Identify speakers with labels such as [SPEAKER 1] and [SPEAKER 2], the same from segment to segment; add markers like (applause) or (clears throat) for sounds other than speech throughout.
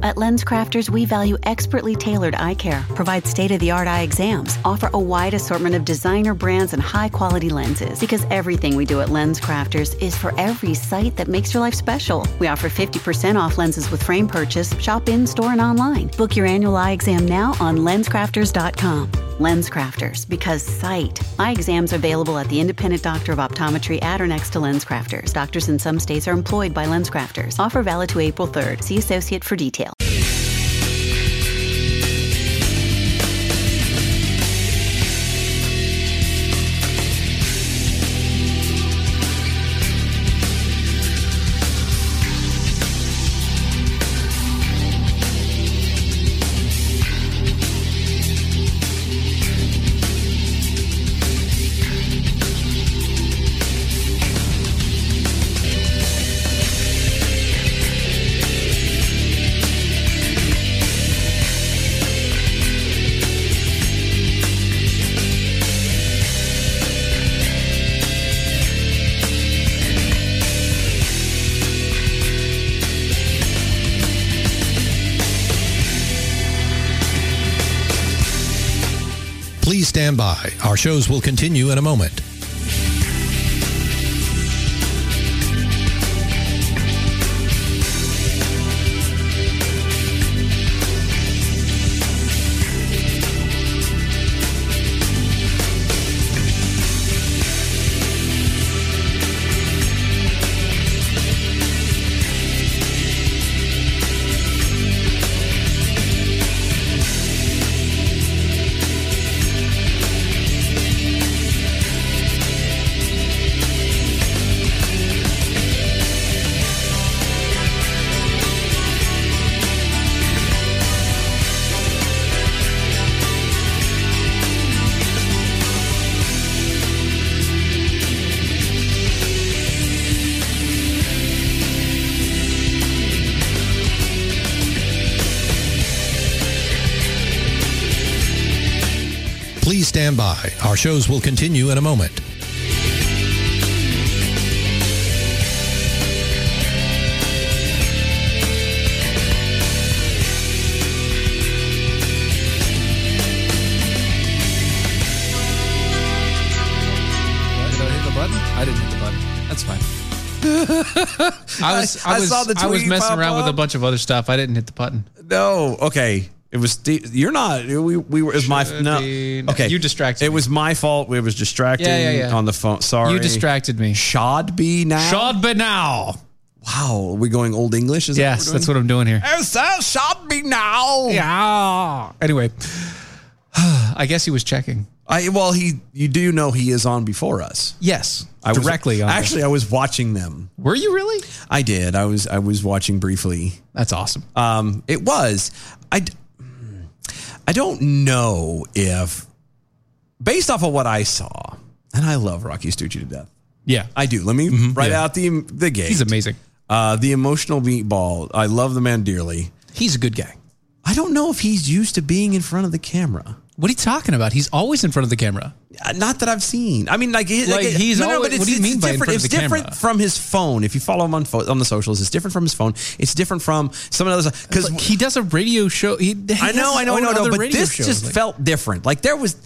[SPEAKER 1] At LensCrafters, we value expertly tailored eye care, provide state of the art eye exams, offer a wide assortment of designer brands and high quality lenses. Because everything we do at LensCrafters is for every site that makes your life special. We offer 50% off lenses with frame purchase, shop in store and online. Book your annual eye exam now on lenscrafters.com. LensCrafters, because sight. Eye exams available at the independent doctor of optometry at or next to LensCrafters. Doctors in some states are employed by LensCrafters. Offer valid to April 3rd. See associate for details.
[SPEAKER 2] Please stand by. Our shows will continue in a moment. Please stand by. Our shows will continue in a moment.
[SPEAKER 3] Did I hit the button?
[SPEAKER 4] I didn't hit the button. That's fine. (laughs) I was
[SPEAKER 3] I-
[SPEAKER 4] I,
[SPEAKER 3] I
[SPEAKER 4] was
[SPEAKER 3] saw the
[SPEAKER 4] I was
[SPEAKER 3] tweet
[SPEAKER 4] messing
[SPEAKER 3] pop
[SPEAKER 4] around with a
[SPEAKER 3] up.
[SPEAKER 4] bunch of other stuff. I didn't hit the button.
[SPEAKER 3] No. Okay. It was Steve. You're not. We, we were. It was my.
[SPEAKER 4] Should
[SPEAKER 3] No.
[SPEAKER 4] be-
[SPEAKER 3] Okay.
[SPEAKER 4] you distracted
[SPEAKER 3] It
[SPEAKER 4] me.
[SPEAKER 3] was my fault. We was distracting
[SPEAKER 4] Yeah, yeah, yeah.
[SPEAKER 3] on the phone. Sorry.
[SPEAKER 4] You distracted me.
[SPEAKER 3] Shod be now.
[SPEAKER 4] Shod but now.
[SPEAKER 3] Wow. Are we going old English? Is
[SPEAKER 4] Yes, that's what I'm doing here.
[SPEAKER 3] I'm. shod be now.
[SPEAKER 4] Yeah. Anyway, I guess he was checking.
[SPEAKER 3] I, well, he. You do know he is on before us.
[SPEAKER 4] Yes,
[SPEAKER 3] I was-
[SPEAKER 4] directly. on
[SPEAKER 3] actually, I was watching them.
[SPEAKER 4] this. were you really?
[SPEAKER 3] I did. I was. I was watching briefly.
[SPEAKER 4] That's awesome.
[SPEAKER 3] Um, it was. I, d- I don't know if, based off of what I saw, and I love Rocky Stucci to death.
[SPEAKER 4] yeah, Mm-hmm.
[SPEAKER 3] I do. Let me write
[SPEAKER 4] yeah.
[SPEAKER 3] out the the gate.
[SPEAKER 4] he's amazing.
[SPEAKER 3] Uh, the emotional meatball. I love the man dearly.
[SPEAKER 4] He's a good guy.
[SPEAKER 3] I don't know if he's used to being in front of the camera.
[SPEAKER 4] What are you talking about? He's always in front of the camera.
[SPEAKER 3] Uh, Not that I've seen. I mean, like, he-
[SPEAKER 4] Like, he's always-
[SPEAKER 3] it's-
[SPEAKER 4] what do you
[SPEAKER 3] it's
[SPEAKER 4] mean by in
[SPEAKER 3] different.
[SPEAKER 4] front of
[SPEAKER 3] It's
[SPEAKER 4] the
[SPEAKER 3] different
[SPEAKER 4] camera?
[SPEAKER 3] from his phone. If you follow him on fo- on the socials, it's different from his phone. It's different from some of the other because
[SPEAKER 4] Like, he does a radio show. He, he
[SPEAKER 3] I
[SPEAKER 4] has
[SPEAKER 3] know,
[SPEAKER 4] his
[SPEAKER 3] I know, I
[SPEAKER 4] own
[SPEAKER 3] know, I know,
[SPEAKER 4] other
[SPEAKER 3] but
[SPEAKER 4] radio
[SPEAKER 3] this
[SPEAKER 4] shows.
[SPEAKER 3] just
[SPEAKER 4] Like,
[SPEAKER 3] felt different. Like there was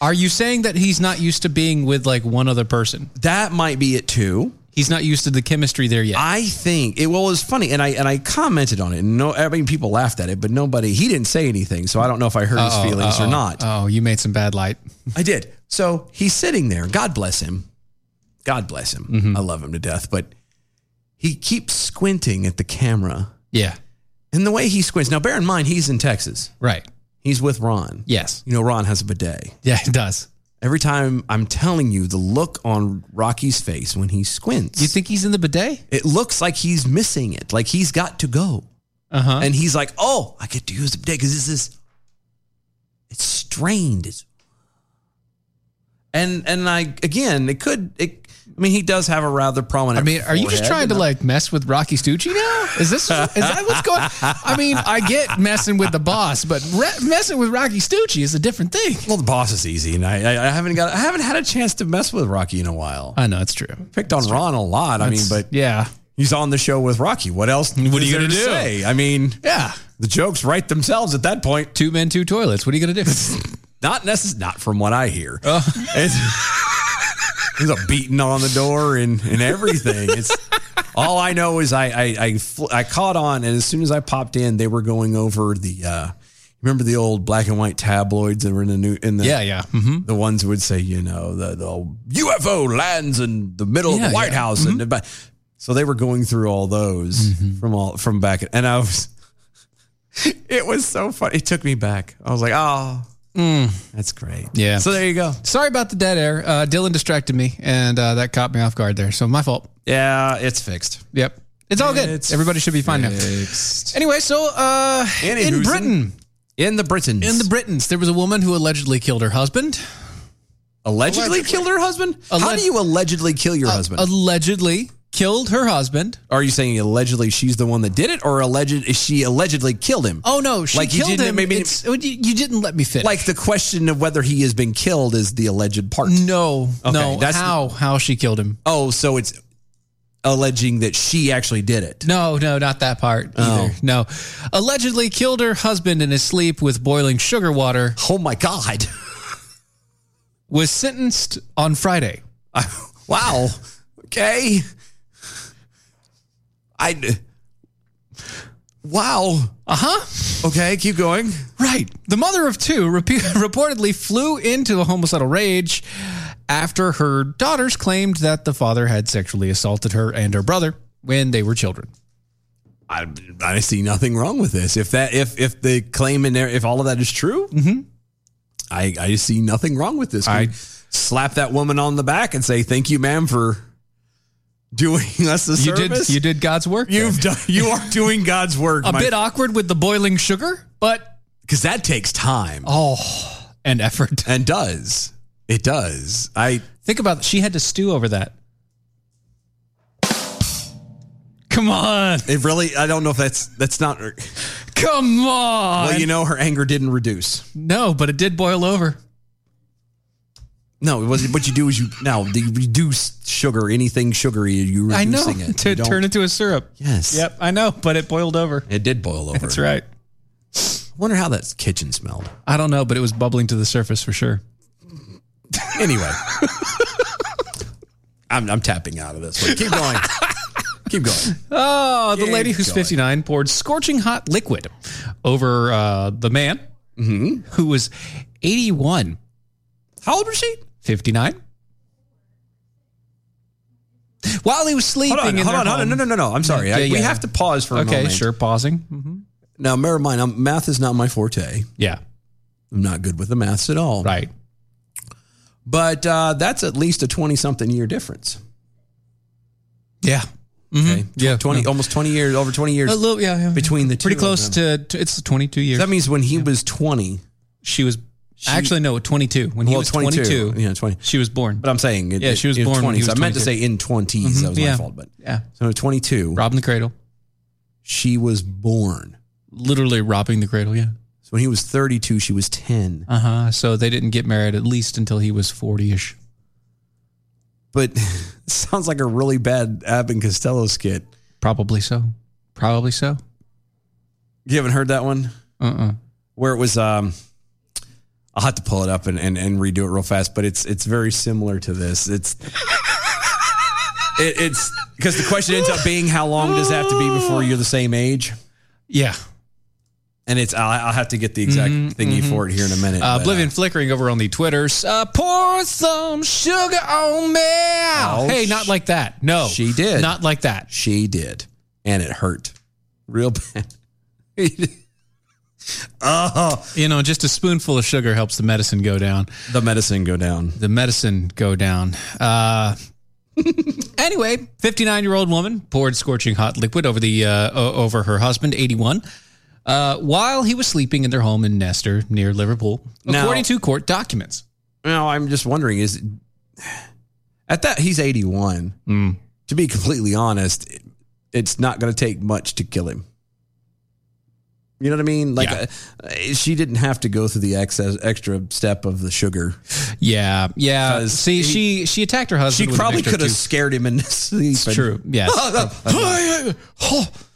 [SPEAKER 4] Are you saying that he's not used to being with like one other person?
[SPEAKER 3] that might be it too.
[SPEAKER 4] He's not used to the chemistry there yet.
[SPEAKER 3] I think it well it was funny, and I and I commented on it. And no, I mean people laughed at it, but nobody he didn't say anything, so I don't know if I hurt his feelings or not.
[SPEAKER 4] oh, you made some bad light.
[SPEAKER 3] I did. So he's sitting there. God bless him. God bless him.
[SPEAKER 4] Mm-hmm.
[SPEAKER 3] I love him to death, but he keeps squinting at the camera,
[SPEAKER 4] Yeah.
[SPEAKER 3] and the way he squints. Now, bear in mind he's in Texas.
[SPEAKER 4] Right.
[SPEAKER 3] He's with Ron.
[SPEAKER 4] Yes.
[SPEAKER 3] You know, Ron has a bidet.
[SPEAKER 4] Yeah, it does.
[SPEAKER 3] Every time I'm telling you the look on Rocky's face when he squints.
[SPEAKER 4] You think he's in the bidet?
[SPEAKER 3] it looks like he's missing it. Like he's got to go.
[SPEAKER 4] Uh huh.
[SPEAKER 3] And he's like, oh, I get to use the bidet because this is, it's strained. It's, and, and I, again, it could, it, I mean, he does have a rather
[SPEAKER 4] I
[SPEAKER 3] prominent.
[SPEAKER 4] mean, are you just
[SPEAKER 3] forehead,
[SPEAKER 4] trying to
[SPEAKER 3] and I-
[SPEAKER 4] like mess with Rocky Stucci now? Is this (laughs) is that what's going? I mean, I get messing with the boss,
[SPEAKER 3] (laughs)
[SPEAKER 4] but re- messing with Rocky Stucci is a different thing.
[SPEAKER 3] Well, the boss is easy, and I, I, I haven't got, I haven't had a chance to mess with Rocky in a while. I
[SPEAKER 4] I know it's true.
[SPEAKER 3] picked on Ron a lot. I mean,
[SPEAKER 4] It's-
[SPEAKER 3] but
[SPEAKER 4] yeah,
[SPEAKER 3] he's on the show with Rocky. What else? What
[SPEAKER 4] are you
[SPEAKER 3] going
[SPEAKER 4] gonna
[SPEAKER 3] to
[SPEAKER 4] do?
[SPEAKER 3] say? I mean,
[SPEAKER 4] yeah.
[SPEAKER 3] The jokes write themselves at that point.
[SPEAKER 4] Two men, two toilets. What are you gonna do?
[SPEAKER 3] (laughs)
[SPEAKER 4] Oh.
[SPEAKER 3] Not necess- not from what I hear. (laughs) It's- there's a beating on the door and, and everything.
[SPEAKER 4] (laughs)
[SPEAKER 3] It's all I know is I I, I fl- I caught on, and as soon as I popped in, they were going over the. Uh, remember the old black and white tabloids that were in the new in the
[SPEAKER 4] yeah, yeah. hmm
[SPEAKER 3] the ones who would say, you know, the, the UFO lands in the middle of
[SPEAKER 4] Yeah,
[SPEAKER 3] the White
[SPEAKER 4] yeah. Mm-hmm.
[SPEAKER 3] House, and the ba- so they were going through all those from all from back, and I was, (laughs) it was so funny. It took me back. I was like, oh, that's great.
[SPEAKER 4] Yeah.
[SPEAKER 3] So there you go.
[SPEAKER 4] Sorry about the dead air. Uh, Dylan distracted me, and uh, that caught me off guard there. So my fault.
[SPEAKER 3] Yeah, it's fixed.
[SPEAKER 4] Yep. It's all good.
[SPEAKER 3] It's
[SPEAKER 4] Everybody should be fine
[SPEAKER 3] fixed.
[SPEAKER 4] now. Anyway, so uh, in
[SPEAKER 3] Anywhoozin.
[SPEAKER 4] Britain,
[SPEAKER 3] In the Britons,
[SPEAKER 4] in the Britons, there was a woman who allegedly killed her husband.
[SPEAKER 3] allegedly, killed her husband. How
[SPEAKER 4] Alleg- Uh,
[SPEAKER 3] do you allegedly kill your husband?
[SPEAKER 4] Allegedly killed her husband.
[SPEAKER 3] Are you saying allegedly she's the one that did it, or alleged she allegedly killed him?
[SPEAKER 4] Oh no, she
[SPEAKER 3] Like, you
[SPEAKER 4] killed
[SPEAKER 3] didn't-
[SPEAKER 4] him.
[SPEAKER 3] maybe-
[SPEAKER 4] It's- you, you didn't let me finish.
[SPEAKER 3] like the question of whether he has been killed is the alleged part.
[SPEAKER 4] no, no.
[SPEAKER 3] that's the-
[SPEAKER 4] how how she killed him?
[SPEAKER 3] Oh, so it's alleging that she actually did it.
[SPEAKER 4] No, no, not that part
[SPEAKER 3] Oh.
[SPEAKER 4] either. No, allegedly killed her husband in his sleep with boiling sugar water.
[SPEAKER 3] Oh my God.
[SPEAKER 4] Was sentenced on Friday.
[SPEAKER 3] (laughs) wow. Okay. I. Wow.
[SPEAKER 4] Uh huh.
[SPEAKER 3] Okay, keep going.
[SPEAKER 4] Right. The mother of two repe- (laughs) reportedly flew into a homicidal rage after her daughters claimed that the father had sexually assaulted her and her brother when they were children.
[SPEAKER 3] I, I see nothing wrong with this. If that if if the claim in there if all of that is true, I I see nothing wrong with this.
[SPEAKER 4] Mm-hmm. I-
[SPEAKER 3] slap that woman on the back and say thank you, ma'am, for doing (laughs) us a
[SPEAKER 4] You
[SPEAKER 3] service.
[SPEAKER 4] did you did God's work. there.
[SPEAKER 3] You've done, you are doing God's work.
[SPEAKER 4] a bit awkward with the boiling sugar, but
[SPEAKER 3] because that takes time
[SPEAKER 4] oh, and effort.
[SPEAKER 3] and does it does I
[SPEAKER 4] Think about she had to stew over that. Come on.
[SPEAKER 3] it really I don't know if that's that's not
[SPEAKER 4] Come on.
[SPEAKER 3] well you know her anger didn't reduce
[SPEAKER 4] no, but it did boil over.
[SPEAKER 3] no it wasn't what you do is you now the reduce sugar anything sugary you
[SPEAKER 4] I know
[SPEAKER 3] reducing
[SPEAKER 4] (laughs)
[SPEAKER 3] it
[SPEAKER 4] to
[SPEAKER 3] You don't-
[SPEAKER 4] turn into a syrup.
[SPEAKER 3] yes
[SPEAKER 4] Yep, I know, but it boiled over.
[SPEAKER 3] it did boil over
[SPEAKER 4] That's right.
[SPEAKER 3] I wonder how that kitchen smelled
[SPEAKER 4] I don't know, but it was bubbling to the surface for sure.
[SPEAKER 3] anyway I'm I'm tapping out of this one.
[SPEAKER 4] (laughs)
[SPEAKER 3] keep going keep going
[SPEAKER 4] (laughs) Oh, the
[SPEAKER 3] Keep
[SPEAKER 4] lady who's
[SPEAKER 3] going.
[SPEAKER 4] 59 poured scorching hot liquid over uh, the man
[SPEAKER 3] Mm-hmm.
[SPEAKER 4] who was 81,
[SPEAKER 3] how old was she
[SPEAKER 4] 59. While he was sleeping
[SPEAKER 3] hold on
[SPEAKER 4] in
[SPEAKER 3] hold
[SPEAKER 4] their
[SPEAKER 3] on hold on
[SPEAKER 4] home-
[SPEAKER 3] no no no no I'm sorry
[SPEAKER 4] Yeah,
[SPEAKER 3] I-
[SPEAKER 4] yeah,
[SPEAKER 3] we
[SPEAKER 4] yeah.
[SPEAKER 3] have to pause for a
[SPEAKER 4] Okay,
[SPEAKER 3] moment
[SPEAKER 4] sure. Pausing. Mhm.
[SPEAKER 3] now never mind i math is not my forte
[SPEAKER 4] Yeah,
[SPEAKER 3] I'm not good with the maths at all.
[SPEAKER 4] right.
[SPEAKER 3] But uh, that's at least a 20 something year difference.
[SPEAKER 4] Yeah. Mm-hmm.
[SPEAKER 3] Okay. Tw-
[SPEAKER 4] Yeah,
[SPEAKER 3] 20,
[SPEAKER 4] no.
[SPEAKER 3] almost 20 years, over 20 years.
[SPEAKER 4] A little, yeah, yeah.
[SPEAKER 3] Between the
[SPEAKER 4] Pretty
[SPEAKER 3] two of
[SPEAKER 4] close to, to, it's 22 years.
[SPEAKER 3] that means when he was 20,
[SPEAKER 4] she was, actually, no, 22. When he
[SPEAKER 3] well,
[SPEAKER 4] was 22,
[SPEAKER 3] Yeah, 20.
[SPEAKER 4] she was born.
[SPEAKER 3] But I'm saying it,
[SPEAKER 4] Yeah, she was
[SPEAKER 3] it- it
[SPEAKER 4] born when he
[SPEAKER 3] 20s.
[SPEAKER 4] was
[SPEAKER 3] I meant to
[SPEAKER 4] 22.
[SPEAKER 3] say in 20s. That was
[SPEAKER 4] yeah.
[SPEAKER 3] my fault. But
[SPEAKER 4] yeah.
[SPEAKER 3] so 22,
[SPEAKER 4] Robbing the cradle.
[SPEAKER 3] she was born.
[SPEAKER 4] Literally robbing the cradle, yeah.
[SPEAKER 3] So when he was 32, she was 10.
[SPEAKER 4] Uh huh. So they didn't get married at least until he was 40 ish.
[SPEAKER 3] But (laughs) sounds like a really bad Ab and Costello skit.
[SPEAKER 4] Probably so. Probably so.
[SPEAKER 3] You haven't heard that one?
[SPEAKER 4] Uh uh
[SPEAKER 3] where it was um I'll have to pull it up and, and, and redo it real fast, but it's it's very similar to this.
[SPEAKER 4] (laughs)
[SPEAKER 3] It's it, it's because the question ends up being how long does it have to be before you're the same age?
[SPEAKER 4] Yeah. Mm-hmm,
[SPEAKER 3] And it's I'll, I'll have to get the exact thingy for it here in a minute.
[SPEAKER 4] Uh,
[SPEAKER 3] but,
[SPEAKER 4] Oblivion flickering over on the Twitters. Uh, pour some sugar on me.
[SPEAKER 3] Oh,
[SPEAKER 4] hey, not like that. No.
[SPEAKER 3] she did.
[SPEAKER 4] Not like that.
[SPEAKER 3] she did, and it hurt real (laughs) bad. (laughs) Uh-huh.
[SPEAKER 4] You know, just a spoonful of sugar helps the medicine go down.
[SPEAKER 3] the medicine go down.
[SPEAKER 4] The medicine go down.
[SPEAKER 3] (laughs)
[SPEAKER 4] Uh, anyway, 59 year old woman poured scorching hot liquid over the uh, o- over her husband, 81, uh, while he was sleeping in their home in Nestor near Liverpool,
[SPEAKER 3] Now-
[SPEAKER 4] according to court documents.
[SPEAKER 3] Now I'm just wondering is at that he's 81.
[SPEAKER 4] Mm.
[SPEAKER 3] To be completely honest, it- it's not going to take much to kill him. You know what I mean? Like
[SPEAKER 4] Yeah.
[SPEAKER 3] uh, she didn't have to go through the excess, extra step of the sugar.
[SPEAKER 4] Yeah, yeah.
[SPEAKER 3] 'Cause
[SPEAKER 4] See,
[SPEAKER 3] Uh, he-
[SPEAKER 4] she she attacked her
[SPEAKER 3] She
[SPEAKER 4] husband. with a
[SPEAKER 3] probably
[SPEAKER 4] mixture of
[SPEAKER 3] could have
[SPEAKER 4] two-
[SPEAKER 3] scared him into (laughs) sleep.
[SPEAKER 4] It's true.
[SPEAKER 3] (laughs)
[SPEAKER 4] Yes.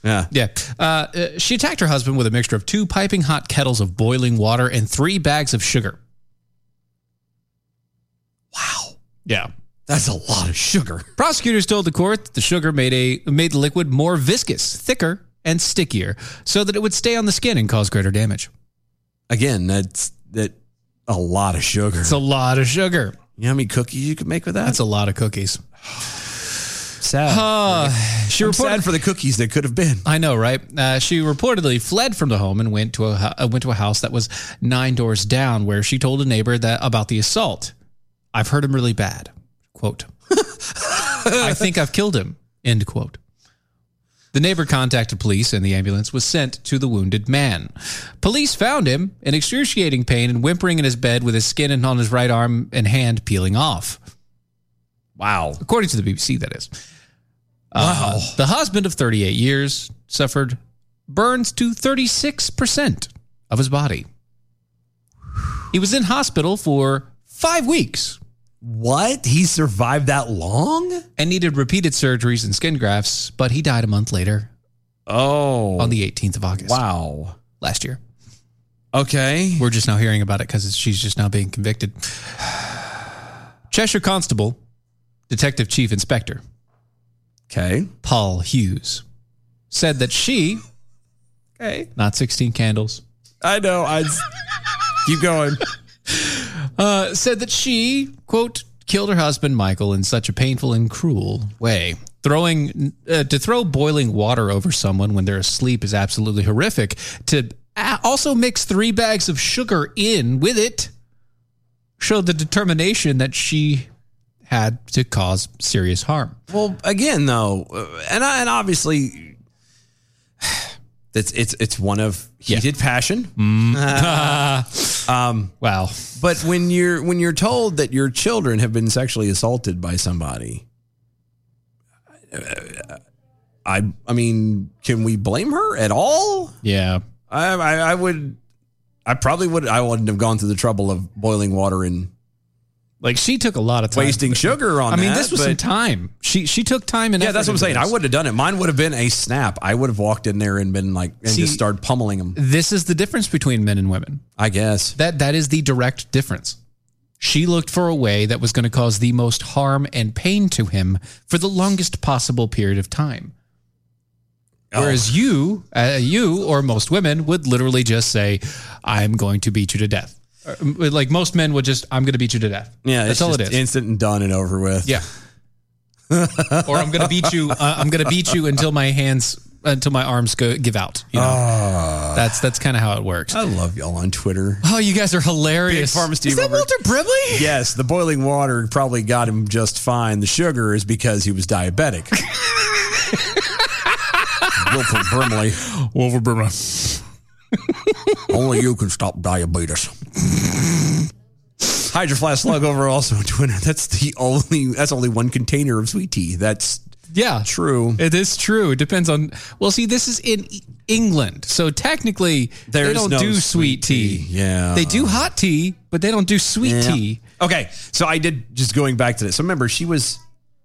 [SPEAKER 3] yeah.
[SPEAKER 4] Yeah. Uh, uh, she attacked her husband with a mixture of two piping hot kettles of boiling water and three bags of sugar. Wow. Yeah.
[SPEAKER 3] That's a lot of sugar.
[SPEAKER 4] (laughs) Prosecutors told the court that the sugar made a made the liquid more viscous, thicker, and stickier, so that it would stay on the skin and cause greater damage.
[SPEAKER 3] Again, that's that a lot of sugar.
[SPEAKER 4] It's a lot of sugar.
[SPEAKER 3] you know how many cookies you could make with that?
[SPEAKER 4] That's a lot of cookies.
[SPEAKER 3] (sighs) sad.
[SPEAKER 4] Uh, (sighs) she
[SPEAKER 3] I'm
[SPEAKER 4] reported
[SPEAKER 3] sad for the cookies that could have been.
[SPEAKER 4] I know, right? Uh, she reportedly fled from the home and went to a hu- uh, went to a house that was nine doors down, where she told a neighbor that about the assault. I've heard him really bad. Quote. (laughs) I think I've killed him. End quote. The neighbor contacted police, and the ambulance was sent to the wounded man. Police found him in excruciating pain and whimpering in his bed, with his skin and on his right arm and hand peeling off.
[SPEAKER 3] Wow.
[SPEAKER 4] According to the BBC, that is. Uh, The husband of 38 years suffered burns to 36% of his body. He was in hospital for five weeks
[SPEAKER 3] What? He survived that long?
[SPEAKER 4] and needed repeated surgeries and skin grafts, but he died a month later
[SPEAKER 3] Oh.
[SPEAKER 4] on the 18th of August
[SPEAKER 3] wow.
[SPEAKER 4] last year.
[SPEAKER 3] Okay.
[SPEAKER 4] We're just now hearing about it because she's just now being convicted. (sighs) Cheshire Constable, Detective Chief Inspector
[SPEAKER 3] Okay.
[SPEAKER 4] Paul Hughes, said that she,
[SPEAKER 3] Okay.
[SPEAKER 4] not 16 candles,
[SPEAKER 3] I know. I keep going.
[SPEAKER 4] (laughs) uh, said that she, quote, killed her husband Michael in such a painful and cruel way. Throwing uh, to throw boiling water over someone when they're asleep is absolutely horrific. To a- also mix three bags of sugar in with it showed the determination that she had to cause serious harm.
[SPEAKER 3] Well, again, though, uh, and I, and obviously, it's it's it's one of heated
[SPEAKER 4] (laughs)
[SPEAKER 3] (laughs) passion.
[SPEAKER 4] Mm.
[SPEAKER 3] Uh, Um,
[SPEAKER 4] Wow.
[SPEAKER 3] But when you're when you're told that your children have been sexually assaulted by somebody, uh, I I mean, can we blame her at all?
[SPEAKER 4] Yeah.
[SPEAKER 3] I I, I would. I probably would. I wouldn't have gone through the trouble of boiling water and
[SPEAKER 4] Like she took a lot of time.
[SPEAKER 3] wasting sugar on.
[SPEAKER 4] I mean,
[SPEAKER 3] that,
[SPEAKER 4] this was
[SPEAKER 3] but-
[SPEAKER 4] some time. She she took time and
[SPEAKER 3] Yeah,
[SPEAKER 4] effort
[SPEAKER 3] that's what I'm
[SPEAKER 4] into
[SPEAKER 3] saying. I
[SPEAKER 4] this.
[SPEAKER 3] would have done it. Mine would have been a snap. I would have walked in there and been like, and
[SPEAKER 4] See-
[SPEAKER 3] just started pummeling them.
[SPEAKER 4] This is the difference between men and women.
[SPEAKER 3] I guess.
[SPEAKER 4] That that is the direct difference. She looked for a way that was going to cause the most harm and pain to him for the longest possible period of time.
[SPEAKER 3] Oh.
[SPEAKER 4] Whereas you, uh, you or most women would literally just say, "I'm going to beat you to death." Or, um, Like most men would just, "I'm going to beat you to death."
[SPEAKER 3] Yeah,
[SPEAKER 4] that's
[SPEAKER 3] it's
[SPEAKER 4] all it
[SPEAKER 3] just
[SPEAKER 4] is.
[SPEAKER 3] Instant and done and over with.
[SPEAKER 4] yeah. or I'm going to beat you. Uh, I'm going to beat you until my hands, until my arms go, give out. You know? that's that's kind of how it works.
[SPEAKER 3] Ah. I love y'all on Twitter.
[SPEAKER 4] Oh, you guys are hilarious.
[SPEAKER 3] Big Pharma Steve
[SPEAKER 4] is that
[SPEAKER 3] Roberts.
[SPEAKER 4] Walter Brimley?
[SPEAKER 3] yes, the boiling water probably got him just fine. The sugar is because he was diabetic.
[SPEAKER 4] (laughs)
[SPEAKER 3] Wilford Brimley,
[SPEAKER 4] Walter Brimley.
[SPEAKER 3] (laughs) only you can stop diabetes. Hydro Flask Slug over also on Twitter. That's the only. That's only one container of sweet tea. That's
[SPEAKER 4] Yeah,
[SPEAKER 3] true.
[SPEAKER 4] it is true. It depends on. Well, see, this is in E- England, so technically they
[SPEAKER 3] There's
[SPEAKER 4] don't
[SPEAKER 3] no
[SPEAKER 4] do sweet
[SPEAKER 3] sweet
[SPEAKER 4] tea.
[SPEAKER 3] tea. Yeah.
[SPEAKER 4] they do hot tea, but they don't do sweet
[SPEAKER 3] Yeah.
[SPEAKER 4] tea.
[SPEAKER 3] Okay, so I did just going back to this. So remember, she was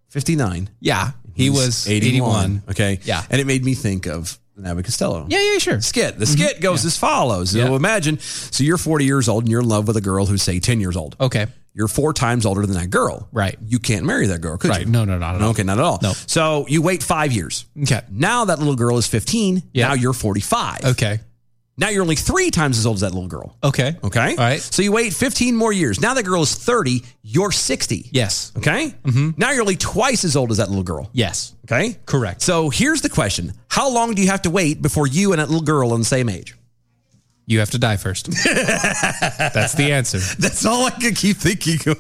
[SPEAKER 3] fifty nine.
[SPEAKER 4] Yeah, he was eighty-one.
[SPEAKER 3] Okay,
[SPEAKER 4] Yeah.
[SPEAKER 3] and it made me think of Nabi Costello.
[SPEAKER 4] Yeah, yeah, sure. Mm-hmm.
[SPEAKER 3] Skit. The skit goes as follows. So
[SPEAKER 4] Yeah.
[SPEAKER 3] imagine, so you're 40 years old and you're in love with a girl who's say 10 years old.
[SPEAKER 4] Okay,
[SPEAKER 3] You're four times older than that girl.
[SPEAKER 4] Right.
[SPEAKER 3] You can't marry that girl, could
[SPEAKER 4] right.
[SPEAKER 3] you?
[SPEAKER 4] No, no, not at all.
[SPEAKER 3] Okay, not at all.
[SPEAKER 4] No.
[SPEAKER 3] So you wait five years.
[SPEAKER 4] Okay,
[SPEAKER 3] Now that little girl is 15.
[SPEAKER 4] Yeah.
[SPEAKER 3] Now you're 45.
[SPEAKER 4] okay,
[SPEAKER 3] Now you're only three times as old as that little girl.
[SPEAKER 4] okay,
[SPEAKER 3] Okay.
[SPEAKER 4] All right.
[SPEAKER 3] So you wait 15 more years. Now that girl is 30. You're 60.
[SPEAKER 4] Yes, Mm-hmm.
[SPEAKER 3] Okay. Now you're only twice as old as that little girl.
[SPEAKER 4] yes,
[SPEAKER 3] Okay.
[SPEAKER 4] Correct.
[SPEAKER 3] So here's the question How long do you have to wait before you and that little girl are the same age?
[SPEAKER 4] you have to die
[SPEAKER 3] (laughs)
[SPEAKER 4] first. That's the answer.
[SPEAKER 3] That's all I could keep thinking
[SPEAKER 4] (laughs)
[SPEAKER 3] of.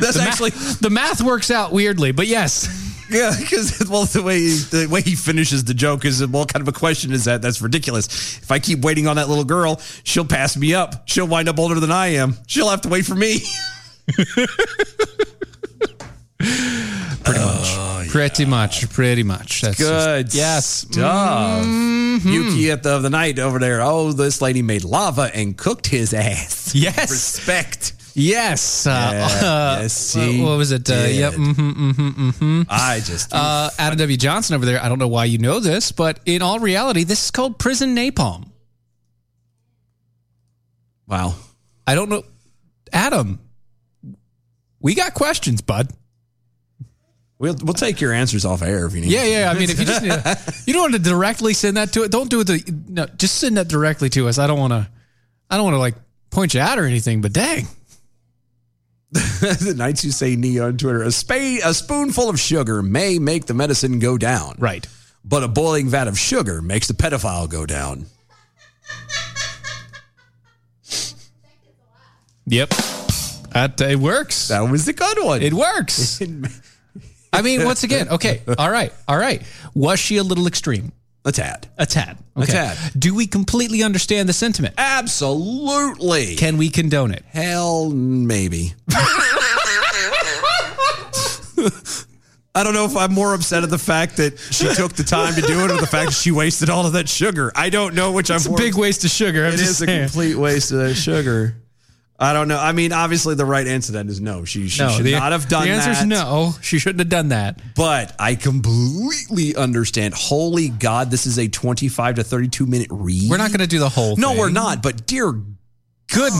[SPEAKER 3] That's actually
[SPEAKER 4] The math works out weirdly, but yes.
[SPEAKER 3] (laughs) yeah, because (laughs) well, the way the way he finishes the joke is well, kind of a question is that that's ridiculous. If I keep waiting on that little girl, she'll pass me up. She'll wind up older than I (laughs) am. She'll have to wait for me.
[SPEAKER 2] pretty much.
[SPEAKER 4] Pretty much, pretty much. That's just-
[SPEAKER 3] Oh,
[SPEAKER 4] Mm-hmm.
[SPEAKER 3] Good yes. stuff. Yuki at the of the night over there. Oh, this lady made lava and cooked his ass.
[SPEAKER 4] Yes.
[SPEAKER 3] Respect.
[SPEAKER 4] yes. Uh, (laughs) uh,
[SPEAKER 3] yes,
[SPEAKER 4] what,
[SPEAKER 3] she
[SPEAKER 4] what was it? Uh, yep.
[SPEAKER 3] did.
[SPEAKER 4] mhm, mhm, mhm.
[SPEAKER 3] I just
[SPEAKER 4] Uh, Adam W. Johnson over there. I don't know why you know this, but in all reality, this is called prison napalm.
[SPEAKER 3] wow.
[SPEAKER 4] I don't know, Adam. We got questions, bud.
[SPEAKER 3] We'll we'll take your answers off air if you need.
[SPEAKER 4] Yeah, yeah. I mean, if you just need to, you don't want to directly send that to it. Don't do it. The, no, just send that directly to us. I don't want to. I don't want to like point you out or anything. But dang,
[SPEAKER 3] (laughs) the nights you say knee on Twitter. A spa- a spoonful of sugar may make the medicine go down,
[SPEAKER 4] right?
[SPEAKER 3] but a boiling vat of sugar makes the pedophile go down.
[SPEAKER 4] Yep. That it works.
[SPEAKER 3] That was the good one.
[SPEAKER 4] It works. I mean, once again, okay, all right, all right. Was she a little extreme?
[SPEAKER 3] a tad.
[SPEAKER 4] A tad. Okay.
[SPEAKER 3] tad.
[SPEAKER 4] Do we completely understand the sentiment?
[SPEAKER 3] Absolutely.
[SPEAKER 4] Can we condone it?
[SPEAKER 3] Hell, maybe. I don't know if I'm more upset at the fact
[SPEAKER 4] (laughs)
[SPEAKER 3] that she took the time to do it or the fact that she wasted all of that sugar. I don't know which
[SPEAKER 4] It's a
[SPEAKER 3] I'm more
[SPEAKER 4] big waste of sugar. I'm
[SPEAKER 3] It
[SPEAKER 4] just
[SPEAKER 3] is a
[SPEAKER 4] saying.
[SPEAKER 3] complete waste of that sugar. I don't know. I mean, obviously, the right answer to that is no. She, she should
[SPEAKER 4] the-
[SPEAKER 3] not have done
[SPEAKER 4] The answer's
[SPEAKER 3] that.
[SPEAKER 4] no. She shouldn't have done that.
[SPEAKER 3] But I completely understand. Holy God, this is a 25 to 32 minute read.
[SPEAKER 4] We're not going to do the whole
[SPEAKER 3] No,
[SPEAKER 4] thing.
[SPEAKER 3] we're not. But dear
[SPEAKER 4] Goodness.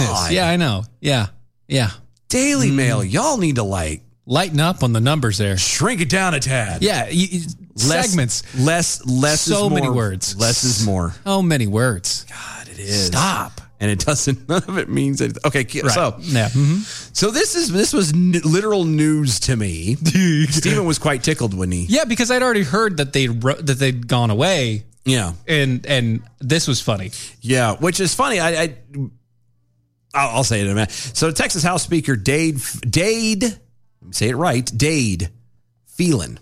[SPEAKER 3] God.
[SPEAKER 4] Yeah, I know. Yeah. Yeah.
[SPEAKER 3] Daily Mail, y'all need to like
[SPEAKER 4] Lighten up on the numbers there.
[SPEAKER 3] shrink it down a tad.
[SPEAKER 4] Yeah. y- y- segments.
[SPEAKER 3] Less, less is
[SPEAKER 4] So
[SPEAKER 3] more.
[SPEAKER 4] many words.
[SPEAKER 3] Less is more.
[SPEAKER 4] Oh, many words.
[SPEAKER 3] God, it is.
[SPEAKER 4] Stop.
[SPEAKER 3] And it doesn't, (laughs) none of it means anything. Okay, so.
[SPEAKER 4] Yeah. mhm.
[SPEAKER 3] So this is this was n- literal news to me. Steven was quite tickled when he
[SPEAKER 4] Yeah, because I'd already heard that they ro- that they'd gone away
[SPEAKER 3] yeah
[SPEAKER 4] and and this was funny.
[SPEAKER 3] yeah, which is funny. I, I I'll, I'll say it in a minute. So Texas House Speaker Dade Dade, let me say it right, Dade Phelan.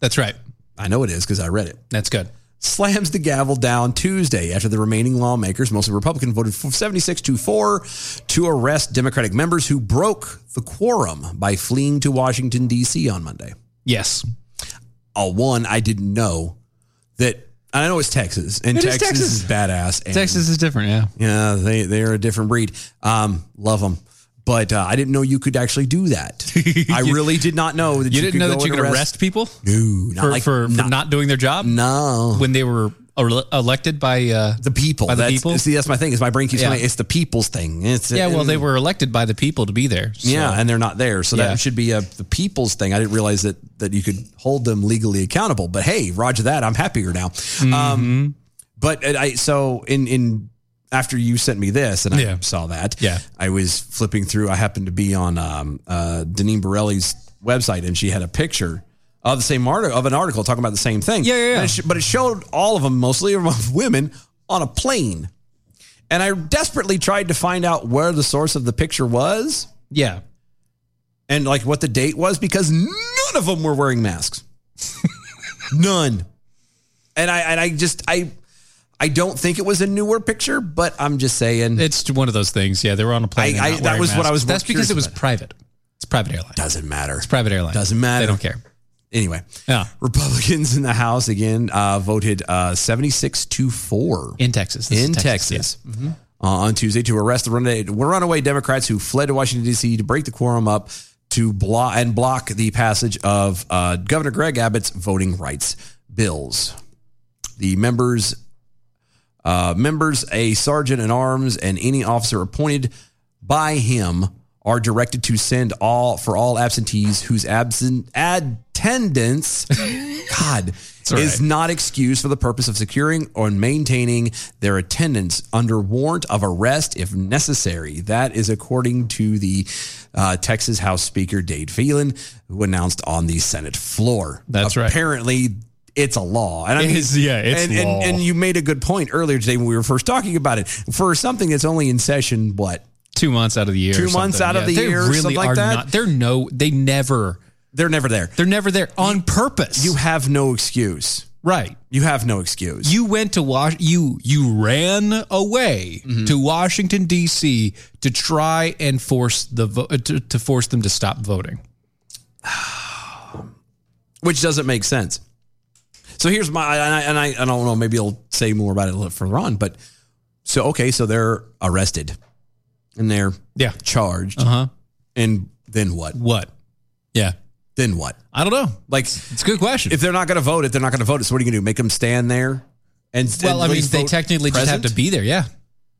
[SPEAKER 4] That's right.
[SPEAKER 3] I know it is because I read it.
[SPEAKER 4] That's good.
[SPEAKER 3] slams the gavel down Tuesday after the remaining lawmakers, mostly Republican, voted 76 to 4 to arrest Democratic members who broke the quorum by fleeing to Washington, D.C. on Monday.
[SPEAKER 4] Yes.
[SPEAKER 3] Uh, one, I didn't know that. and I know it's Texas, and
[SPEAKER 4] It is
[SPEAKER 3] Texas,
[SPEAKER 4] Texas.
[SPEAKER 3] is badass. And,
[SPEAKER 4] Texas is different, yeah.
[SPEAKER 3] yeah, they they are a different breed. Um, love them, but uh, I didn't know you could actually
[SPEAKER 4] (laughs)
[SPEAKER 3] do that. I really did not know that
[SPEAKER 4] You, didn't
[SPEAKER 3] could
[SPEAKER 4] know
[SPEAKER 3] go
[SPEAKER 4] that you
[SPEAKER 3] and
[SPEAKER 4] could arrest people
[SPEAKER 3] No, not
[SPEAKER 4] for,
[SPEAKER 3] like-
[SPEAKER 4] for, for
[SPEAKER 3] not-
[SPEAKER 4] not doing their job
[SPEAKER 3] no.
[SPEAKER 4] when they were ele- elected by uh,
[SPEAKER 3] the people.
[SPEAKER 4] By the
[SPEAKER 3] that's,
[SPEAKER 4] people?
[SPEAKER 3] See, that's my thing. Is my brain keeps
[SPEAKER 4] Yeah.
[SPEAKER 3] going. It's the people's thing. It's
[SPEAKER 4] yeah. Well, they were elected by the people to be there. so-
[SPEAKER 3] yeah, and they're not there. So
[SPEAKER 4] Yeah.
[SPEAKER 3] that should be a the people's thing. I didn't realize that that you could hold them legally accountable. But hey, Roger that. I'm happier now.
[SPEAKER 4] Mm-hmm.
[SPEAKER 3] Um, but it- I so in in after you sent me this and I
[SPEAKER 4] Yeah.
[SPEAKER 3] saw that.
[SPEAKER 4] Yeah.
[SPEAKER 3] I was flipping through. I happened to be on um, uh, Deneen Borelli's website, and she had a picture. Of the same article of an article talking about the same thing,
[SPEAKER 4] Yeah, yeah, yeah.
[SPEAKER 3] And it sh- but it showed all of them, mostly of (laughs) women, on a plane, and I desperately tried to find out where the source of the picture was
[SPEAKER 4] Yeah.
[SPEAKER 3] and like what the date was because none of them were wearing masks. none. And I and I just I I don't think it was a newer picture, but I'm just saying it
[SPEAKER 4] It's one of those things. Yeah, they were on a plane.
[SPEAKER 3] I-
[SPEAKER 4] and
[SPEAKER 3] I-
[SPEAKER 4] not
[SPEAKER 3] that
[SPEAKER 4] wearing
[SPEAKER 3] was what
[SPEAKER 4] masks.
[SPEAKER 3] I was more
[SPEAKER 4] That's because
[SPEAKER 3] curious
[SPEAKER 4] it was
[SPEAKER 3] about.
[SPEAKER 4] private. It's private airline.
[SPEAKER 3] doesn't matter.
[SPEAKER 4] Private airline
[SPEAKER 3] Doesn't matter.
[SPEAKER 4] They don't care.
[SPEAKER 3] Anyway,
[SPEAKER 4] Yeah.
[SPEAKER 3] Republicans in the House again uh, voted uh, 76 to 4
[SPEAKER 4] In Texas. Mm-hmm. This is
[SPEAKER 3] in
[SPEAKER 4] yeah.
[SPEAKER 3] Texas uh, on Tuesday to arrest the runaway, runaway Democrats who fled to Washington D.C. to break the quorum up to block and block the passage of uh, Governor Greg Abbott's voting rights bills. The members, uh, members, a sergeant in arms, and any officer appointed by him are directed to send all for all absentees whose absent
[SPEAKER 4] (laughs)
[SPEAKER 3] attendance, God,
[SPEAKER 4] all right.
[SPEAKER 3] is not excused for the purpose of securing or maintaining their attendance under warrant of arrest if necessary. That is according to the uh, Texas House Speaker Dade Phelan, who announced on the Senate floor.
[SPEAKER 4] That's right.
[SPEAKER 3] Apparently, it's a law, and I
[SPEAKER 4] It is- yeah, it's
[SPEAKER 3] and, and-
[SPEAKER 4] law.
[SPEAKER 3] and you made a good point earlier today when we were first talking about it. For something that's only in session, what
[SPEAKER 4] Two months out of the year.
[SPEAKER 3] Two
[SPEAKER 4] or
[SPEAKER 3] months
[SPEAKER 4] something.
[SPEAKER 3] out of the
[SPEAKER 4] they
[SPEAKER 3] year or something like
[SPEAKER 4] are
[SPEAKER 3] that?
[SPEAKER 4] Not, they're no. They never.
[SPEAKER 3] they're never there.
[SPEAKER 4] They're never there on purpose.
[SPEAKER 3] You have no excuse.
[SPEAKER 4] right.
[SPEAKER 3] You have no excuse.
[SPEAKER 4] you went to wash you you ran away
[SPEAKER 3] Mm-hmm.
[SPEAKER 4] to Washington D.C. to try and force the vo- uh, to, to force them to stop voting.
[SPEAKER 3] which doesn't make sense. So here's my and I, and I, I don't know maybe I'll say more about it a little further on, but so okay, so they're arrested and they're
[SPEAKER 4] Yeah.
[SPEAKER 3] charged,
[SPEAKER 4] Uh huh.
[SPEAKER 3] and then what?
[SPEAKER 4] What? Yeah.
[SPEAKER 3] Then what?
[SPEAKER 4] I don't know.
[SPEAKER 3] Like
[SPEAKER 4] It's a good question.
[SPEAKER 3] if they're not going to vote, if they're not going to vote, so what are you going to do? Make them stand there? And
[SPEAKER 4] well,
[SPEAKER 3] and
[SPEAKER 4] I
[SPEAKER 3] at
[SPEAKER 4] mean,
[SPEAKER 3] least
[SPEAKER 4] they
[SPEAKER 3] vote
[SPEAKER 4] technically just have
[SPEAKER 3] present?
[SPEAKER 4] to be there. Yeah.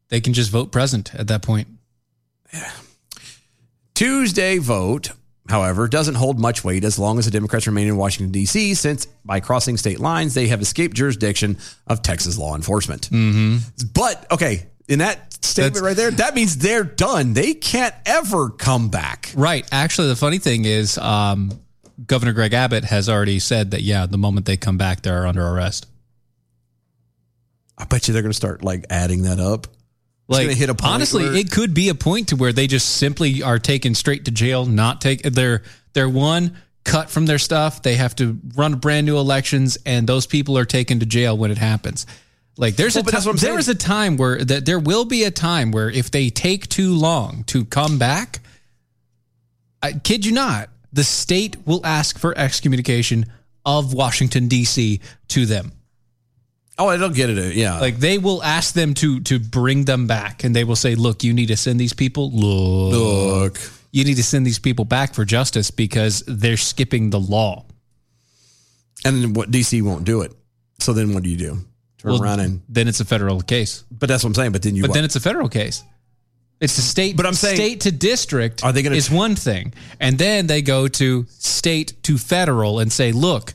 [SPEAKER 4] They can just vote present at that point.
[SPEAKER 3] Tuesday vote, however, doesn't hold much weight as long as the Democrats remain in Washington, D.C., since by crossing state lines, they have escaped jurisdiction of Texas law enforcement. But, okay, in that statement
[SPEAKER 4] That's-
[SPEAKER 3] right there, that means they're done. They can't ever come back.
[SPEAKER 4] Right. Actually, the funny thing is, um, Governor Greg Abbott has already said that, yeah, the moment they come back, they're under arrest.
[SPEAKER 3] I bet you they're going to start like adding that up.
[SPEAKER 4] Like,
[SPEAKER 3] gonna hit a point
[SPEAKER 4] honestly,
[SPEAKER 3] where-
[SPEAKER 4] it could be a point to where they just simply are taken straight to jail, not take they're they're one cut from their stuff. They have to run brand new elections, and those people are taken to jail when it happens. Like there's
[SPEAKER 3] Well,
[SPEAKER 4] a
[SPEAKER 3] but that's
[SPEAKER 4] ti-
[SPEAKER 3] what I'm
[SPEAKER 4] there
[SPEAKER 3] saying.
[SPEAKER 4] is a time where that there will be a time where if they take too long to come back, I kid you not, the state will ask for excommunication of Washington D.C. to them.
[SPEAKER 3] Oh, they'll get it. Yeah.
[SPEAKER 4] Like they will ask them to to bring them back, and they will say, "Look, you need to send these people. Look,
[SPEAKER 3] look.
[SPEAKER 4] you need to send these people back for justice because they're skipping the law."
[SPEAKER 3] And then what D.C. won't do it. So then what do you do? Turn
[SPEAKER 4] Well,
[SPEAKER 3] around and,
[SPEAKER 4] Then it's a federal case.
[SPEAKER 3] but that's what I'm saying. But then you,
[SPEAKER 4] But
[SPEAKER 3] what?
[SPEAKER 4] then it's a federal case. It's a state.
[SPEAKER 3] But I'm saying-
[SPEAKER 4] state to district.
[SPEAKER 3] Are they gonna-
[SPEAKER 4] is one thing, and then they go to state to federal and say, "Look,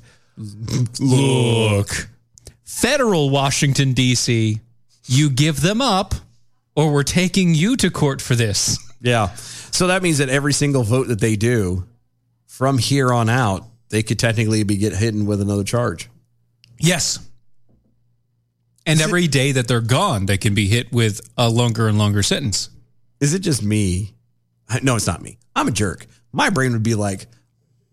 [SPEAKER 3] look.
[SPEAKER 4] federal Washington D.C., you give them up, or we're taking you to court for this."
[SPEAKER 3] Yeah. So that means that every single vote that they do from here on out, they could technically be get hit with another charge.
[SPEAKER 4] Yes. And every day that they're gone, they can be hit with a longer and longer sentence.
[SPEAKER 3] Is it just me? I- (laughs) No, it's not me. I'm a jerk. My brain would be like,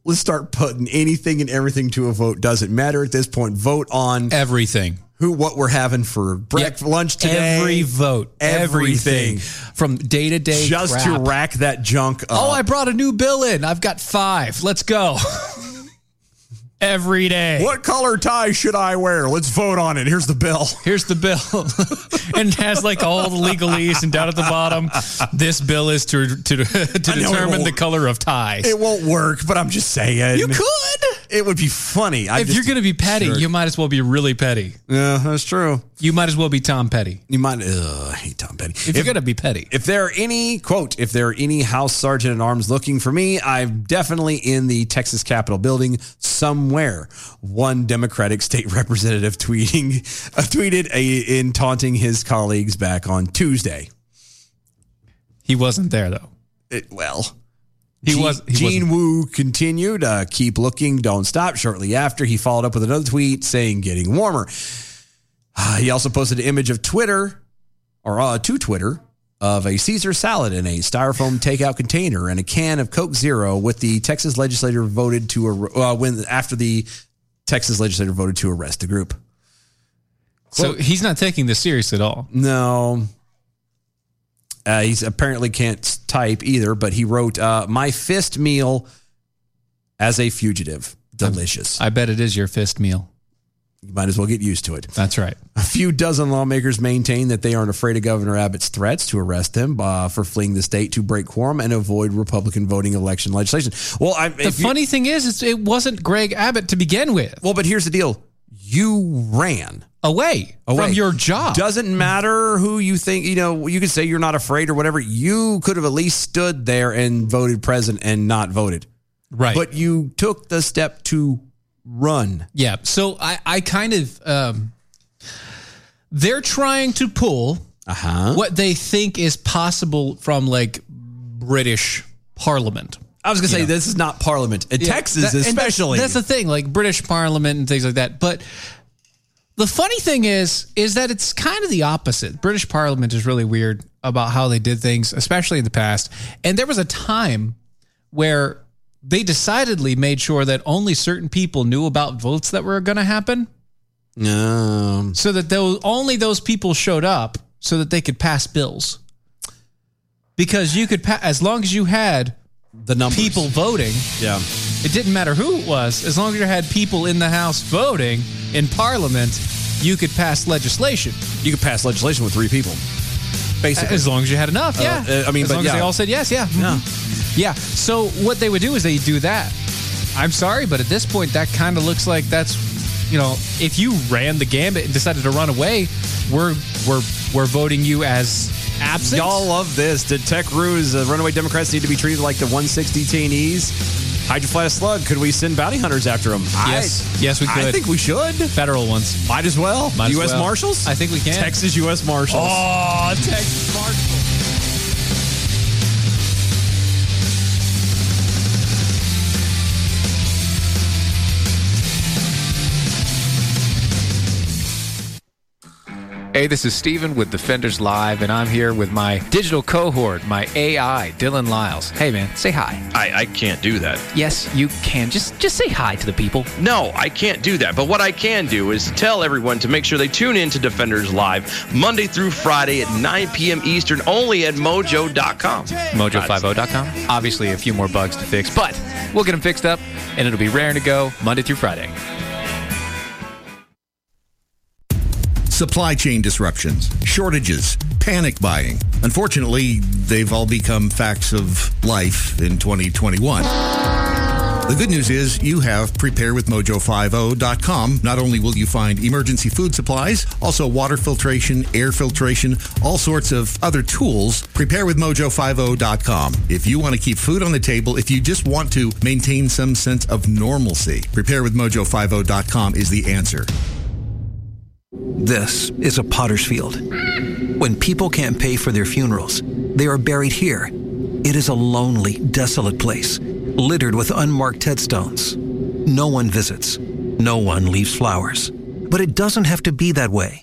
[SPEAKER 3] let's start putting anything and everything to a vote. Doesn't matter at this point. Vote on
[SPEAKER 4] Everything.
[SPEAKER 3] who, what we're having for breakfast, lunch today.
[SPEAKER 4] Every vote.
[SPEAKER 3] Everything.
[SPEAKER 4] Everything. From day to day.
[SPEAKER 3] just
[SPEAKER 4] crap.
[SPEAKER 3] to rack that junk up.
[SPEAKER 4] Oh, I brought a new bill in. I've got five. Let's go. (laughs) every day.
[SPEAKER 3] what color tie should I wear? Let's vote on it. Here's the bill.
[SPEAKER 4] (laughs) Here's the bill. (laughs)
[SPEAKER 3] (laughs)
[SPEAKER 4] and it has like all the legalese and down at the bottom. This bill is to to, to
[SPEAKER 3] I know it
[SPEAKER 4] determine the
[SPEAKER 3] won't-
[SPEAKER 4] color of ties.
[SPEAKER 3] It won't work, but I'm just saying.
[SPEAKER 4] you could.
[SPEAKER 3] It would be funny. I
[SPEAKER 4] If you're going to be petty, you might as well be really petty.
[SPEAKER 3] Yeah, that's true.
[SPEAKER 4] You might as well be Tom Petty.
[SPEAKER 3] You might. Ugh, I hate Tom Petty.
[SPEAKER 4] If, you're gonna be petty,
[SPEAKER 3] if there are any quote, if there are any house sergeant at arms looking for me, I'm definitely in the Texas Capitol building somewhere. One Democratic state (laughs) representative tweeting (laughs) uh, tweeted a, in taunting his colleagues back on Tuesday.
[SPEAKER 4] he wasn't there though.
[SPEAKER 3] It- well.
[SPEAKER 4] He
[SPEAKER 3] Gene-
[SPEAKER 4] was. He
[SPEAKER 3] Gene
[SPEAKER 4] wasn't.
[SPEAKER 3] Wu continued, uh, keep looking, don't stop. Shortly after, he followed up with another tweet saying, getting warmer. Uh, he also posted an image of Twitter, or uh, to Twitter, of a Caesar salad in a styrofoam takeout container and a can of Coke Zero with the Texas legislature voted to, ar- uh, when after the Texas legislature voted to arrest the group.
[SPEAKER 4] So he's not taking this serious at all.
[SPEAKER 3] No. Uh, he's apparently can't type either, but he wrote, uh, "My fist meal as a fugitive, delicious.
[SPEAKER 4] I bet it is your fist meal.
[SPEAKER 3] you might as well get used to it."
[SPEAKER 4] That's right.
[SPEAKER 3] A few dozen lawmakers maintain that they aren't afraid of Governor Abbott's threats to arrest him uh, for fleeing the state to break quorum and avoid Republican voting election legislation. Well, I,
[SPEAKER 4] The
[SPEAKER 3] if you-
[SPEAKER 4] funny thing is, it's, it wasn't Greg Abbott to begin with.
[SPEAKER 3] well, but here's the deal: you ran.
[SPEAKER 4] Away,
[SPEAKER 3] away.
[SPEAKER 4] from your job.
[SPEAKER 3] Doesn't matter who you think, you know, you could say you're not afraid or whatever. You could have at least stood there and voted present and not voted.
[SPEAKER 4] right.
[SPEAKER 3] But you took the step to run.
[SPEAKER 4] Yeah. So I, I kind of, um, they're trying to pull
[SPEAKER 3] Uh-huh.
[SPEAKER 4] what they think is possible from like British Parliament.
[SPEAKER 3] I was going to say, this is not parliament. In
[SPEAKER 4] Yeah,
[SPEAKER 3] Texas,
[SPEAKER 4] that- and that's-
[SPEAKER 3] especially.
[SPEAKER 4] That's, the thing, like British Parliament and things like that. But the funny thing is, is that it's kind of the opposite. British Parliament is really weird about how they did things, especially in the past. And there was a time where they decidedly made sure that only certain people knew about votes that were going to happen,
[SPEAKER 3] Um,
[SPEAKER 4] so that those only those people showed up, so that they could pass bills. Because you could pass as long as you had
[SPEAKER 3] the numbers.
[SPEAKER 4] people voting
[SPEAKER 3] Yeah.
[SPEAKER 4] It didn't matter who it was, as long as you had people in the House voting in Parliament, you could pass legislation.
[SPEAKER 3] You could pass legislation with three people, basically.
[SPEAKER 4] As long as you had enough, yeah.
[SPEAKER 3] uh, I mean,
[SPEAKER 4] as
[SPEAKER 3] but
[SPEAKER 4] long as
[SPEAKER 3] yeah.
[SPEAKER 4] they all said yes, yeah,
[SPEAKER 3] Yeah.
[SPEAKER 4] Mhm. yeah. So what they would do is they do that. I'm sorry, but at this point, that kind of looks like that's, you know, if you ran the gambit and decided to run away, we're we're we're voting you as absent.
[SPEAKER 3] Y'all love this. Did Tech Ruse, the runaway Democrats, need to be treated like the 160 tainees? Hydra Flash Slug, could we send bounty hunters after them?
[SPEAKER 4] Yes. Yes, we
[SPEAKER 3] I
[SPEAKER 4] could.
[SPEAKER 3] think we should.
[SPEAKER 4] federal ones.
[SPEAKER 3] Might as well.
[SPEAKER 4] Might as
[SPEAKER 3] U.S.
[SPEAKER 4] well.
[SPEAKER 3] Marshals?
[SPEAKER 4] I think we can.
[SPEAKER 3] Texas U.S. Marshals.
[SPEAKER 4] Oh, Texas Marshall. Hey, this is Steven with Defenders Live, and I'm here with my digital cohort, my AI, Dylan Lyles. Hey, man, say hi.
[SPEAKER 5] I, I can't do that.
[SPEAKER 4] Yes, you can. Just just say hi to the people.
[SPEAKER 5] No, I can't do that. But what I can do is tell everyone to make sure they tune in to Defenders Live Monday through Friday at 9 p.m. Eastern only at mojo.com.
[SPEAKER 6] Mojo50.com. Obviously, a few more bugs to fix, but we'll get them fixed up, and it'll be raring to go Monday through Friday.
[SPEAKER 7] Supply chain disruptions, shortages, panic buying. Unfortunately, they've all become facts of life in 2021. The good news is you have preparewithmojo50.com. Not only will you find emergency food supplies, also water filtration, air filtration, all sorts of other tools. Preparewithmojo50.com. If you want to keep food on the table, if you just want to maintain some sense of normalcy, preparewithmojo50.com is the answer.
[SPEAKER 8] This is a potter's field. When people can't pay for their funerals, they are buried here. It is a lonely, desolate place, littered with unmarked headstones. No one visits, no one leaves flowers. But it doesn't have to be that way.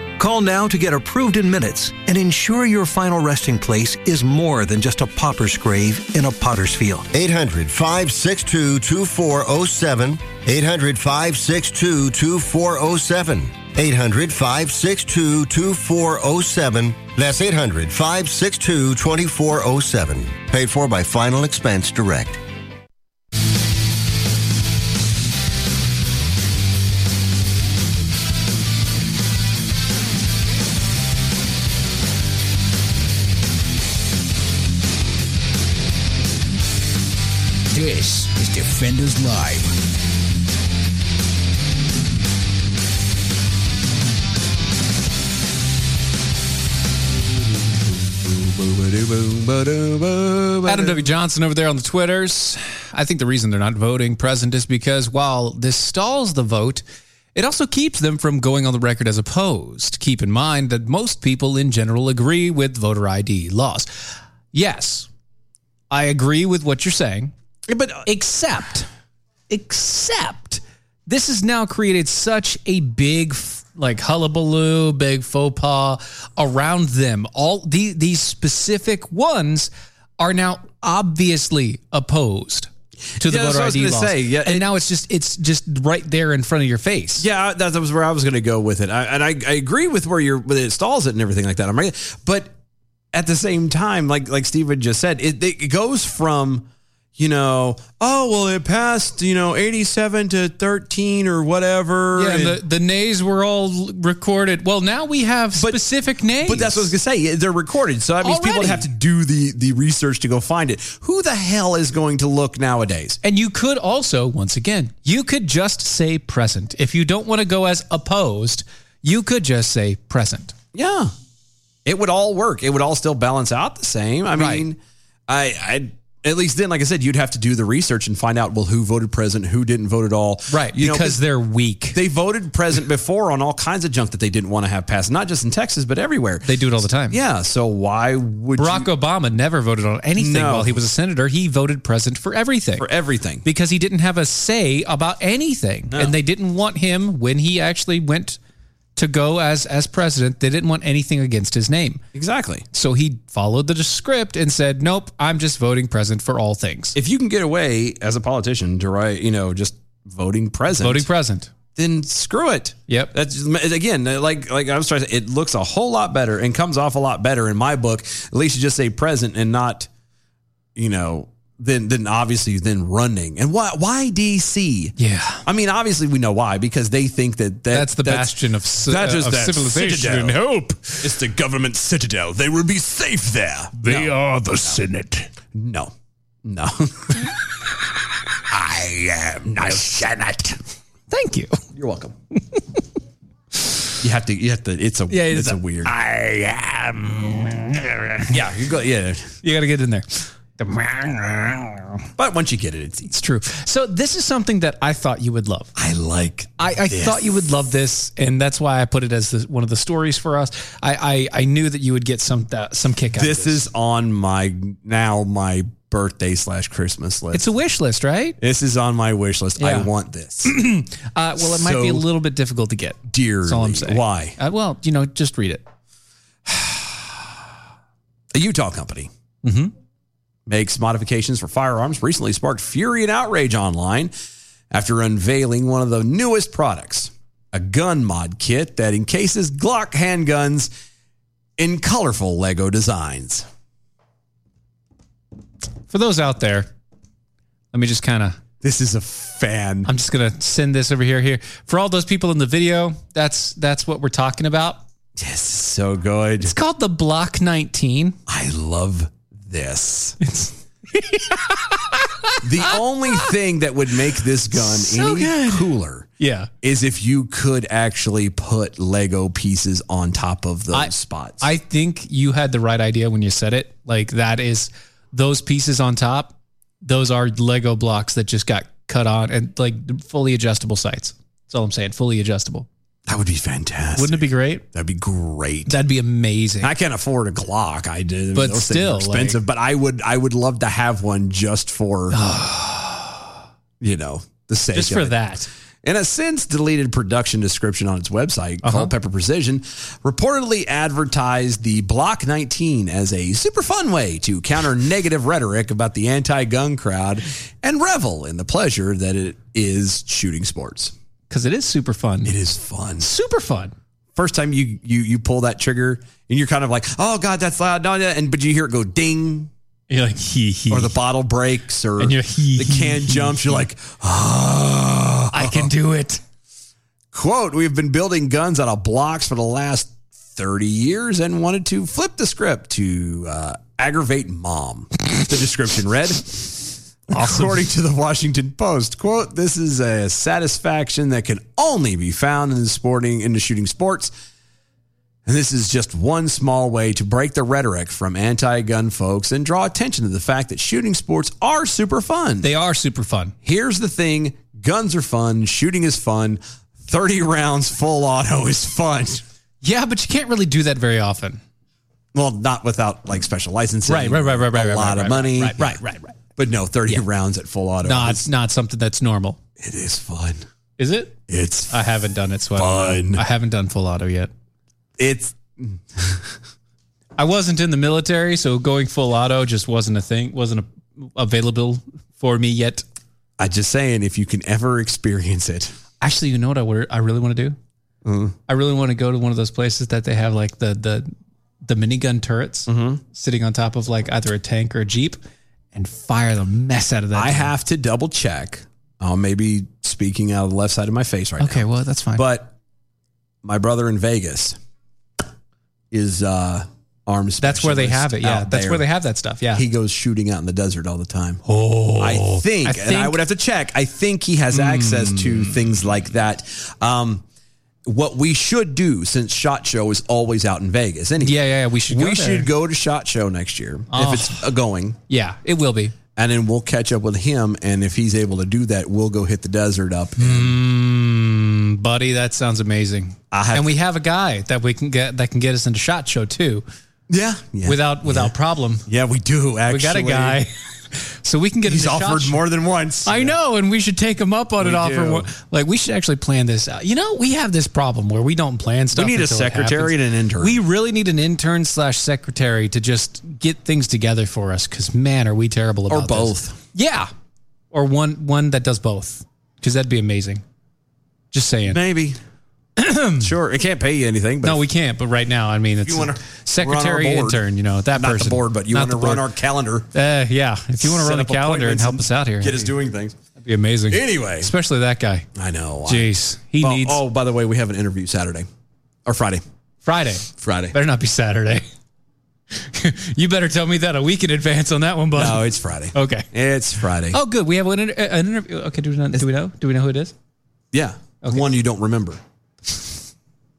[SPEAKER 8] Call now to get approved in minutes and ensure your final resting place is more than just a pauper's grave in a potter's field.
[SPEAKER 9] 800 562 2407. 800 562 2407. 800 562 2407. That's 800 562 2407. Paid for by Final Expense Direct.
[SPEAKER 10] This is Defenders Live.
[SPEAKER 4] Adam W. Johnson over there on the Twitters. I think the reason they're not voting present is because while this stalls the vote, it also keeps them from going on the record as opposed. Keep in mind that most people in general agree with voter ID laws. Yes, I agree with what you're saying, but except, except this has now created such a big f- like hullabaloo, big faux pas around them. All the, these specific ones are now obviously opposed to the
[SPEAKER 3] Yeah, that's
[SPEAKER 4] voter
[SPEAKER 3] what I was
[SPEAKER 4] ID
[SPEAKER 3] gonna
[SPEAKER 4] laws.
[SPEAKER 3] say. Yeah,
[SPEAKER 4] and
[SPEAKER 3] it-
[SPEAKER 4] now it's just it's just right there in front of your face.
[SPEAKER 3] Yeah, that, that was where I was going to go with it, I, and I, I agree with where you're with it stalls it and everything like that. I'm right, but at the same time, like like Steven just said, it, it goes from you know, oh well, it passed you know 87 to 13 or whatever.
[SPEAKER 4] Yeah, and
[SPEAKER 3] and-
[SPEAKER 4] the, the nays were all recorded. Well, now we have specific nays.
[SPEAKER 3] But that's what I was gonna say. They're recorded, so that means people
[SPEAKER 4] Already.
[SPEAKER 3] have to do the the research to go find it. Who the hell is going to look nowadays?
[SPEAKER 4] And you could also, once again, you could just say present. If you don't want to go as opposed, you could just say present.
[SPEAKER 3] Yeah, it would all work. It would all still balance out the same. I
[SPEAKER 4] Right.
[SPEAKER 3] mean, I I at least then, like I said, you'd have to do the research and find out well who voted present, who didn't vote at all. You know,
[SPEAKER 4] because they're weak. They,
[SPEAKER 3] they voted present before on all kinds of junk that they didn't want to have passed, not just in Texas but everywhere.
[SPEAKER 4] do it all the time.
[SPEAKER 3] yeah, so why would
[SPEAKER 4] Barack
[SPEAKER 3] you,
[SPEAKER 4] Obama never voted on anything
[SPEAKER 3] No.
[SPEAKER 4] while he was a senator. He voted present for everything.
[SPEAKER 3] for everything?
[SPEAKER 4] because he didn't have a say about anything. And they didn't want him when he actually went to go as as president, they didn't want anything against his name.
[SPEAKER 3] Exactly.
[SPEAKER 4] So he followed the script and said, "Nope, I'm just voting president for all things."
[SPEAKER 3] If you can get away as a politician to write, you know, just voting president,
[SPEAKER 4] Voting president.
[SPEAKER 3] then screw it.
[SPEAKER 4] Yep.
[SPEAKER 3] That's again, like like I was trying to say, it looks a whole lot better and comes off a lot better in my book. At least you just say present and not, you know, then then obviously then running. And why why DC?
[SPEAKER 4] Yeah.
[SPEAKER 3] I mean, obviously we know why because they think that, that
[SPEAKER 4] That's the bastion of ci-
[SPEAKER 3] that
[SPEAKER 4] uh,
[SPEAKER 3] is
[SPEAKER 4] of
[SPEAKER 3] that
[SPEAKER 4] civilization
[SPEAKER 3] citadel.
[SPEAKER 4] and hope.
[SPEAKER 3] It's the government citadel. They will be safe there.
[SPEAKER 10] They are the Senate.
[SPEAKER 3] No, no. (laughs)
[SPEAKER 10] I am the Senate.
[SPEAKER 4] Thank you.
[SPEAKER 3] You're welcome. you have to. You have to. It's a. Yeah, it's, a, weird.
[SPEAKER 10] I
[SPEAKER 3] (laughs)
[SPEAKER 10] am.
[SPEAKER 3] yeah, you go. Yeah,
[SPEAKER 4] You got to get in there.
[SPEAKER 3] (laughs) but once you get it, it's.
[SPEAKER 4] It's true. So this is something that I thought you would love.
[SPEAKER 3] I like.
[SPEAKER 4] I, I
[SPEAKER 3] this.
[SPEAKER 4] thought you would love this, and that's why I put it as the, one of the stories for us. I, I, I knew that you would get some uh, some kick out. of
[SPEAKER 3] This
[SPEAKER 4] this
[SPEAKER 3] is on my now my birthday slash Christmas list.
[SPEAKER 4] it's a wish list, right?
[SPEAKER 3] this is on my wish list. I
[SPEAKER 4] Yeah.
[SPEAKER 3] want
[SPEAKER 4] (clears throat)
[SPEAKER 3] this
[SPEAKER 4] Uh, well, it might be a
[SPEAKER 3] So-
[SPEAKER 4] little bit difficult to get.
[SPEAKER 3] dearly.
[SPEAKER 4] That's all I'm saying.
[SPEAKER 3] Why?
[SPEAKER 4] Uh, well, you know, just read it.
[SPEAKER 3] (sighs) A Utah company mm-hmm. makes modifications for firearms recently sparked fury and outrage online after unveiling one of the newest products, a gun mod kit that encases Glock handguns in colorful Lego designs.
[SPEAKER 4] For those out there, let me just kind of.
[SPEAKER 3] This is a fan.
[SPEAKER 4] I'm just gonna send this over here. Here for all those people in the video. That's that's what we're talking about.
[SPEAKER 3] This is so good.
[SPEAKER 4] It's called the Block 19.
[SPEAKER 3] I love this. the only thing that would make this gun any cooler
[SPEAKER 4] Yeah.
[SPEAKER 3] is if you could actually put Lego pieces on top of those
[SPEAKER 4] I-
[SPEAKER 3] spots.
[SPEAKER 4] I think you had the right idea when you said it. Like that is those pieces on top. Those are Lego blocks that just got cut on and like fully adjustable sights. That's all I'm saying. Fully adjustable.
[SPEAKER 3] that would be fantastic.
[SPEAKER 4] Wouldn't it be great?
[SPEAKER 3] That'd be great.
[SPEAKER 4] That'd be amazing.
[SPEAKER 3] I can't afford a Glock. I did,
[SPEAKER 4] But
[SPEAKER 3] those things are
[SPEAKER 4] still,
[SPEAKER 3] expensive. but I would, I would love to have one just for, (sighs) you know, the sake
[SPEAKER 4] just
[SPEAKER 3] of
[SPEAKER 4] for
[SPEAKER 3] it.
[SPEAKER 4] that.
[SPEAKER 3] In a since deleted production description on its website,
[SPEAKER 4] Uh-huh.
[SPEAKER 3] Culpepper Precision reportedly advertised the Block 19 as a super fun way to counter negative rhetoric about the anti gun crowd and revel in the pleasure that it is shooting sports.
[SPEAKER 4] Because it is super fun.
[SPEAKER 3] It is fun.
[SPEAKER 4] super fun.
[SPEAKER 3] First time you you you pull that trigger and you're kind of like, oh god, that's loud, no, no, and but you hear it go ding
[SPEAKER 4] You're like hee hee.
[SPEAKER 3] or the bottle breaks or
[SPEAKER 4] And you're hee,
[SPEAKER 3] the
[SPEAKER 4] hee,
[SPEAKER 3] can
[SPEAKER 4] hee,
[SPEAKER 3] jumps. You're like, ah.
[SPEAKER 4] I can do it.
[SPEAKER 3] quote we've been building guns out of blocks for the last 30 years and wanted to flip the script to uh, aggravate mom the description read according to the washington post quote this is a satisfaction that can only be found in the sporting in the shooting sports and this is just one small way to break the rhetoric from anti-gun folks and draw attention to the fact that shooting sports are super fun
[SPEAKER 4] They are super fun.
[SPEAKER 3] here's the thing guns are fun, shooting is fun, 30 rounds full auto is fun.
[SPEAKER 4] Yeah, but you can't really do that very often.
[SPEAKER 3] Well, not without like special licensing.
[SPEAKER 4] Right, right, right, right, right.
[SPEAKER 3] A
[SPEAKER 4] right,
[SPEAKER 3] lot
[SPEAKER 4] right,
[SPEAKER 3] of money.
[SPEAKER 4] Right, right, right, right.
[SPEAKER 3] But no, 30 rounds at full auto.
[SPEAKER 4] No,
[SPEAKER 3] is-
[SPEAKER 4] it's not something that's normal.
[SPEAKER 3] it is fun.
[SPEAKER 4] Is it?
[SPEAKER 3] It's
[SPEAKER 4] I haven't done it, so I don't
[SPEAKER 3] Fun.
[SPEAKER 4] know. I haven't done full auto yet.
[SPEAKER 3] it's
[SPEAKER 4] I wasn't in the military, so going full auto just wasn't a thing, wasn't a, available for me yet.
[SPEAKER 3] I just saying if you can ever experience it.
[SPEAKER 4] Actually, you know what I would, I really want to do?
[SPEAKER 3] Mm-hmm.
[SPEAKER 4] I really want to go to one of those places that they have like the the the minigun turrets
[SPEAKER 3] Mm-hmm.
[SPEAKER 4] sitting on top of like either a tank or a jeep and fire the mess out of that.
[SPEAKER 3] I
[SPEAKER 4] thing.
[SPEAKER 3] have to double check. Uh, maybe speaking out of the left side of my face right now.
[SPEAKER 4] Okay, well that's fine.
[SPEAKER 3] But my brother in Vegas is uh arms.
[SPEAKER 4] that's where they have it. Yeah, that's where they have that stuff. Yeah.
[SPEAKER 3] he goes shooting out in the desert all the time. Oh, I think,
[SPEAKER 4] I
[SPEAKER 3] and I
[SPEAKER 4] think- Hmm.
[SPEAKER 3] would have to check. I think he has access to things like that. Um, what we should do, since Shot Show is always out in Vegas, anyway,
[SPEAKER 4] yeah, yeah, yeah. We should.
[SPEAKER 3] we
[SPEAKER 4] go there. Oh.
[SPEAKER 3] should go to Shot Show next year if it's a uh, going,
[SPEAKER 4] Yeah, it will be.
[SPEAKER 3] and then we'll catch up with him. And if he's able to do that, we'll go hit the desert up.
[SPEAKER 4] Hmm. Mm, buddy, that sounds amazing.
[SPEAKER 3] I have-
[SPEAKER 4] and we have a guy that we can get that can get us into shot show too
[SPEAKER 3] Yeah, yeah,
[SPEAKER 4] without without problem.
[SPEAKER 3] yeah, we do. Actually,
[SPEAKER 4] We got a guy. (laughs) so we can get
[SPEAKER 3] He's
[SPEAKER 4] into shot
[SPEAKER 3] offered
[SPEAKER 4] show.
[SPEAKER 3] more than once.
[SPEAKER 4] I know, and we should take him up on an
[SPEAKER 3] We
[SPEAKER 4] offer.
[SPEAKER 3] do.
[SPEAKER 4] One- Like we should actually plan this out. You know, we have this problem where we don't plan stuff.
[SPEAKER 3] need a
[SPEAKER 4] until it
[SPEAKER 3] secretary
[SPEAKER 4] happens.
[SPEAKER 3] and an intern.
[SPEAKER 4] We really need an intern slash secretary to just get things together for us. Because man, are we terrible about
[SPEAKER 3] Or
[SPEAKER 4] this.
[SPEAKER 3] both.
[SPEAKER 4] Yeah, or one one that does both. Because that'd be amazing. Just saying. (clears throat)
[SPEAKER 3] Maybe. sure. It can't pay you anything, but
[SPEAKER 4] No, we can't. But right now, I mean, it's
[SPEAKER 3] you wanna
[SPEAKER 4] a
[SPEAKER 3] run
[SPEAKER 4] secretary
[SPEAKER 3] our board-
[SPEAKER 4] intern. You know that
[SPEAKER 3] not
[SPEAKER 4] person.
[SPEAKER 3] the board, but you
[SPEAKER 4] Not
[SPEAKER 3] want to
[SPEAKER 4] the
[SPEAKER 3] run our
[SPEAKER 4] board.
[SPEAKER 3] calendar.
[SPEAKER 4] Uh, yeah, if you want to run
[SPEAKER 3] set
[SPEAKER 4] a
[SPEAKER 3] up
[SPEAKER 4] calendar and
[SPEAKER 3] appointments
[SPEAKER 4] help us out here,
[SPEAKER 3] Get us
[SPEAKER 4] that'd
[SPEAKER 3] doing things.
[SPEAKER 4] be amazing.
[SPEAKER 3] Anyway.
[SPEAKER 4] especially that guy.
[SPEAKER 3] I know. I-
[SPEAKER 4] Oh, Jeez, he
[SPEAKER 3] Well,
[SPEAKER 4] needs
[SPEAKER 3] Oh, by the way, we have an interview Saturday or Friday.
[SPEAKER 4] Friday.
[SPEAKER 3] Friday.
[SPEAKER 4] Better not be Saturday. (laughs) you better tell me that a week in advance on that one, bud.
[SPEAKER 3] No, it's Friday.
[SPEAKER 4] Okay.
[SPEAKER 3] It's Friday.
[SPEAKER 4] Oh, good. We have an, inter- an interview. Okay, do we, not, do we know? Do we know who it is?
[SPEAKER 3] Yeah. The one you don't remember.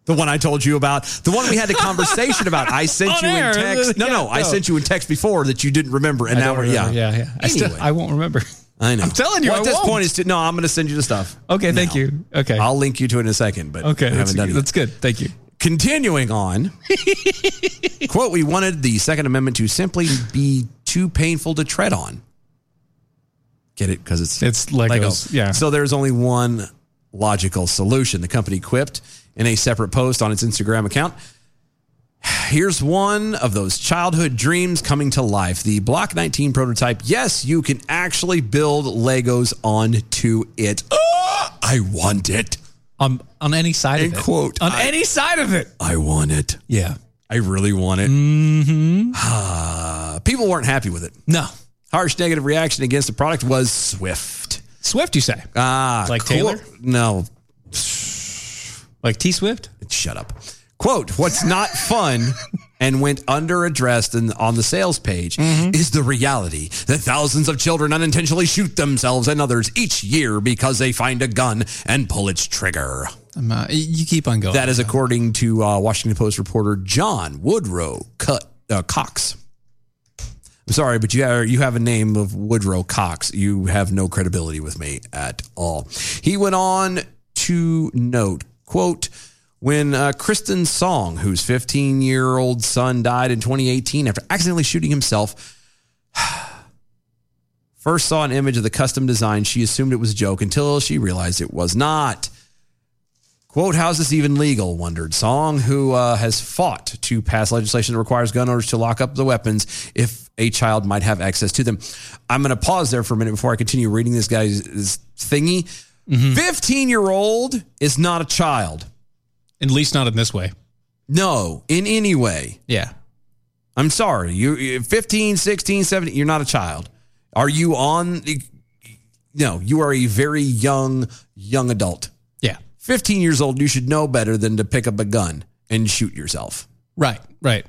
[SPEAKER 3] The one I told you about, the one we
[SPEAKER 4] (laughs)
[SPEAKER 3] had a conversation about. I sent
[SPEAKER 4] On
[SPEAKER 3] you
[SPEAKER 4] air.
[SPEAKER 3] in text. No,
[SPEAKER 4] Yeah,
[SPEAKER 3] no, I
[SPEAKER 4] no.
[SPEAKER 3] sent you in text before that you didn't remember, and
[SPEAKER 4] I
[SPEAKER 3] now
[SPEAKER 4] don't
[SPEAKER 3] we're yeah,
[SPEAKER 4] remember. yeah, yeah. I, still,
[SPEAKER 3] Anyway.
[SPEAKER 4] I (laughs) won't remember.
[SPEAKER 3] I know.
[SPEAKER 4] I'm telling you,
[SPEAKER 3] Well,
[SPEAKER 4] I
[SPEAKER 3] at this
[SPEAKER 4] won't.
[SPEAKER 3] point, is to, no. I'm going to send you the stuff.
[SPEAKER 4] Okay, thank
[SPEAKER 3] now.
[SPEAKER 4] you. Okay,
[SPEAKER 3] I'll link you to it in a second, but
[SPEAKER 4] okay.
[SPEAKER 3] I
[SPEAKER 4] That's,
[SPEAKER 3] haven't done it. yet.
[SPEAKER 4] that's good. Thank you.
[SPEAKER 3] Continuing on,
[SPEAKER 4] (laughs)
[SPEAKER 3] quote: We wanted the Second Amendment to simply be too painful to tread on. Get it? Because it's
[SPEAKER 4] It's Legos, yeah.
[SPEAKER 3] So there's only one logical solution. The company quipped in a separate post on its Instagram account. Here's one of those childhood dreams coming to life. The Block 19 prototype. Yes, you can actually build Legos onto it. Ah, I want it.
[SPEAKER 4] On Um, on any side
[SPEAKER 3] End
[SPEAKER 4] of it.
[SPEAKER 3] quote.
[SPEAKER 4] On
[SPEAKER 3] I-
[SPEAKER 4] any side of it.
[SPEAKER 3] I want it.
[SPEAKER 4] Yeah. Mm-hmm.
[SPEAKER 3] I really want it. Ah, people weren't happy with it.
[SPEAKER 4] No.
[SPEAKER 3] Harsh negative reaction against the product was swift.
[SPEAKER 4] Swift, you say?
[SPEAKER 3] Ah,
[SPEAKER 4] Like
[SPEAKER 3] quote-
[SPEAKER 4] Taylor?
[SPEAKER 3] No,
[SPEAKER 4] like T Swift?
[SPEAKER 3] shut up. Quote, what's not fun and went underaddressed in, on the sales page
[SPEAKER 4] Mm-hmm.
[SPEAKER 3] is the reality that thousands of children unintentionally shoot themselves and others each year because they find a gun and pull its trigger.
[SPEAKER 4] I'm, uh, you keep on going.
[SPEAKER 3] That is according to uh, Washington Post reporter John Woodrow Cut, uh, Cox. I'm sorry, but you are, you have a name of Woodrow Cox. You have no credibility with me at all. He went on to note, quote, when uh, Kristen Song, whose 15 year old son died in 2018 after accidentally shooting himself, (sighs) first saw an image of the custom design, she assumed it was a joke until she realized it was not. Quote, how's this even legal? wondered Song, who uh, has fought to pass legislation that requires gun owners to lock up the weapons if a child might have access to them. I'm going to pause there for a minute before I continue reading this guy's this thingy.
[SPEAKER 4] Mm-hmm.
[SPEAKER 3] 15 year old is not a child.
[SPEAKER 4] At least not in this way.
[SPEAKER 3] No, in any way.
[SPEAKER 4] Yeah.
[SPEAKER 3] I'm sorry. You- You 15, 16, 17, you're not a child. Are you on? No, you are a very young, young adult.
[SPEAKER 4] Yeah.
[SPEAKER 3] 15 years old, you should know better than to pick up a gun and shoot yourself.
[SPEAKER 4] Right. Right.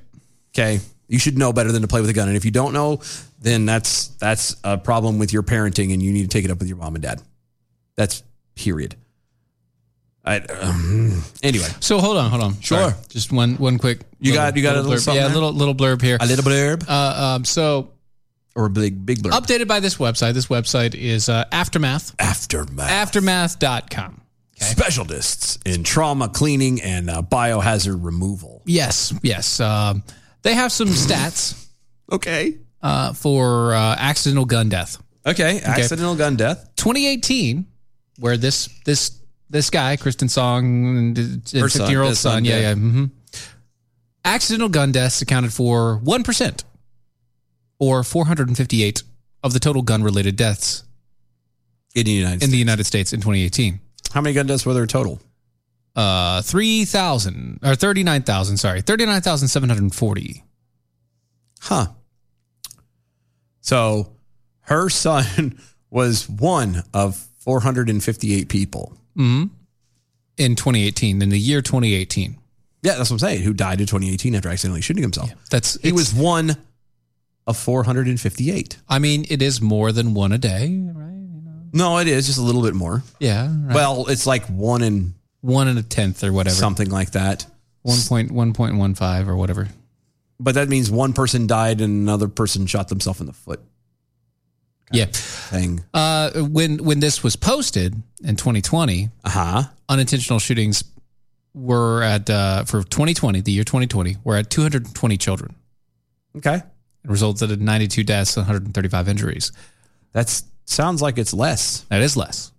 [SPEAKER 3] Okay. You should know better than to play with a gun. And if you don't know, then that's that's a problem with your parenting and you need to take it up with your mom and dad. That's period. I, um, anyway,
[SPEAKER 4] So hold on, hold on.
[SPEAKER 3] Sure.
[SPEAKER 4] Sorry. Just one one quick.
[SPEAKER 3] You got- you got a little
[SPEAKER 4] blurb.
[SPEAKER 3] something
[SPEAKER 4] yeah,
[SPEAKER 3] there?
[SPEAKER 4] little little blurb here.
[SPEAKER 3] a little blurb
[SPEAKER 4] Uh, um, so
[SPEAKER 3] or a big big blurb.
[SPEAKER 4] updated by this website. This website is uh, Aftermath.
[SPEAKER 3] Aftermath.
[SPEAKER 4] Aftermath.com.
[SPEAKER 3] Specialists in trauma cleaning and uh, biohazard removal.
[SPEAKER 4] Yes, yes. Um, they have some stats
[SPEAKER 3] Okay.
[SPEAKER 4] uh, for uh, accidental gun death.
[SPEAKER 3] Okay. Accidental gun death.
[SPEAKER 4] 2018, where this this this guy, Kristen Song, and
[SPEAKER 3] Her son,
[SPEAKER 4] 16 year old
[SPEAKER 3] his son,
[SPEAKER 4] son, yeah,
[SPEAKER 3] yeah.
[SPEAKER 4] yeah, hmm accidental gun deaths accounted for one percent, or 458 of the total gun related deaths
[SPEAKER 3] In the United
[SPEAKER 4] in
[SPEAKER 3] States.
[SPEAKER 4] the United States in 2018.
[SPEAKER 3] How many gun deaths were there total?
[SPEAKER 4] Uh, 3,000 or 39,000, sorry, 39,740.
[SPEAKER 3] Huh. So her son (laughs) was one of 458 people.
[SPEAKER 4] Mm-hmm. in 2018 in the year 2018
[SPEAKER 3] Yeah, that's what I'm saying. Who died in 2018 after accidentally shooting himself.
[SPEAKER 4] that's
[SPEAKER 3] He
[SPEAKER 4] it's-
[SPEAKER 3] was one of 458.
[SPEAKER 4] i mean it is more than one a day right
[SPEAKER 3] No, it is just a little bit more.
[SPEAKER 4] yeah right.
[SPEAKER 3] Well, it's like one in
[SPEAKER 4] one and a tenth or whatever
[SPEAKER 3] something like that.
[SPEAKER 4] one point one point one five or whatever
[SPEAKER 3] But that means one person died and another person shot themselves in the foot
[SPEAKER 4] yeah
[SPEAKER 3] thing.
[SPEAKER 4] uh when when this was posted in 2020
[SPEAKER 3] Uh huh.
[SPEAKER 4] unintentional shootings were at uh for 2020 the year 2020 were at 220 children
[SPEAKER 3] Okay.
[SPEAKER 4] and resulted in 92 deaths, 135 injuries.
[SPEAKER 3] That sounds like it's less.
[SPEAKER 4] That is less.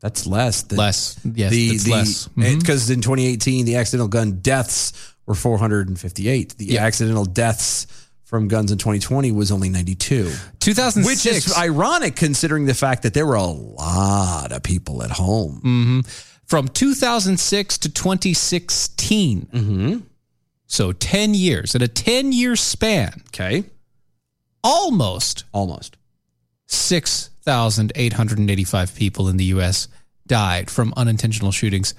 [SPEAKER 3] That's less. Than
[SPEAKER 4] Less. Yes,
[SPEAKER 3] the,
[SPEAKER 4] it's
[SPEAKER 3] the,
[SPEAKER 4] less. Mhm.
[SPEAKER 3] Because in 2018, the accidental gun deaths were 458. The
[SPEAKER 4] Yeah.
[SPEAKER 3] accidental deaths from guns in 2020 was only 92,
[SPEAKER 4] 2006.
[SPEAKER 3] which is ironic considering the fact that there were a lot of people at home.
[SPEAKER 4] Mm-hmm. from 2006 to 2016.
[SPEAKER 3] Mm-hmm.
[SPEAKER 4] So 10 years, in a 10 year span,
[SPEAKER 3] Okay.
[SPEAKER 4] almost
[SPEAKER 3] Almost.
[SPEAKER 4] 6,885 people in the U.S. died from unintentional shootings,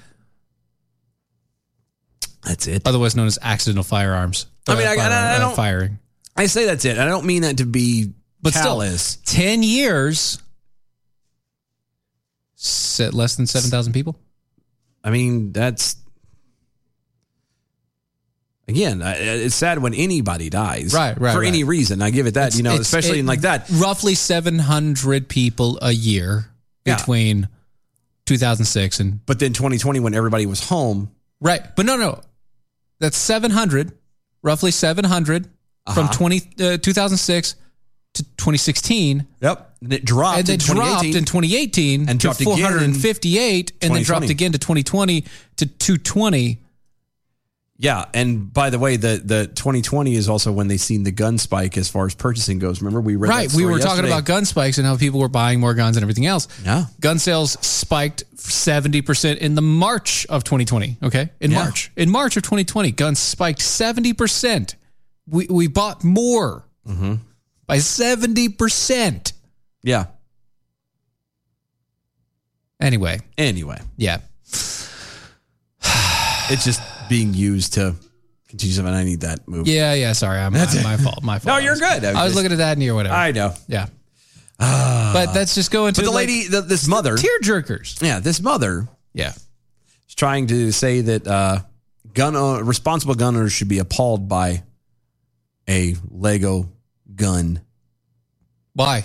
[SPEAKER 3] That's it.
[SPEAKER 4] otherwise known as accidental firearms.
[SPEAKER 3] I mean, I-
[SPEAKER 4] firearm,
[SPEAKER 3] I- I
[SPEAKER 4] uh,
[SPEAKER 3] don't-
[SPEAKER 4] firing.
[SPEAKER 3] I say that's it. I don't mean that to be
[SPEAKER 4] But still,
[SPEAKER 3] callous.
[SPEAKER 4] 10 years, se- less than 7,000 people.
[SPEAKER 3] I mean, that's again, I- I- it's sad when anybody dies,
[SPEAKER 4] Right, right,
[SPEAKER 3] for
[SPEAKER 4] right.
[SPEAKER 3] any reason. I give it that, you know,
[SPEAKER 4] It's-
[SPEAKER 3] especially
[SPEAKER 4] it-
[SPEAKER 3] in like that.
[SPEAKER 4] Roughly 700 people a year
[SPEAKER 3] Yeah.
[SPEAKER 4] between 2006 and
[SPEAKER 3] But then 2020, when everybody was home,
[SPEAKER 4] Right. But no, no. That's 700, roughly 700 from
[SPEAKER 3] Uh-huh.
[SPEAKER 4] 20, uh, 2006 to 2016.
[SPEAKER 3] yep, and it dropped.
[SPEAKER 4] and then
[SPEAKER 3] in
[SPEAKER 4] dropped
[SPEAKER 3] 2018.
[SPEAKER 4] in 2018
[SPEAKER 3] And
[SPEAKER 4] to
[SPEAKER 3] dropped again in
[SPEAKER 4] 458 and then dropped
[SPEAKER 3] 2020.
[SPEAKER 4] again to 2020 to 220.
[SPEAKER 3] yeah. And by the way, the the 2020 is also when they seen the gun spike as far as purchasing goes. Remember, we read
[SPEAKER 4] Right.
[SPEAKER 3] that
[SPEAKER 4] We
[SPEAKER 3] story
[SPEAKER 4] were talking
[SPEAKER 3] yesterday.
[SPEAKER 4] about gun spikes and how people were buying more guns and everything else.
[SPEAKER 3] Yeah.
[SPEAKER 4] Gun sales spiked 70% in the March of 2020. Okay. In
[SPEAKER 3] Yeah.
[SPEAKER 4] March. In March of 2020, guns spiked 70%. We, we bought more
[SPEAKER 3] Mm-hmm.
[SPEAKER 4] by 70%.
[SPEAKER 3] yeah.
[SPEAKER 4] Anyway,
[SPEAKER 3] Anyway,
[SPEAKER 4] yeah.
[SPEAKER 3] (sighs) it's just being used to continue something. I need that movie.
[SPEAKER 4] Yeah, yeah. Sorry. I'm,
[SPEAKER 3] (laughs)
[SPEAKER 4] I'm- my fault. My fault.
[SPEAKER 3] No,
[SPEAKER 4] I
[SPEAKER 3] you're
[SPEAKER 4] was-
[SPEAKER 3] good.
[SPEAKER 4] I was
[SPEAKER 3] just-
[SPEAKER 4] looking at that and you're whatever.
[SPEAKER 3] I know, Ah. Uh,
[SPEAKER 4] yeah. (laughs) but that's just going to
[SPEAKER 3] but the
[SPEAKER 4] like,
[SPEAKER 3] lady, the, this mother,
[SPEAKER 4] tear jerkers.
[SPEAKER 3] yeah, this mother
[SPEAKER 4] Yeah.
[SPEAKER 3] is trying to say that uh, gun own responsible gun owners should be appalled by a Lego gun.
[SPEAKER 4] Why?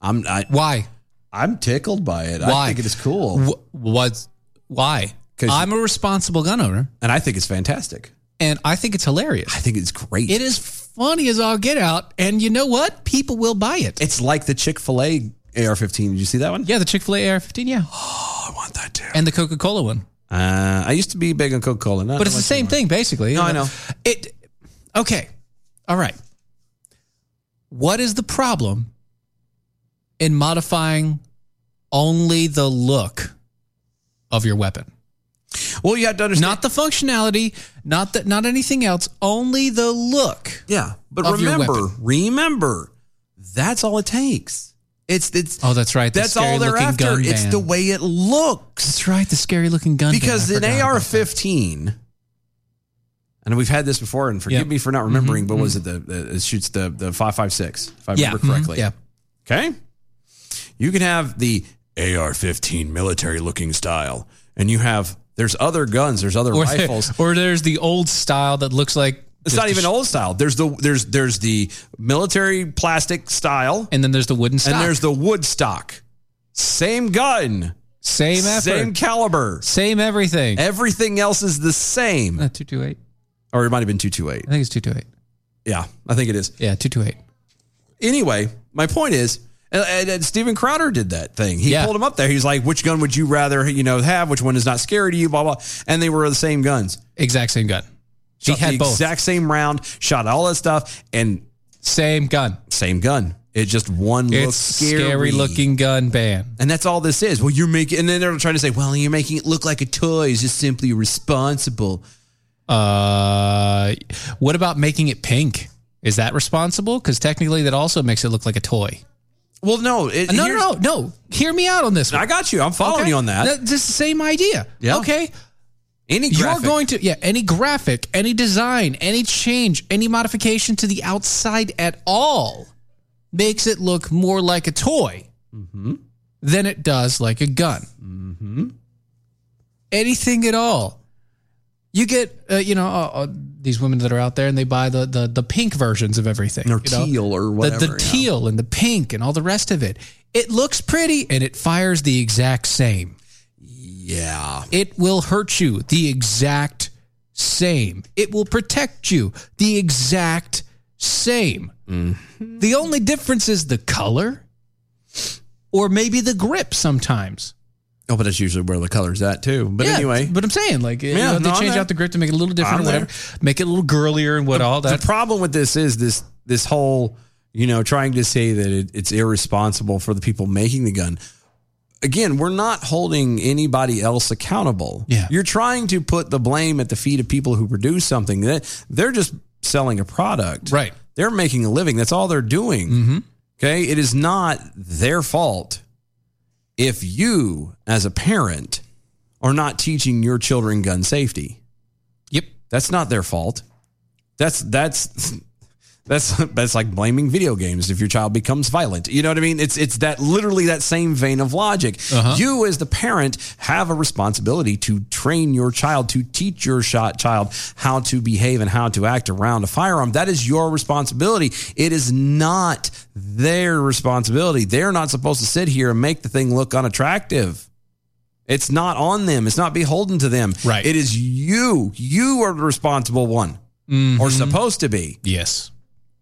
[SPEAKER 3] I'm I,
[SPEAKER 4] Why?
[SPEAKER 3] I'm tickled by it.
[SPEAKER 4] Why?
[SPEAKER 3] I think it is cool,
[SPEAKER 4] Wh- what? Why?
[SPEAKER 3] 'Cause-
[SPEAKER 4] I'm a responsible gun owner,
[SPEAKER 3] and I think it's fantastic.
[SPEAKER 4] and I think it's hilarious.
[SPEAKER 3] I think it's great.
[SPEAKER 4] It is funny as all get out, and you know what? People will buy it.
[SPEAKER 3] It's like the Chick Fil A AR-15. Did you see that one?
[SPEAKER 4] yeah, the Chick Fil A AR-15,
[SPEAKER 3] (gasps)
[SPEAKER 4] yeah,
[SPEAKER 3] I want that too.
[SPEAKER 4] and the Coca Cola one,
[SPEAKER 3] Uh, I used to be big on Coca-Cola,
[SPEAKER 4] but it's the same thing basically.
[SPEAKER 3] No, I know.
[SPEAKER 4] It. Okay. All right. What is the problem in modifying only the look of your weapon?
[SPEAKER 3] Well, you have to understand.
[SPEAKER 4] Not the functionality, not that, not anything else. Only the look.
[SPEAKER 3] yeah, but
[SPEAKER 4] of your
[SPEAKER 3] remember,
[SPEAKER 4] weapon.
[SPEAKER 3] remember, that's all it takes. It's it's.
[SPEAKER 4] Oh, that's right. The
[SPEAKER 3] That's all they're
[SPEAKER 4] scary-looking
[SPEAKER 3] after.
[SPEAKER 4] gun
[SPEAKER 3] It's
[SPEAKER 4] ban.
[SPEAKER 3] the way it looks.
[SPEAKER 4] That's right. The scary looking gun. ban.
[SPEAKER 3] because
[SPEAKER 4] I
[SPEAKER 3] an
[SPEAKER 4] forgot about
[SPEAKER 3] AR
[SPEAKER 4] that.
[SPEAKER 3] 15, and we've had this before, and forgive
[SPEAKER 4] Yeah.
[SPEAKER 3] me for not remembering, but was it the, the it shoots the the five five six if I
[SPEAKER 4] Mm-hmm, Yeah.
[SPEAKER 3] remember correctly?
[SPEAKER 4] Mhm. Yeah.
[SPEAKER 3] Okay. You can have the AR 15 military looking style, and you have there's other guns, there's other
[SPEAKER 4] Or, (laughs)
[SPEAKER 3] rifles.
[SPEAKER 4] or there's the old style that looks like
[SPEAKER 3] it's
[SPEAKER 4] just
[SPEAKER 3] not
[SPEAKER 4] a
[SPEAKER 3] even
[SPEAKER 4] sh-
[SPEAKER 3] old style. There's the there's there's the military plastic style,
[SPEAKER 4] And then there's the wooden stock.
[SPEAKER 3] and there's the wood stock. Same gun,
[SPEAKER 4] same effort,
[SPEAKER 3] same
[SPEAKER 4] same,
[SPEAKER 3] caliber.
[SPEAKER 4] everything.
[SPEAKER 3] Everything else is the same.
[SPEAKER 4] Uh, two two eight.
[SPEAKER 3] or it might have been 228.
[SPEAKER 4] I think it's two two eight.
[SPEAKER 3] Yeah, I think it is.
[SPEAKER 4] Yeah, two two eight.
[SPEAKER 3] Anyway, my point is, and, and, and Steven Crowder did that thing. He
[SPEAKER 4] Yeah.
[SPEAKER 3] pulled him up there. He's like, "Which gun would you rather, you know, have? Which one is not scary to you?" Blah blah. And they were the same guns.
[SPEAKER 4] Exact same gun. He
[SPEAKER 3] Shot
[SPEAKER 4] had
[SPEAKER 3] the
[SPEAKER 4] both.
[SPEAKER 3] exact same round. Shot all that stuff and
[SPEAKER 4] Same gun.
[SPEAKER 3] same gun. It just one
[SPEAKER 4] It's
[SPEAKER 3] looks scary.
[SPEAKER 4] scary looking gun ban.
[SPEAKER 3] And that's all this is. Well, you're making, and then they're trying to say, "Well, you're making it look like a toy. Is just simply responsible."
[SPEAKER 4] Uh, what about making it pink? Is that responsible? Because technically, that also makes it look like a toy.
[SPEAKER 3] Well, no, it,
[SPEAKER 4] No,
[SPEAKER 3] here's-
[SPEAKER 4] no, no, no. Hear me out on this one.
[SPEAKER 3] I got you. I'm following
[SPEAKER 4] Okay?
[SPEAKER 3] you on that.
[SPEAKER 4] That's just the same idea.
[SPEAKER 3] Yeah.
[SPEAKER 4] Okay.
[SPEAKER 3] Any
[SPEAKER 4] You're
[SPEAKER 3] graphic-
[SPEAKER 4] going to, yeah, any graphic, any design, any change, any modification to the outside at all makes it look more like a toy
[SPEAKER 3] Mm-hmm.
[SPEAKER 4] than it does like a gun. Anything at all. You get, uh, you know, uh, uh, these women that are out there and they buy the the, the pink versions of everything.
[SPEAKER 3] Or
[SPEAKER 4] you know?
[SPEAKER 3] teal or whatever,
[SPEAKER 4] The, the
[SPEAKER 3] you know.
[SPEAKER 4] teal and the pink and all the rest of it. It looks pretty and it fires the exact same
[SPEAKER 3] yeah.
[SPEAKER 4] it will hurt you the exact same. It will protect you the exact same.
[SPEAKER 3] Mm-hmm.
[SPEAKER 4] The only difference is the color or maybe the grip sometimes.
[SPEAKER 3] Oh, but that's usually where the color's at too. But
[SPEAKER 4] Yeah,
[SPEAKER 3] anyway,
[SPEAKER 4] But I'm saying, like, you
[SPEAKER 3] Yeah,
[SPEAKER 4] know, they
[SPEAKER 3] no, I'm
[SPEAKER 4] change
[SPEAKER 3] there.
[SPEAKER 4] out the grip to make it a little different
[SPEAKER 3] I'm
[SPEAKER 4] or whatever, make it a little girlier and what all that.
[SPEAKER 3] the problem with this is this this whole you know trying to say that it, it's irresponsible for the people making the gun again we're not holding anybody else accountable
[SPEAKER 4] Yeah.
[SPEAKER 3] you're trying to put the blame at the feet of people who produce something that they're just selling a product
[SPEAKER 4] Right. Mm-hmm.
[SPEAKER 3] they're making a living that's all they're doing okay it is not their fault if you as a parent are not teaching your children gun safety
[SPEAKER 4] Yep.
[SPEAKER 3] that's not their fault. That's that's (laughs) that's that's like blaming video games if your child becomes violent. You know what I mean? It's it's that literally that same vein of logic. You as the parent have a responsibility to train your child to teach your shot child how to behave and how to act around a firearm. That is your responsibility. It is not their responsibility. They're not supposed to sit here and make the thing look unattractive. It's not on them. It's not beholden to them.
[SPEAKER 4] Right.
[SPEAKER 3] It is you. You are the responsible one or supposed to be.
[SPEAKER 4] Mm-hmm. Yes.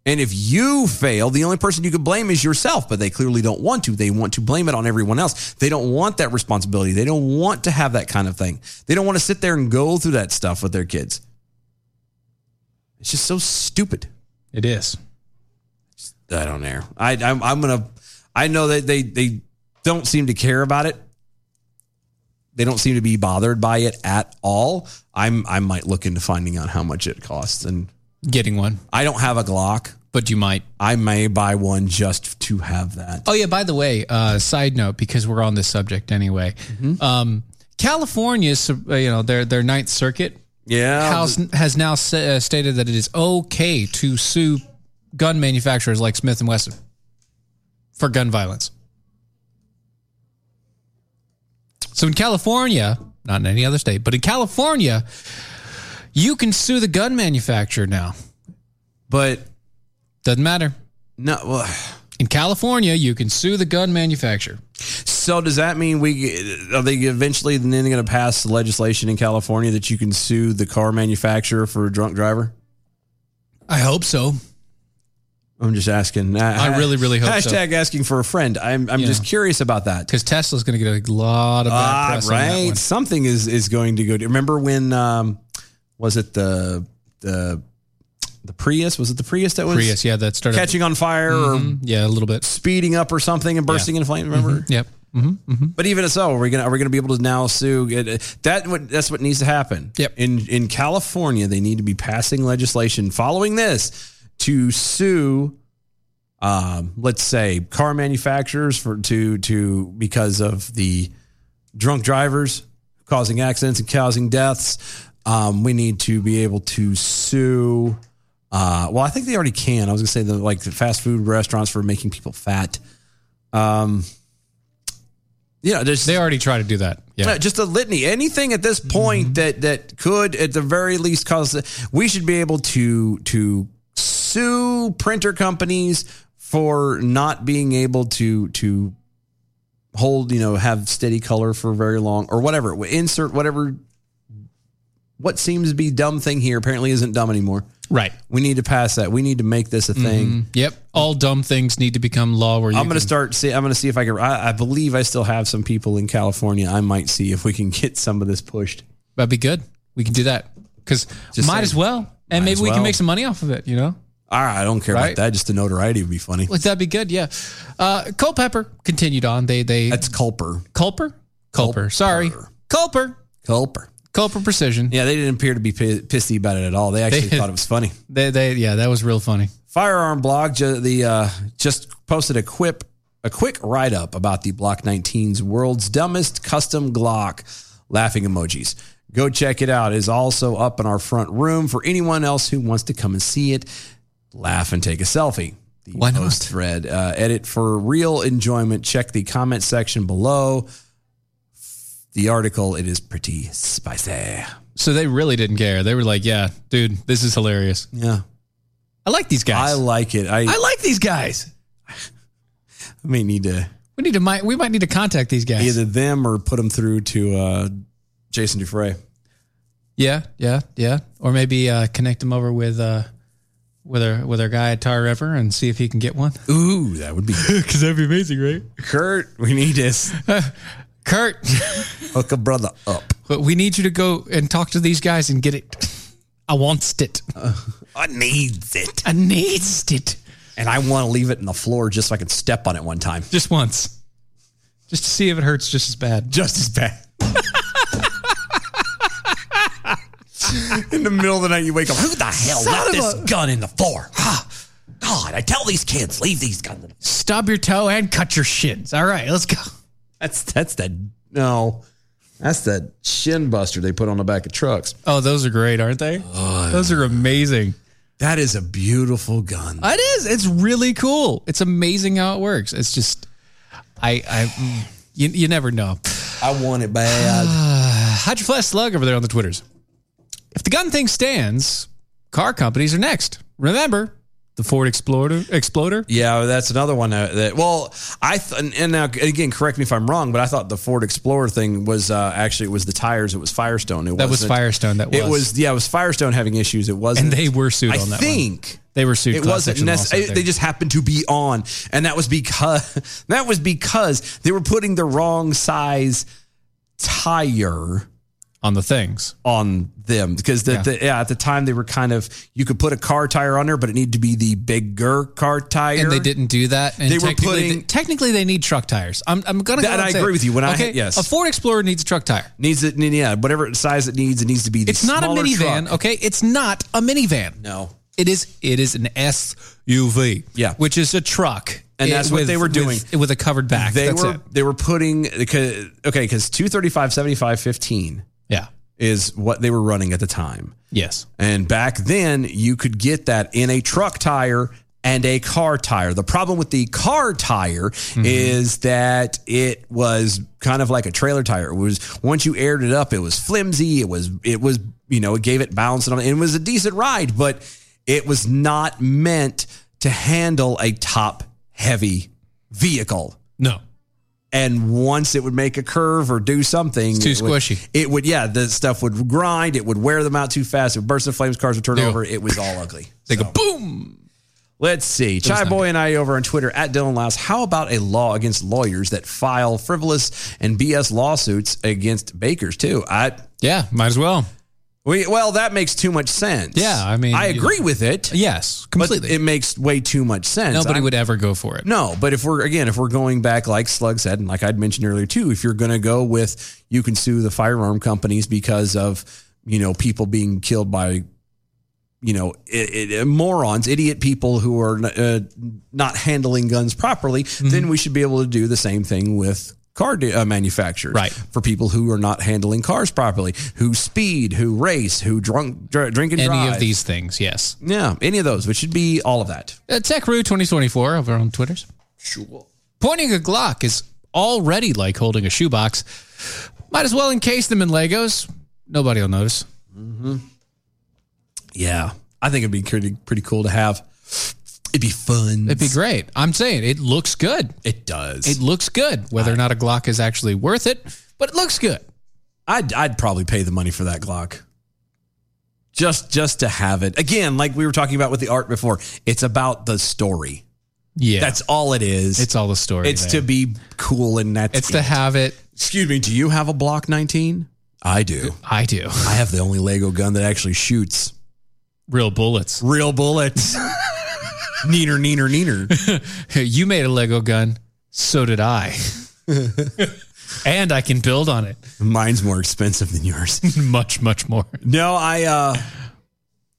[SPEAKER 3] And if you fail, the only person you can blame is yourself, but they clearly don't want to. They want to blame it on everyone else. They don't want that responsibility. They don't want to have that kind of thing. They don't want to sit there and go through that stuff with their kids. It's just so stupid.
[SPEAKER 4] It is.
[SPEAKER 3] I don't know. I I'm, I'm gonna. I know that they they don't seem to care about it. They don't seem to be bothered by it at all. I'm I might look into finding out how much it costs, and
[SPEAKER 4] Getting one,
[SPEAKER 3] I don't have a Glock.
[SPEAKER 4] but you might.
[SPEAKER 3] I may buy one just to have that.
[SPEAKER 4] Oh yeah. By the way, uh, side note, because we're on this subject anyway.
[SPEAKER 3] Mm-hmm.
[SPEAKER 4] Um, California, so, uh, you know, their their Ninth Circuit
[SPEAKER 3] Yeah,
[SPEAKER 4] house has now sa- uh, stated that it is okay to sue gun manufacturers like Smith and Wesson for gun violence. So in California, not in any other state, but in California, you can sue the gun manufacturer now.
[SPEAKER 3] but
[SPEAKER 4] Doesn't matter.
[SPEAKER 3] no. Well,
[SPEAKER 4] In California, you can sue the gun manufacturer.
[SPEAKER 3] so does that mean we are they eventually then going to pass the legislation in California that you can sue the car manufacturer for a drunk driver?
[SPEAKER 4] I hope so.
[SPEAKER 3] I'm just asking.
[SPEAKER 4] I really, really hope so.
[SPEAKER 3] hashtag asking for a friend. I'm I'm just curious about that.
[SPEAKER 4] Because Tesla's going to get a lot of bad
[SPEAKER 3] Ah,
[SPEAKER 4] press on that
[SPEAKER 3] right.
[SPEAKER 4] one.
[SPEAKER 3] Something is is going to go. To, remember when um, was it the the the Prius? Was it the Prius that was
[SPEAKER 4] Prius, yeah, that started. Mm-hmm.
[SPEAKER 3] catching on fire or
[SPEAKER 4] Yeah, a little bit.
[SPEAKER 3] speeding up or something and bursting in flame? Remember?
[SPEAKER 4] Yep.
[SPEAKER 3] But even so, are we gonna are we gonna be able to now sue? It- That what that's what needs to happen.
[SPEAKER 4] Yep.
[SPEAKER 3] In in California, they need to be passing legislation following this to sue. Um, let's say car manufacturers for to to because of the drunk drivers causing accidents and causing deaths. Um, we need to be able to sue. Uh, well, I think they already can. I was gonna say the like the fast food restaurants for making people fat. Um, yeah, there's
[SPEAKER 4] They already try to do that. Yeah. Mm-hmm.
[SPEAKER 3] uh, just a litany. Anything at this point that that could, at the very least, cause we should be able to to sue printer companies for not being able to to hold, you know, have steady color for very long or whatever. Insert whatever. What seems to be dumb thing here apparently isn't dumb anymore.
[SPEAKER 4] Right.
[SPEAKER 3] We need to pass that. We need to make this a thing.
[SPEAKER 4] Mm-hmm. Yep. All dumb things need to become law. Where you
[SPEAKER 3] I'm going
[SPEAKER 4] can-
[SPEAKER 3] to start. See, I'm going to see if I can. I, I believe I still have some people in California. I might see if we can get some of this pushed.
[SPEAKER 4] That'd be good. We can do that because might
[SPEAKER 3] Just saying.
[SPEAKER 4] as well, and
[SPEAKER 3] Might
[SPEAKER 4] maybe
[SPEAKER 3] as
[SPEAKER 4] we
[SPEAKER 3] well.
[SPEAKER 4] can make some money off of it. You know,
[SPEAKER 3] All right, I don't care
[SPEAKER 4] Right?
[SPEAKER 3] about that. Just the notoriety would be funny.
[SPEAKER 4] Like, that'd be good. Yeah. Uh, Culpepper continued on. They they
[SPEAKER 3] That's Culper.
[SPEAKER 4] Culper Culper. Sorry, Culper
[SPEAKER 3] Culper.
[SPEAKER 4] Culper Precision.
[SPEAKER 3] Yeah, they didn't appear to be pi- pissy about it at all. They actually
[SPEAKER 4] They-
[SPEAKER 3] thought it was funny.
[SPEAKER 4] They they yeah, that was real funny.
[SPEAKER 3] Firearm blog ju- the uh, just posted a quip a quick write up about the Block 19's world's dumbest custom Glock laughing emojis. Go check it out. It's also up in our front room for anyone else who wants to come and see it, laugh and take a selfie. The
[SPEAKER 4] Why not?
[SPEAKER 3] post thread uh, edit for real enjoyment. Check the comment section below. The article it is pretty spicy.
[SPEAKER 4] So they really didn't care. They were like, yeah, dude, this is hilarious.
[SPEAKER 3] Yeah,
[SPEAKER 4] I like these guys.
[SPEAKER 3] I
[SPEAKER 4] I,
[SPEAKER 3] like it. I, I
[SPEAKER 4] like these guys.
[SPEAKER 3] may need to
[SPEAKER 4] We need to might we might need to contact these guys.
[SPEAKER 3] either them or put them through to uh, Jason Dufresne.
[SPEAKER 4] Yeah, yeah, yeah. Or maybe uh, connect them over with uh, with our with our guy at Tar River and see if he can get one?
[SPEAKER 3] Ooh, that would be
[SPEAKER 4] (laughs) because that'd be amazing, right?
[SPEAKER 3] Kurt. We need this.
[SPEAKER 4] (laughs) Kurt,
[SPEAKER 3] (laughs) Hook a brother up.
[SPEAKER 4] but we need you to go and talk to these guys and get it. I wants it.
[SPEAKER 3] (laughs) I needs it,
[SPEAKER 4] I needs it
[SPEAKER 3] and I want to leave it in the floor just so I can step on it one time,
[SPEAKER 4] just once, just to see if it hurts just as bad.
[SPEAKER 3] just as bad. (laughs) in the middle of the night, you wake up. Who the hell left this gun in the floor? Ah, God, I tell these kids leave these guns. in the-"
[SPEAKER 4] Stub your toe and cut your shins. All right, let's go.
[SPEAKER 3] That's that's that no. That's that shin buster they put on the back of trucks.
[SPEAKER 4] Oh, those are great, aren't they? those are amazing.
[SPEAKER 3] Oh, That is a beautiful gun.
[SPEAKER 4] It is. It's really cool. It's amazing how it works. It's just, I, I, mm, you, you never know.
[SPEAKER 3] I want
[SPEAKER 4] (sighs)
[SPEAKER 3] it bad.
[SPEAKER 4] How'd you flash slug over there on the Twitters? If the gun thing stands, car companies are next. Remember the Ford Explorer, Exploder?
[SPEAKER 3] yeah, that's another one that. that- well, I th- and now again, correct me if I'm wrong, but I thought the Ford Explorer thing was uh, actually it was the tires. It was Firestone. It
[SPEAKER 4] That was
[SPEAKER 3] wasn't-
[SPEAKER 4] Firestone, that
[SPEAKER 3] it
[SPEAKER 4] was.
[SPEAKER 3] was yeah, it was Firestone having issues. It wasn't.
[SPEAKER 4] And they were sued
[SPEAKER 3] I
[SPEAKER 4] on that one.
[SPEAKER 3] think
[SPEAKER 4] They were sued.
[SPEAKER 3] It
[SPEAKER 4] class
[SPEAKER 3] wasn't
[SPEAKER 4] action lawsuit
[SPEAKER 3] necessary.
[SPEAKER 4] there.
[SPEAKER 3] They just happened to be on, and that was because (laughs) that was because they were putting the wrong size tire
[SPEAKER 4] on the things.
[SPEAKER 3] on them because the,
[SPEAKER 4] Yeah.
[SPEAKER 3] yeah. The, yeah, at the time they were kind of you could put a car tire on there, but it needed to be the bigger car tire.
[SPEAKER 4] And they didn't do that. And
[SPEAKER 3] They were
[SPEAKER 4] technically-
[SPEAKER 3] putting-
[SPEAKER 4] technically they need truck tires. I'm, I'm gonna. Go
[SPEAKER 3] That
[SPEAKER 4] out
[SPEAKER 3] I
[SPEAKER 4] and say it.
[SPEAKER 3] agree with you. When I-
[SPEAKER 4] okay,
[SPEAKER 3] yes.
[SPEAKER 4] a Ford Explorer needs a truck tire.
[SPEAKER 3] needs it. Yeah, whatever size it needs, it needs to be. The
[SPEAKER 4] It's not a
[SPEAKER 3] smaller
[SPEAKER 4] minivan.
[SPEAKER 3] truck.
[SPEAKER 4] Okay, it's not a minivan.
[SPEAKER 3] No.
[SPEAKER 4] It is it is an SUV.
[SPEAKER 3] Yeah.
[SPEAKER 4] Which is a truck.
[SPEAKER 3] And
[SPEAKER 4] It-
[SPEAKER 3] that's what they were doing.
[SPEAKER 4] With, with a covered back.
[SPEAKER 3] They
[SPEAKER 4] That's
[SPEAKER 3] were
[SPEAKER 4] it.
[SPEAKER 3] they were putting okay because two thirty five seventy five fifteen
[SPEAKER 4] Yeah.
[SPEAKER 3] is what they were running at the time.
[SPEAKER 4] Yes.
[SPEAKER 3] And back then, you could get that in a truck tire and a car tire. The problem with the car tire is that it was kind of like a trailer tire. It was once you aired it up, it was flimsy. It was it was you know it gave it bounce and all- it was a decent ride, but it was not meant to handle a top heavy vehicle
[SPEAKER 4] No.
[SPEAKER 3] and once it would make a curve or do something,
[SPEAKER 4] too
[SPEAKER 3] it would-
[SPEAKER 4] squishy.
[SPEAKER 3] It would, yeah, the stuff would grind. It would wear them out too fast. It would burst into flames. Cars would turn
[SPEAKER 4] Yeah.
[SPEAKER 3] over. It was all ugly.
[SPEAKER 4] They go boom.
[SPEAKER 3] Let's see. Chai
[SPEAKER 4] not
[SPEAKER 3] Boy and I over on Twitter at Dylan Louse. How about a law against lawyers that file frivolous and BS lawsuits against bakers too? I
[SPEAKER 4] Yeah. Might as well.
[SPEAKER 3] we, well, that makes too much sense.
[SPEAKER 4] Yeah, I mean,
[SPEAKER 3] I
[SPEAKER 4] you-
[SPEAKER 3] agree with it.
[SPEAKER 4] Yes.
[SPEAKER 3] but
[SPEAKER 4] Completely.
[SPEAKER 3] it makes way too much sense.
[SPEAKER 4] Nobody
[SPEAKER 3] I'm-
[SPEAKER 4] would ever go for it.
[SPEAKER 3] No, but if we're again, if we're going back, like Slug said, and like I'd mentioned earlier too, if you're going to go with, you can sue the firearm companies because of you know people being killed by you know i i morons, idiot people who are uh, not handling guns properly.
[SPEAKER 4] Mm-hmm.
[SPEAKER 3] Then we should be able to do the same thing with car de- uh, manufacturers,
[SPEAKER 4] Right.
[SPEAKER 3] For people who are not handling cars properly, who speed, who race, who drunk dr- drink and
[SPEAKER 4] Any
[SPEAKER 3] drive.
[SPEAKER 4] of these things. Yes.
[SPEAKER 3] yeah, any of those, which should be all of that.
[SPEAKER 4] Uh, TechRoo 2024 over on Twitters. Sure. Pointing a Glock is already like holding a shoebox. Might as well encase them in Legos. Nobody will notice.
[SPEAKER 11] Mm-hmm.
[SPEAKER 3] Yeah, I think it'd be pretty pretty cool to have. It'd be fun.
[SPEAKER 4] It'd be great. I'm saying it looks good.
[SPEAKER 3] It does.
[SPEAKER 4] It looks good. Whether or not a Glock is actually worth it, but it looks good.
[SPEAKER 3] I'd I'd probably pay the money for that Glock. Just just to have it again, like we were talking about with the art before. It's about the story.
[SPEAKER 4] Yeah,
[SPEAKER 3] That's all it is.
[SPEAKER 4] it's all the story.
[SPEAKER 3] It's
[SPEAKER 4] there.
[SPEAKER 3] to be cool and that's
[SPEAKER 4] it's to have it.
[SPEAKER 3] excuse me. Do you have a Block 19? I do.
[SPEAKER 4] I do
[SPEAKER 3] I have the only Lego gun that actually shoots
[SPEAKER 4] real bullets. (laughs)
[SPEAKER 3] real bullets. neener neener neener.
[SPEAKER 4] You made a Lego gun, so did I, (laughs) and I can build on it
[SPEAKER 3] Mine's more expensive than
[SPEAKER 4] (laughs)
[SPEAKER 3] yours.
[SPEAKER 4] much, much more.
[SPEAKER 3] No, I uh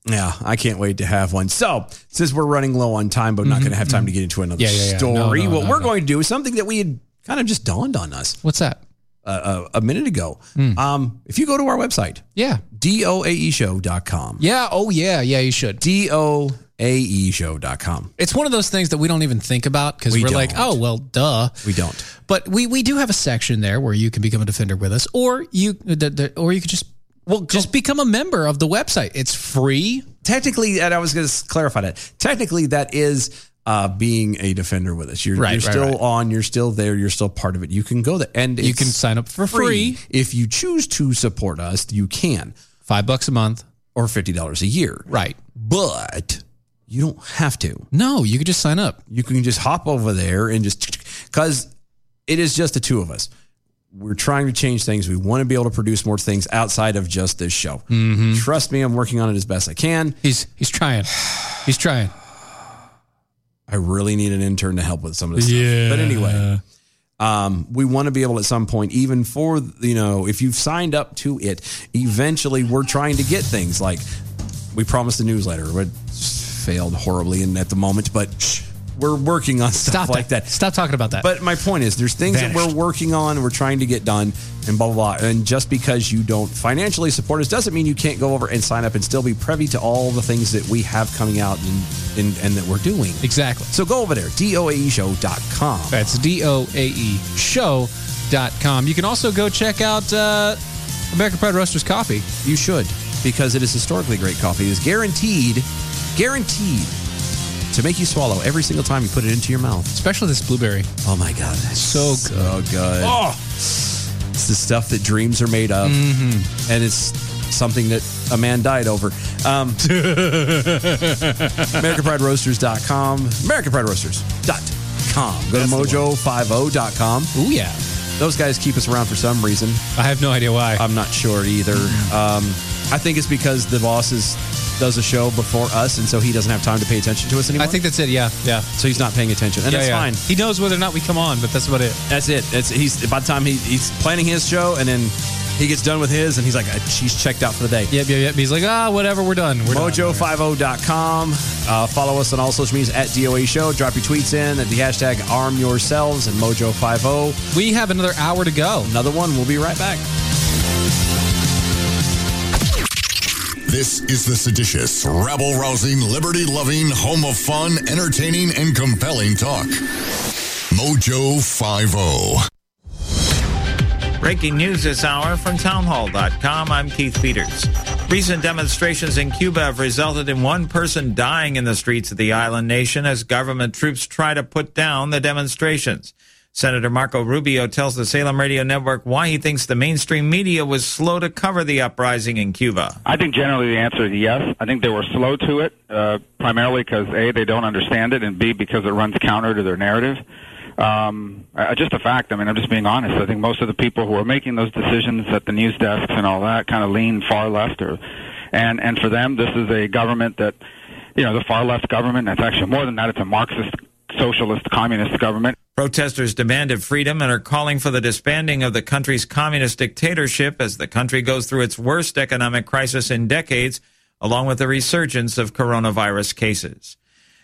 [SPEAKER 3] yeah, I can't wait to have one. So, since we're running low on time, but not going to have time to get into another
[SPEAKER 4] Mm-hmm, Yeah, yeah, yeah. No,
[SPEAKER 3] story,
[SPEAKER 4] no,
[SPEAKER 3] what
[SPEAKER 4] no,
[SPEAKER 3] we're
[SPEAKER 4] no.
[SPEAKER 3] going to do is something that we had kind of just dawned on us
[SPEAKER 4] What's that? Hmm.
[SPEAKER 3] uh, uh, a minute ago. Um, if you go to our website,
[SPEAKER 4] Yeah,
[SPEAKER 3] E doaeshow.com.
[SPEAKER 4] yeah. Oh yeah, yeah. You should.
[SPEAKER 3] E doaeshow.com.
[SPEAKER 4] It's one of those things that we don't even think about because
[SPEAKER 3] We
[SPEAKER 4] we're like,
[SPEAKER 3] don't.
[SPEAKER 4] oh well, duh.
[SPEAKER 3] We don't.
[SPEAKER 4] But we we do have a section there where you can become a defender with us, or you the, the, or you could just well just become a member of the website. It's free.
[SPEAKER 3] Technically, and I was going to clarify that. Technically, that is uh, being a defender with us. You're,
[SPEAKER 4] Right,
[SPEAKER 3] you're
[SPEAKER 4] right,
[SPEAKER 3] still
[SPEAKER 4] right.
[SPEAKER 3] on. You're still there. You're still part of it. You can go there, and
[SPEAKER 4] You
[SPEAKER 3] it's
[SPEAKER 4] can sign up for free.
[SPEAKER 3] If you choose to support us, you can.
[SPEAKER 4] Five bucks a month.
[SPEAKER 3] or fifty dollars a year.
[SPEAKER 4] Right.
[SPEAKER 3] But You don't have to.
[SPEAKER 4] No, you could just sign up.
[SPEAKER 3] You can just hop over there and just because it is just the two of us. We're trying to change things. We want to be able to produce more things outside of just this show. Trust me, I'm working on it as best I can.
[SPEAKER 4] Mm-hmm. He's he's trying. He's trying.
[SPEAKER 3] I really need an intern to help with some of this stuff. But anyway, um, we want to be able at some point, even for, you know, if you've signed up to it, eventually we're trying to get things like we promised the newsletter, but failed horribly and at the moment, but shh, we're working on stuff
[SPEAKER 4] Stop
[SPEAKER 3] like that.
[SPEAKER 4] Stop talking about that.
[SPEAKER 3] But my point is, there's things that we're working on, we're trying to get done, and blah, blah, blah. And just because you don't financially support us doesn't mean you can't go over and sign up and still be privy to all the things that we have coming out and, and, and that we're doing.
[SPEAKER 4] exactly.
[SPEAKER 3] So go over there, E doaeshow.com.
[SPEAKER 4] That's D-O-A-E show.com. You can also go check out uh, American Pride Roasters Coffee.
[SPEAKER 3] You should, because it is historically great coffee. It is guaranteed, guaranteed to make you swallow every single time you put it into your mouth.
[SPEAKER 4] Especially this blueberry.
[SPEAKER 3] Oh my God. That's so good. So good.
[SPEAKER 10] Oh.
[SPEAKER 3] It's the stuff that dreams are made of.
[SPEAKER 4] Mm-hmm.
[SPEAKER 3] And it's something that a man died over.
[SPEAKER 4] (laughs)
[SPEAKER 3] Um, AmericanPrideRoasters.com. AmericanPrideRoasters.com. Go to mojo50.com.
[SPEAKER 4] Ooh, yeah.
[SPEAKER 3] Those guys keep us around for some reason.
[SPEAKER 4] I have no idea why.
[SPEAKER 3] I'm not sure either.
[SPEAKER 4] Mm-hmm.
[SPEAKER 3] Um, I think it's because the boss is, does a show before us, and so he doesn't have time to pay attention to us anymore.
[SPEAKER 4] I think that's it. Yeah. Yeah.
[SPEAKER 3] so. He's not paying attention, and
[SPEAKER 4] yeah,
[SPEAKER 3] that's
[SPEAKER 4] yeah.
[SPEAKER 3] fine.
[SPEAKER 4] He knows whether or not we come on, but that's about it.
[SPEAKER 3] That's it. That's he's by the time he, he's planning his show, and then he gets done with his, and he's like, "Uh, she's checked out for the day.
[SPEAKER 4] Yep, yep, yep. He's like, ah, whatever, we're done. We're done.
[SPEAKER 3] Mojo50.com. Uh, follow us on all social medias at DOA Show. Drop your tweets in at the hashtag arm yourselves and Mojo50.
[SPEAKER 4] We have another hour to go.
[SPEAKER 3] Another one. We'll be right back.
[SPEAKER 12] This is the seditious, rabble rousing, liberty loving, home of fun, entertaining, and compelling talk. Mojo oh. 50.
[SPEAKER 13] (laughs) Breaking news this hour from townhall.com. I'm Keith Peters. Recent demonstrations in Cuba have resulted in one person dying in the streets of the island nation as government troops try to put down the demonstrations. Senator Marco Rubio tells the Salem Radio Network why he thinks the mainstream media was slow to cover the uprising in Cuba.
[SPEAKER 11] I think generally the answer is yes. I think they were slow to it, uh, primarily because A, they don't understand it, and B, because it runs counter to their narrative. Um, uh, just a fact. I mean, I'm just being honest. I think most of the people who are making those decisions at the news desks and all that kind of lean far left, or and and for them, this is a government that, you know, the far left government. That's actually more than that. It's a Marxist, socialist, communist government.
[SPEAKER 13] Protesters demanded freedom and are calling for the disbanding of the country's communist dictatorship as the country goes through its worst economic crisis in decades, along with the resurgence of coronavirus cases.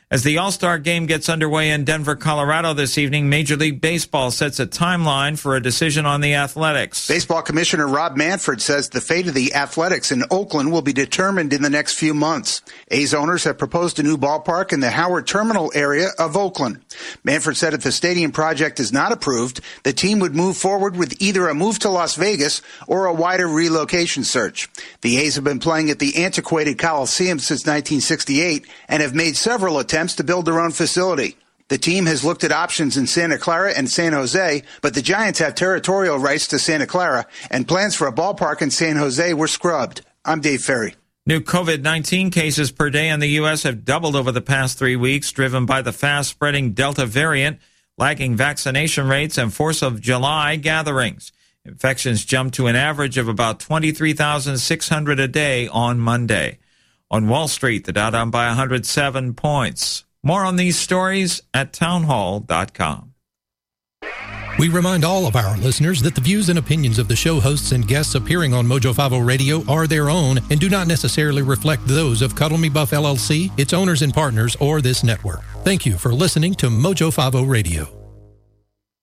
[SPEAKER 13] As the All Star game gets underway in Denver, Colorado this evening, Major League Baseball sets a timeline for a decision on the athletics.
[SPEAKER 14] Baseball Commissioner Rob Manfred says the fate of the athletics in Oakland will be determined in the next few months. A's owners have proposed a new ballpark in the Howard Terminal area of Oakland. Manfred said if the stadium project is not approved, the team would move forward with either a move to Las Vegas or a wider relocation search. The A's have been playing at the antiquated Coliseum since 1968 and have made several attempts to build their own facility. The team has looked at options in Santa Clara and San Jose, but the Giants have territorial rights to Santa Clara, and plans for a ballpark in San Jose were scrubbed. I'm Dave Ferry.
[SPEAKER 13] New COVID 19 cases per day in the U.S. have doubled over the past three weeks, driven by the fast spreading Delta variant, lagging vaccination rates, and 4th of July gatherings. Infections jumped to an average of about 23,600 a day on Monday. On Wall Street, the Dow down by 107 points. More on these stories at townhall.com.
[SPEAKER 2] We remind all of our listeners that the views and opinions of the show hosts and guests appearing on Mojo 50 Radio are their own and do not necessarily reflect those of Cuddle Me Buff LLC, its owners and partners, or this network. Thank you for listening to Mojo 50 Radio.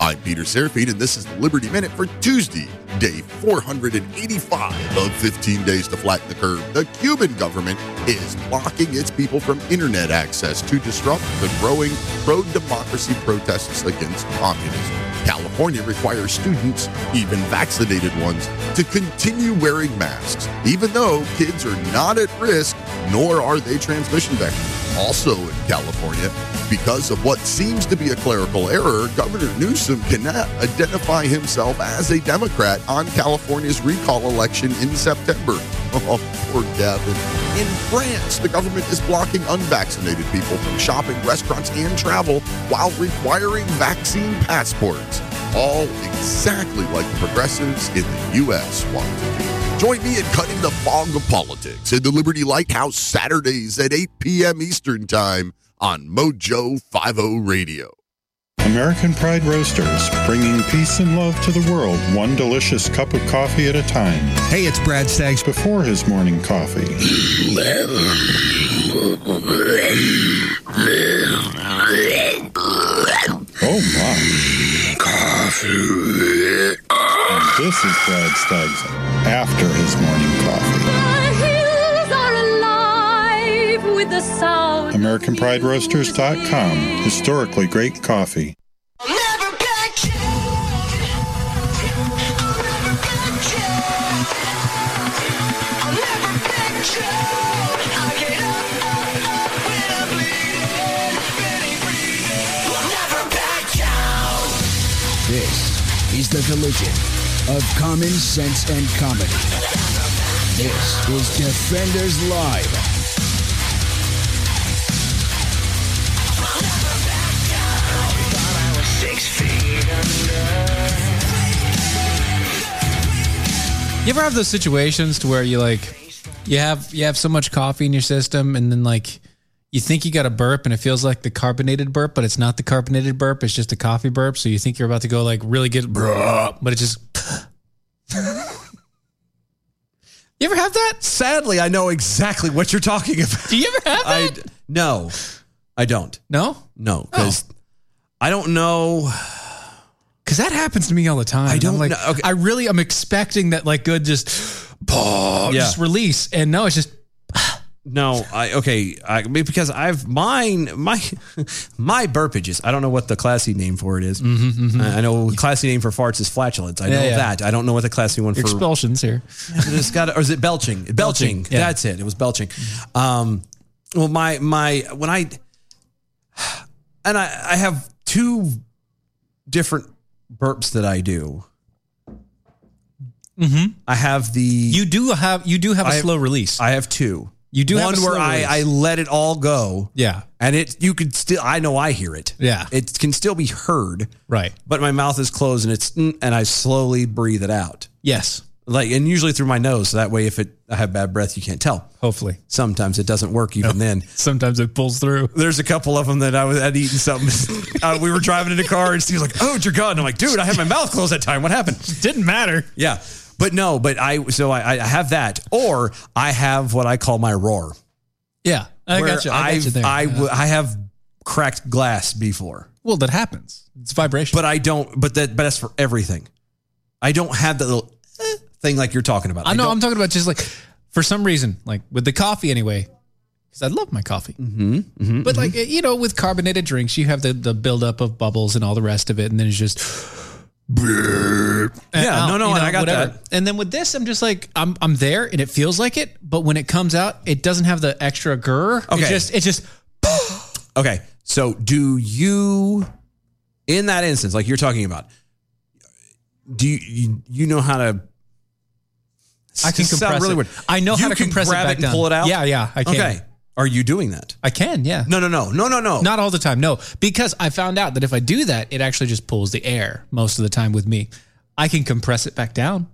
[SPEAKER 15] I'm Peter Serafine, and this is the Liberty Minute for Tuesday, day 485 of 15 days to flatten the curve. The Cuban government is blocking its people from internet access to disrupt the growing pro democracy protests against communism. California requires students, even vaccinated ones, to continue wearing masks, even though kids are not at risk, nor are they transmission vectors. Also in California, because of what seems to be a clerical error, Governor Newsom cannot identify himself as a Democrat on California's recall election in September. (laughs) Oh, poor Gavin. In France, the government is blocking unvaccinated people from shopping, restaurants, and travel while requiring vaccine passports. All exactly like the progressives in the U.S. want to do. Join me in cutting the fog of politics at the Liberty Lighthouse Saturdays at 8 p.m. Eastern Time on Mojo 50 Radio.
[SPEAKER 16] American Pride Roasters, bringing peace and love to the world, one delicious cup of coffee at a time. Hey, it's Brad Staggs. Before his morning coffee. Oh my. Coffee. And this is Brad Staggs after his morning coffee.
[SPEAKER 17] hills are alive with the sound.
[SPEAKER 16] AmericanPrideRoasters.com. Historically great coffee.
[SPEAKER 18] This is the collision of common sense and comedy. This is Defenders Live.
[SPEAKER 4] You ever have those situations to where you like you have you have so much coffee in your system and then like you think you got a burp and it feels like the carbonated burp, but it's not the carbonated burp, it's just a coffee burp. So you think you're about to go like really get bruh, but it just You ever have that?
[SPEAKER 3] Sadly, I know exactly what you're talking about.
[SPEAKER 4] Do you ever have
[SPEAKER 3] I, no, I don't.
[SPEAKER 4] No?
[SPEAKER 3] No, because I don't know.
[SPEAKER 4] Because that happens to me all the time. I don't like. I really am expecting that like good
[SPEAKER 3] (sniffs)
[SPEAKER 4] just, (sniffs) bah,
[SPEAKER 3] Yeah.
[SPEAKER 4] Uh, just release, and no, it's just
[SPEAKER 3] No, I okay, I, because I've mine my (laughs) my burpages. I don't know what the classy name for it is. I, I know the classy name for farts is flatulence. I
[SPEAKER 4] Mm-hmm, Yeah,
[SPEAKER 3] know
[SPEAKER 4] yeah.
[SPEAKER 3] that. I don't know what the classy one for (laughs)
[SPEAKER 4] expulsions here.
[SPEAKER 3] it's got or is it belching? Belching.
[SPEAKER 4] Belching, yeah. Mm-hmm.
[SPEAKER 3] That's it. It was belching. Um, well, my my when I and I I have two different burps that I do.
[SPEAKER 4] Mm-hmm.
[SPEAKER 3] I have the you
[SPEAKER 4] do have you do have
[SPEAKER 3] a
[SPEAKER 4] a slow release.
[SPEAKER 3] I have two.
[SPEAKER 4] You do
[SPEAKER 3] one
[SPEAKER 4] have a slow
[SPEAKER 3] where I,
[SPEAKER 4] release.
[SPEAKER 3] I let it all go.
[SPEAKER 4] Yeah.
[SPEAKER 3] and it you could still I know I hear it.
[SPEAKER 4] Yeah.
[SPEAKER 3] it can still be heard.
[SPEAKER 4] Right,
[SPEAKER 3] but my mouth is closed and it's mm, and I slowly breathe it out.
[SPEAKER 4] Yes,
[SPEAKER 3] like and usually through my nose. So that way, if it I have bad breath, you can't tell.
[SPEAKER 4] Hopefully,
[SPEAKER 3] sometimes it doesn't work even then.
[SPEAKER 4] Sometimes it pulls through.
[SPEAKER 3] There's a couple of them that I was I'd eaten something.
[SPEAKER 4] (laughs)
[SPEAKER 3] uh, we were driving in the car and Steve's like, "Oh, dear God!" And I'm like, "Dude, I had my mouth closed that time. What happened?"
[SPEAKER 4] Didn't matter.
[SPEAKER 3] Yeah, but no, but I so I, I have that, or I have what I call my roar.
[SPEAKER 4] Yeah, I
[SPEAKER 3] where
[SPEAKER 4] got you. I got you
[SPEAKER 3] I've-
[SPEAKER 4] there.
[SPEAKER 3] I
[SPEAKER 4] Yeah.
[SPEAKER 3] w- I have cracked glass before.
[SPEAKER 4] Well, that happens. It's vibration.
[SPEAKER 3] But I don't. But that. But that's for everything. I don't have that little eh, thing like you're talking about.
[SPEAKER 4] I know.
[SPEAKER 3] don't-
[SPEAKER 4] I'm talking about just like for some reason, like with the coffee anyway, because I love my coffee. Mm-hmm, but like you know, with carbonated drinks, you have the the buildup of bubbles and all the rest of it, and then it's just. and
[SPEAKER 3] Yeah,
[SPEAKER 4] out,
[SPEAKER 3] no, no,
[SPEAKER 4] you
[SPEAKER 3] and I got that.
[SPEAKER 4] And then with this, I'm just like, I'm I'm there, and it feels like it, but when it comes out, it doesn't have the extra grr.
[SPEAKER 3] Okay.
[SPEAKER 4] It just, it just,
[SPEAKER 3] Okay. So do you in that instance, like you're talking about, do you you, you know how to
[SPEAKER 4] I can
[SPEAKER 3] This sounds
[SPEAKER 4] compress it. I know
[SPEAKER 3] You
[SPEAKER 4] how to
[SPEAKER 3] can
[SPEAKER 4] compress it
[SPEAKER 3] grab
[SPEAKER 4] back
[SPEAKER 3] and
[SPEAKER 4] down.
[SPEAKER 3] pull it out?
[SPEAKER 4] Yeah, yeah, I can.
[SPEAKER 3] Okay. Are you doing that?
[SPEAKER 4] I can, yeah.
[SPEAKER 3] No, no, no, no, no, no.
[SPEAKER 4] Not all the time, no, because I found out that if I do that, it actually just pulls the air most of the time with me. I can compress it back down.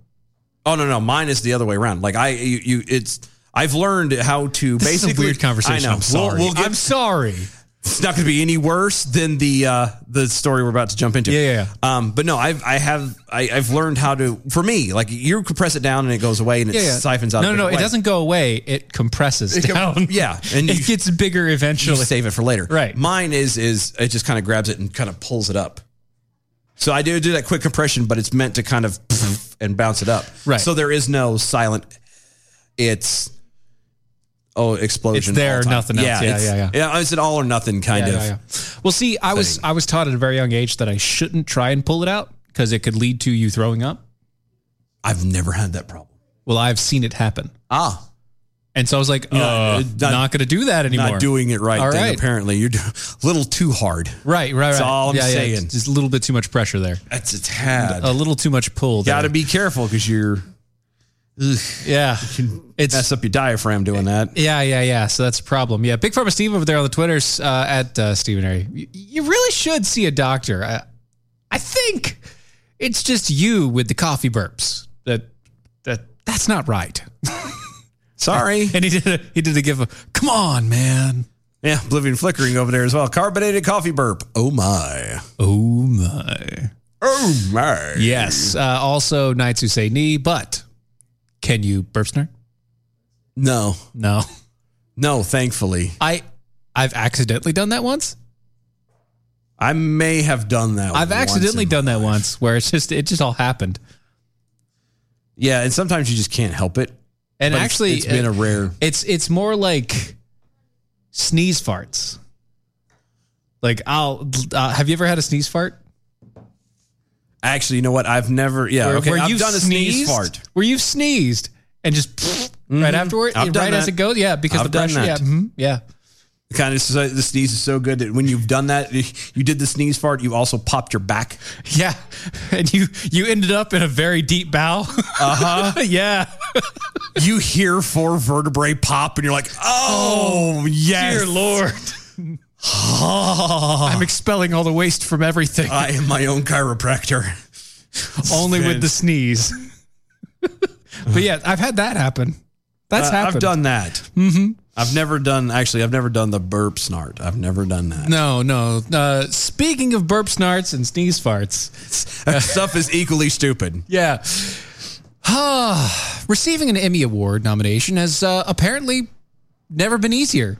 [SPEAKER 3] Oh no, no, mine is the other way around. Like I you, you it's I've learned how to
[SPEAKER 4] This is a
[SPEAKER 3] basically
[SPEAKER 4] weird conversation.
[SPEAKER 3] I know.
[SPEAKER 4] I'm sorry.
[SPEAKER 3] We'll, we'll get,
[SPEAKER 4] I'm sorry.
[SPEAKER 3] it's not going to be any worse than the uh, the story we're about to jump into.
[SPEAKER 4] Yeah, yeah,
[SPEAKER 3] Um, but no, I've I have I, I've learned how to for me like you compress it down and it goes away and it siphons out. a
[SPEAKER 4] No, no, no.
[SPEAKER 3] different
[SPEAKER 4] It
[SPEAKER 3] way.
[SPEAKER 4] doesn't go away. It compresses
[SPEAKER 3] (laughs) It com-
[SPEAKER 4] down.
[SPEAKER 3] yeah,
[SPEAKER 4] (laughs)
[SPEAKER 3] and
[SPEAKER 4] it
[SPEAKER 3] you-
[SPEAKER 4] gets bigger eventually.
[SPEAKER 3] You save it for later.
[SPEAKER 4] Right.
[SPEAKER 3] Mine is is it just kind of grabs it and kind of pulls it up. So I do do that quick compression, but it's meant to kind of (laughs) and bounce it up.
[SPEAKER 4] Right.
[SPEAKER 3] So there is no silent. It's oh explosion.
[SPEAKER 4] It's there,
[SPEAKER 3] all time.
[SPEAKER 4] nothing else. Yeah,
[SPEAKER 3] it's-
[SPEAKER 4] yeah, yeah.
[SPEAKER 3] Yeah, it's an all or nothing kind
[SPEAKER 4] Yeah,
[SPEAKER 3] of.
[SPEAKER 4] yeah, yeah. Well, see, I was I was taught at a very young age that I shouldn't try and pull it out because it could lead to you throwing up.
[SPEAKER 3] I've never had that problem.
[SPEAKER 4] Well, I've seen it happen.
[SPEAKER 3] Ah.
[SPEAKER 4] And so I was like, uh,
[SPEAKER 3] You're
[SPEAKER 4] not,
[SPEAKER 3] not-
[SPEAKER 4] going to do that anymore.
[SPEAKER 3] Not doing it right.
[SPEAKER 4] All
[SPEAKER 3] then,
[SPEAKER 4] right.
[SPEAKER 3] Apparently, you're (laughs) do- a little too hard.
[SPEAKER 4] Right, right, right.
[SPEAKER 3] That's all I'm
[SPEAKER 4] Yeah, yeah,
[SPEAKER 3] saying.
[SPEAKER 4] it's just a little bit too much pressure there.
[SPEAKER 3] That's a tad.
[SPEAKER 4] A little too much pull.
[SPEAKER 3] Got to be careful because you're.
[SPEAKER 4] yeah,
[SPEAKER 3] it's mess up your diaphragm doing that.
[SPEAKER 4] Yeah, yeah, yeah. So that's a problem. Yeah, Big Pharma Steve over there on the Twitters uh, at uh, Stephen Harry. You, you really should see a doctor. I, I think it's just you with the coffee burps. That that that's not right. (laughs)
[SPEAKER 3] Sorry.
[SPEAKER 4] and he did a, he did a give a come on man.
[SPEAKER 3] Yeah, Oblivion flickering over there as well. Carbonated coffee burp. Oh my.
[SPEAKER 4] Oh my.
[SPEAKER 3] Oh my.
[SPEAKER 4] Yes. Uh, also knights who say knee, but can you burpsner?
[SPEAKER 3] No.
[SPEAKER 4] No.
[SPEAKER 3] No, thankfully.
[SPEAKER 4] I I've accidentally done that once.
[SPEAKER 3] I may have done that.
[SPEAKER 4] I've
[SPEAKER 3] once
[SPEAKER 4] accidentally
[SPEAKER 3] in-
[SPEAKER 4] done that once where it's just it just all happened.
[SPEAKER 3] Yeah, and sometimes you just can't help it.
[SPEAKER 4] And
[SPEAKER 3] But it's-
[SPEAKER 4] actually,
[SPEAKER 3] it's been a rare.
[SPEAKER 4] It's it's more like sneeze farts. Like I'll uh, have you ever had a sneeze fart?
[SPEAKER 3] Actually, you know what? I've never. Yeah.
[SPEAKER 4] Where-
[SPEAKER 3] okay.
[SPEAKER 4] where
[SPEAKER 3] I've
[SPEAKER 4] you've
[SPEAKER 3] done a sneeze
[SPEAKER 4] sneezed?
[SPEAKER 3] fart.
[SPEAKER 4] Where you've sneezed and just (laughs) right afterward,
[SPEAKER 3] Mm-hmm. I've
[SPEAKER 4] right
[SPEAKER 3] done
[SPEAKER 4] as
[SPEAKER 3] that.
[SPEAKER 4] it goes, yeah, because
[SPEAKER 3] I've
[SPEAKER 4] the
[SPEAKER 3] done
[SPEAKER 4] pressure, yeah,
[SPEAKER 3] that.
[SPEAKER 4] mhm, yeah.
[SPEAKER 3] Kind of so, the sneeze is so good that when you've done that, you did the sneeze fart. You also popped
[SPEAKER 4] (laughs)
[SPEAKER 3] your back.
[SPEAKER 4] Yeah, and you you ended up in a very deep bow. Uh huh. (laughs) yeah.
[SPEAKER 3] You hear four vertebrae pop, and you're like, "Oh, yes,
[SPEAKER 4] dear Lord." I'm expelling all the waste from everything.
[SPEAKER 3] Ah. I am my own chiropractor.
[SPEAKER 4] (laughs) Only with the sneeze. (laughs) but yeah, I've had that happen. That's
[SPEAKER 3] Uh,
[SPEAKER 4] happened.
[SPEAKER 3] I've done that.
[SPEAKER 4] Mm-hmm.
[SPEAKER 3] I've never done. Actually, I've never done the burp snart. I've never done that. (laughs)
[SPEAKER 4] No, no. Uh, speaking of burp snarts and sneeze farts,
[SPEAKER 3] that stuff is equally stupid.
[SPEAKER 4] Yeah. Ah, Receiving an Emmy Award nomination has uh, apparently never been easier.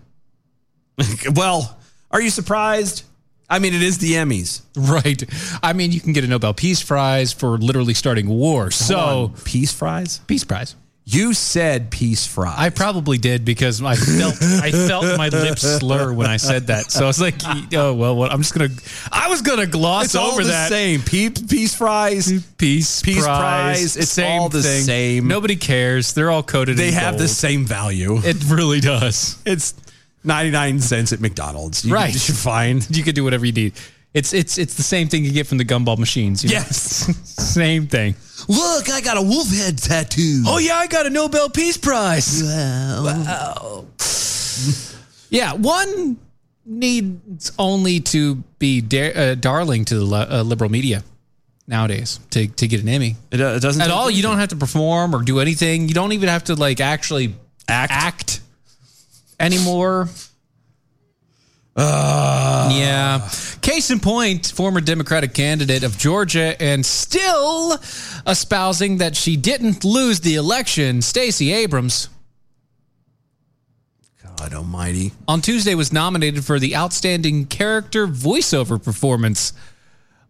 [SPEAKER 3] (laughs) well, are you surprised? I mean, it is the Emmys.
[SPEAKER 4] Right. I mean, you can get a Nobel Peace Prize for literally starting a war. so,
[SPEAKER 3] Peace Prize?
[SPEAKER 4] Peace Prize.
[SPEAKER 3] You said Peace Prize.
[SPEAKER 4] I probably did because I felt I felt my lips slur when I said that. So I was like, oh well, what? I'm just gonna. I was gonna gloss
[SPEAKER 3] It's all
[SPEAKER 4] over
[SPEAKER 3] the
[SPEAKER 4] that.
[SPEAKER 3] same. Peace, peace fries.
[SPEAKER 4] Peace,
[SPEAKER 3] Peace prize. It's all the same.
[SPEAKER 4] Nobody cares. They're all coded.
[SPEAKER 3] They
[SPEAKER 4] in
[SPEAKER 3] have the
[SPEAKER 4] gold.
[SPEAKER 3] same value.
[SPEAKER 4] It really does.
[SPEAKER 3] It's ninety nine cents at McDonald's. You
[SPEAKER 4] right.
[SPEAKER 3] can- You're fine.
[SPEAKER 4] You could do whatever you need. It's it's it's the same thing you get from the gumball machines. you know?
[SPEAKER 3] Yes.
[SPEAKER 4] (laughs) same thing.
[SPEAKER 3] Look, I got a wolf head tattoo.
[SPEAKER 4] Oh yeah, I got a Nobel Peace Prize.
[SPEAKER 3] Wow.
[SPEAKER 4] Yeah, one needs only to be dar- uh, darling to the li- uh, liberal media nowadays to, to get an Emmy.
[SPEAKER 3] It, uh, it doesn't
[SPEAKER 4] At
[SPEAKER 3] take
[SPEAKER 4] all, you don't have to perform or do anything. You don't even have to like actually
[SPEAKER 3] act,
[SPEAKER 4] anymore.
[SPEAKER 3] Uh.
[SPEAKER 4] yeah. Case in point, former Democratic candidate of Georgia and still espousing that she didn't lose the election, Stacey Abrams.
[SPEAKER 3] God Almighty.
[SPEAKER 4] on Tuesday was nominated for the Outstanding Character Voiceover Performance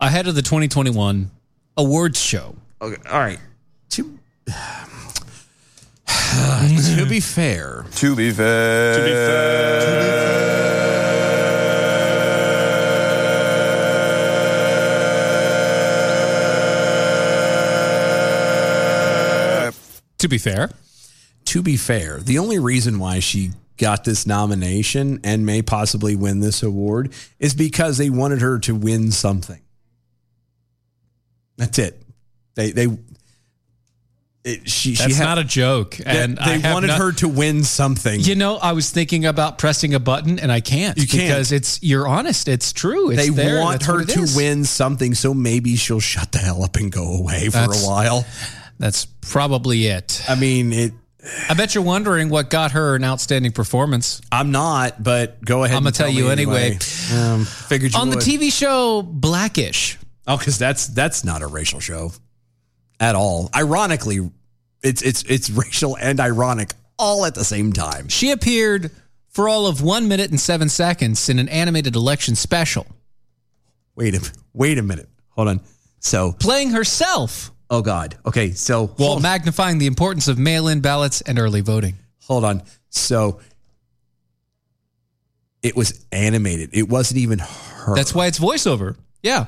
[SPEAKER 4] ahead of the 2021 awards show.
[SPEAKER 3] Okay. All right.
[SPEAKER 4] (sighs)
[SPEAKER 3] To, to be fair.
[SPEAKER 19] To be fair. To be
[SPEAKER 4] To be fair.
[SPEAKER 3] To be fair, the only reason why she got this nomination and may possibly win this award is because they wanted her to win something. That's it. They they it, she
[SPEAKER 4] That's
[SPEAKER 3] she had-
[SPEAKER 4] not a joke.
[SPEAKER 3] They,
[SPEAKER 4] And
[SPEAKER 3] they
[SPEAKER 4] I have
[SPEAKER 3] wanted
[SPEAKER 4] not-
[SPEAKER 3] her to win something.
[SPEAKER 4] You know, I was thinking about pressing a button and I can't.
[SPEAKER 3] You can't.
[SPEAKER 4] because it's you're honest. It's true. It's
[SPEAKER 3] they
[SPEAKER 4] there.
[SPEAKER 3] want
[SPEAKER 4] That's what
[SPEAKER 3] her
[SPEAKER 4] it
[SPEAKER 3] to
[SPEAKER 4] is.
[SPEAKER 3] win something, so maybe she'll shut the hell up and go away for
[SPEAKER 4] That's-
[SPEAKER 3] a while.
[SPEAKER 4] That's probably it.
[SPEAKER 3] I mean, it.
[SPEAKER 4] I bet you're wondering what got her an outstanding performance.
[SPEAKER 3] I'm not, but go ahead.
[SPEAKER 4] I'ma
[SPEAKER 3] and
[SPEAKER 4] tell you
[SPEAKER 3] me
[SPEAKER 4] anyway.
[SPEAKER 3] Um, figured you
[SPEAKER 4] On
[SPEAKER 3] would.
[SPEAKER 4] the TV show Blackish.
[SPEAKER 3] Oh, because that's that's not a racial show at all. Ironically, it's it's it's racial and ironic all at the same time.
[SPEAKER 4] She appeared for all of one minute and seven seconds in an animated election special,
[SPEAKER 3] Wait a wait a minute. Hold on. So
[SPEAKER 4] playing herself
[SPEAKER 3] oh god. Okay. So
[SPEAKER 4] while
[SPEAKER 3] hold,
[SPEAKER 4] magnifying the importance of mail in ballots and early voting.
[SPEAKER 3] hold on. So It was animated. It wasn't even her.
[SPEAKER 4] That's why it's voiceover. Yeah.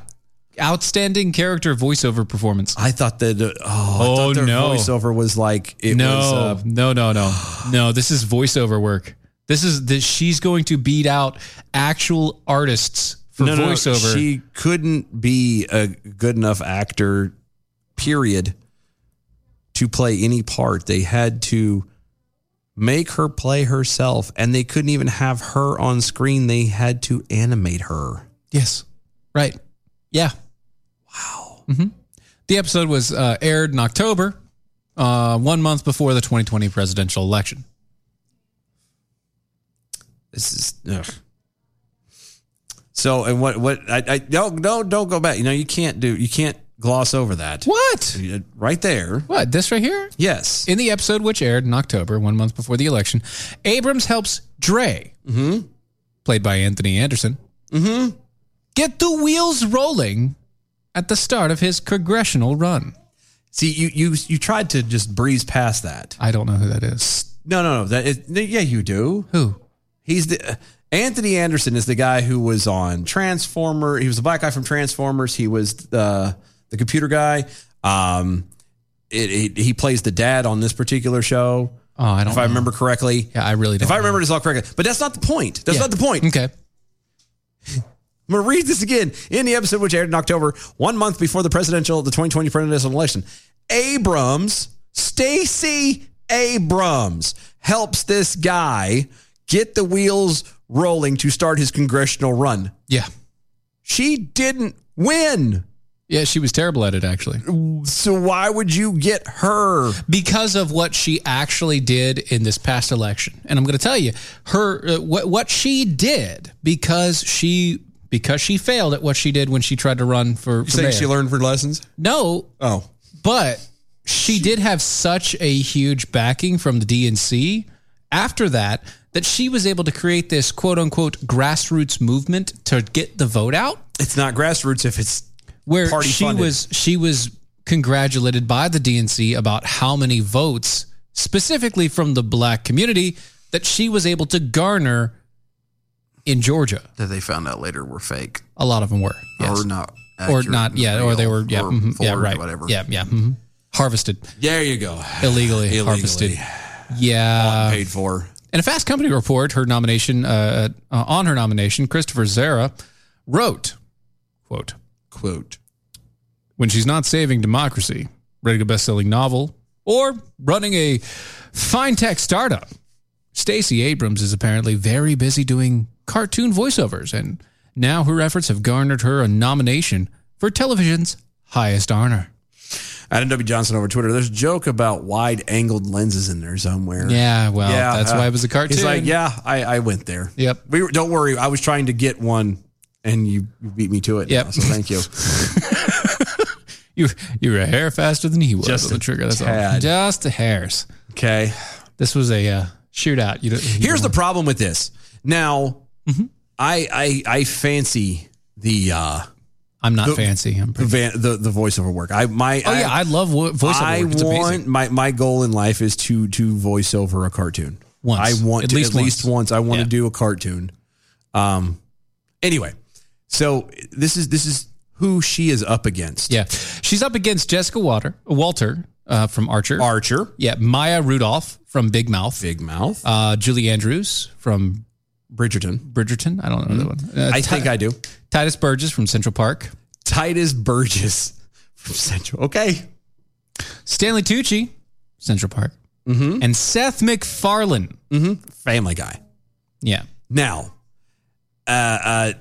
[SPEAKER 4] Outstanding character voiceover performance.
[SPEAKER 3] I thought that. Uh, oh, I thought their
[SPEAKER 4] no.
[SPEAKER 3] voiceover was like it
[SPEAKER 4] no,
[SPEAKER 3] was. Uh,
[SPEAKER 4] no, no, no, no. This is voiceover work. This is this. She's going to beat out actual artists for
[SPEAKER 3] no, no, no.
[SPEAKER 4] voiceover.
[SPEAKER 3] she couldn't be a good enough actor, period, to play any part. They had to make her play herself, and they couldn't even have her on screen. They had to animate her.
[SPEAKER 4] Yes. Right. Yeah. Wow. hmm The episode was uh, aired in October, uh, one month before the 2020 presidential election.
[SPEAKER 3] This is. Ugh. So and what what I, I don't don't don't go back. You know you can't do you can't gloss over that.
[SPEAKER 4] What?
[SPEAKER 3] Right there.
[SPEAKER 4] What, this right here?
[SPEAKER 3] Yes.
[SPEAKER 4] In the episode which aired in October, one month before the election, Abrams helps Dre,
[SPEAKER 3] Mm-hmm.
[SPEAKER 4] played by Anthony Anderson, get the wheels rolling at the start of his congressional run.
[SPEAKER 3] See, you you you tried to just breeze past that.
[SPEAKER 4] I don't know who that is.
[SPEAKER 3] No, no, no. That is, yeah, you do.
[SPEAKER 4] Who?
[SPEAKER 3] He's the uh, Anthony Anderson is the guy who was on Transformer. He was the black guy from Transformers. He was uh, the computer guy. Um, it, it, he plays the dad on this particular show.
[SPEAKER 4] Oh, I don't
[SPEAKER 3] If I
[SPEAKER 4] know.
[SPEAKER 3] remember correctly.
[SPEAKER 4] Yeah, I really don't.
[SPEAKER 3] If I remember this all correctly, but that's not the point. That's
[SPEAKER 4] Yeah.
[SPEAKER 3] not the point.
[SPEAKER 4] Okay.
[SPEAKER 3] (laughs) I'm gonna read this again in the episode which aired in October, one month before the presidential, the 2020 presidential election. Abrams, Stacey Abrams, helps this guy get the wheels rolling to start his congressional run.
[SPEAKER 4] Yeah.
[SPEAKER 3] She didn't win.
[SPEAKER 4] Yeah, she was terrible at it, actually.
[SPEAKER 3] So why would you get her?
[SPEAKER 4] Because of what she actually did in this past election, and I'm going to tell you her uh, what what she did because she because she failed at what she did when she tried to run for.
[SPEAKER 3] You
[SPEAKER 4] for
[SPEAKER 3] saying
[SPEAKER 4] mayor.
[SPEAKER 3] she learned her lessons?
[SPEAKER 4] No.
[SPEAKER 3] Oh.
[SPEAKER 4] But she did have such a huge backing from the DNC after that that she was able to create this quote unquote grassroots movement to get the vote out
[SPEAKER 3] It's not grassroots if it's
[SPEAKER 4] where
[SPEAKER 3] party
[SPEAKER 4] she
[SPEAKER 3] funded.
[SPEAKER 4] was she was congratulated by the DNC about how many votes specifically from the black community that she was able to garner in Georgia.
[SPEAKER 19] that they found out later were fake
[SPEAKER 4] A lot of them were. Yes.
[SPEAKER 19] or not,
[SPEAKER 4] or not yeah, or they were yeah, mhm, yeah, right.
[SPEAKER 19] whatever.
[SPEAKER 4] Yeah, yeah. mhm. Harvested.
[SPEAKER 3] There you go.
[SPEAKER 4] Illegally, harvested. Yeah.
[SPEAKER 3] paid for.
[SPEAKER 4] In a Fast Company report, her nomination uh, uh, on her nomination, Christopher Zara wrote, "quote
[SPEAKER 3] quote
[SPEAKER 4] When she's not saving democracy, writing a best-selling novel, or running a fine tech startup, Stacey Abrams is apparently very busy doing cartoon voiceovers, and now her efforts have garnered her a nomination for television's highest honor."
[SPEAKER 3] Adam W. Johnson over Twitter. There's a joke about wide angled lenses in there somewhere. uh,
[SPEAKER 4] Yeah, well, that's why it was a
[SPEAKER 3] He's
[SPEAKER 4] cartoon.
[SPEAKER 3] like, yeah, I, I went there.
[SPEAKER 4] Yep.
[SPEAKER 3] We were, don't worry. I was trying to get one, and you you beat me to it. Yeah. So thank you.
[SPEAKER 4] (laughs) You you were a hair faster than he was.
[SPEAKER 3] Just
[SPEAKER 4] on the
[SPEAKER 3] a
[SPEAKER 4] trigger. That's all.
[SPEAKER 3] tad.
[SPEAKER 4] Just the hairs.
[SPEAKER 3] Okay.
[SPEAKER 4] This was a uh, shootout. You don't, Mm-hmm.
[SPEAKER 3] Here's the problem with this. Now, I, I I fancy the. uh
[SPEAKER 4] I'm not
[SPEAKER 3] the-
[SPEAKER 4] fancy. I'm
[SPEAKER 3] the, van, the the voiceover work. I my
[SPEAKER 4] Oh, yeah, I love wo- voiceover
[SPEAKER 3] I
[SPEAKER 4] work. It's amazing.
[SPEAKER 3] want my my goal in life is to to voice over a cartoon.
[SPEAKER 4] Once.
[SPEAKER 3] I want
[SPEAKER 4] At
[SPEAKER 3] to,
[SPEAKER 4] least
[SPEAKER 3] at least once. I want
[SPEAKER 4] Yeah.
[SPEAKER 3] to do a cartoon. Um. Anyway, so this is this is who she is up against.
[SPEAKER 4] Yeah, she's up against Jessica Water Walter uh, from Archer.
[SPEAKER 3] Archer.
[SPEAKER 4] Yeah, Maya Rudolph from Big Mouth.
[SPEAKER 3] Big Mouth.
[SPEAKER 4] Uh, Julie Andrews from
[SPEAKER 3] Bridgerton. Mm-hmm.
[SPEAKER 4] Bridgerton. I don't know the one. Uh,
[SPEAKER 3] I
[SPEAKER 4] Ti-
[SPEAKER 3] think I do.
[SPEAKER 4] Titus Burgess from Central Park.
[SPEAKER 3] Titus Burgess (laughs) from Central. Okay.
[SPEAKER 4] Stanley Tucci, Central Park. Mm-hmm. And Seth MacFarlane.
[SPEAKER 3] Mm-hmm. Family Guy.
[SPEAKER 4] Yeah.
[SPEAKER 3] Now, uh, uh,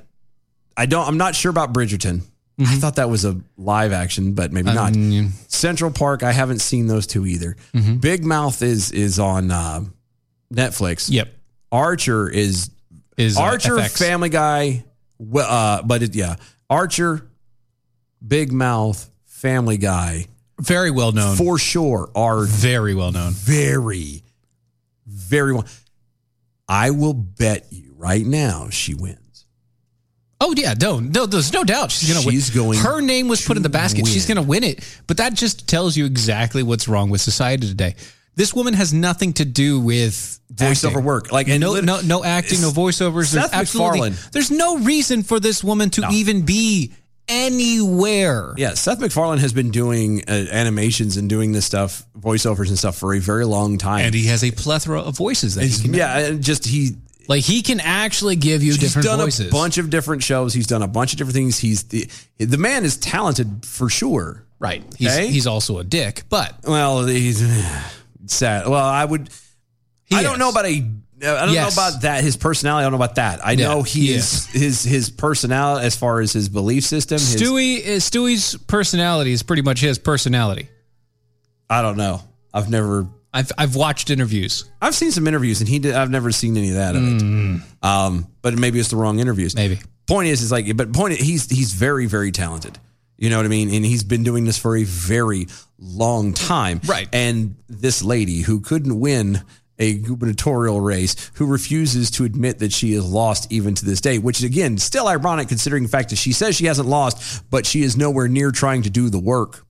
[SPEAKER 3] I don't. I'm not sure about Bridgerton.
[SPEAKER 4] Mm-hmm.
[SPEAKER 3] I thought that was a live action, but
[SPEAKER 4] Uh,
[SPEAKER 3] maybe not.
[SPEAKER 4] mm.
[SPEAKER 3] Central Park. I haven't seen those two either.
[SPEAKER 4] Mm-hmm.
[SPEAKER 3] Big Mouth is is on uh, Netflix.
[SPEAKER 4] Yep.
[SPEAKER 3] Archer is
[SPEAKER 4] Is, uh,
[SPEAKER 3] Archer
[SPEAKER 4] FX.
[SPEAKER 3] Family Guy. Well, uh, but it, yeah, Archer, Big Mouth, Family Guy
[SPEAKER 4] Very well known.
[SPEAKER 3] for sure are
[SPEAKER 4] very well known.
[SPEAKER 3] Very, very well. I will bet you right now she wins.
[SPEAKER 4] Oh yeah, don't no. There's no doubt she's gonna
[SPEAKER 3] She's
[SPEAKER 4] win.
[SPEAKER 3] going
[SPEAKER 4] Her name was put in the basket.
[SPEAKER 3] win.
[SPEAKER 4] She's gonna win it. But that just tells you exactly what's wrong with society today. This woman has nothing to do with voiceover
[SPEAKER 3] Voiceover work. Like, and
[SPEAKER 4] no,
[SPEAKER 3] lit-
[SPEAKER 4] no, no acting, no voiceovers. There's
[SPEAKER 3] Seth
[SPEAKER 4] absolutely
[SPEAKER 3] MacFarlane.
[SPEAKER 4] there's no reason for this woman to even be anywhere.
[SPEAKER 3] Yeah, Seth MacFarlane has been doing uh, animations and doing this stuff, voiceovers and stuff for a very long time,
[SPEAKER 4] and he has a plethora of voices that he
[SPEAKER 3] It's-
[SPEAKER 4] can-
[SPEAKER 3] yeah, and just he
[SPEAKER 4] like he can actually give you different
[SPEAKER 3] done
[SPEAKER 4] voices.
[SPEAKER 3] a bunch of different shows. He's done a bunch of different things. He's the the man is talented for sure.
[SPEAKER 4] Right. He's- he's also a dick, but
[SPEAKER 3] eh? well, he's (sighs) sad. Well, I would. I don't know about a. I don't
[SPEAKER 4] Yes.
[SPEAKER 3] know about that. His personality. I don't know about that. I
[SPEAKER 4] Yeah,
[SPEAKER 3] know he
[SPEAKER 4] he
[SPEAKER 3] is his his personality as far as his belief system. His,
[SPEAKER 4] Stewie is Stewie's personality is pretty much his personality.
[SPEAKER 3] I don't know. I've never.
[SPEAKER 4] I've I've watched interviews. Hmm.
[SPEAKER 3] I've seen some interviews, and he did. I've never seen any of that of (laughs) it. Um, but maybe it's the wrong interviews.
[SPEAKER 4] Maybe.
[SPEAKER 3] Point is, is like, but point is, he's he's very very talented. You know what I mean? And he's been doing this for a very long time. Right. And this lady who couldn't win a gubernatorial race, who refuses to admit that she is lost even to this day, which is again still ironic considering the fact that she says she hasn't lost, but she is nowhere near trying to do the work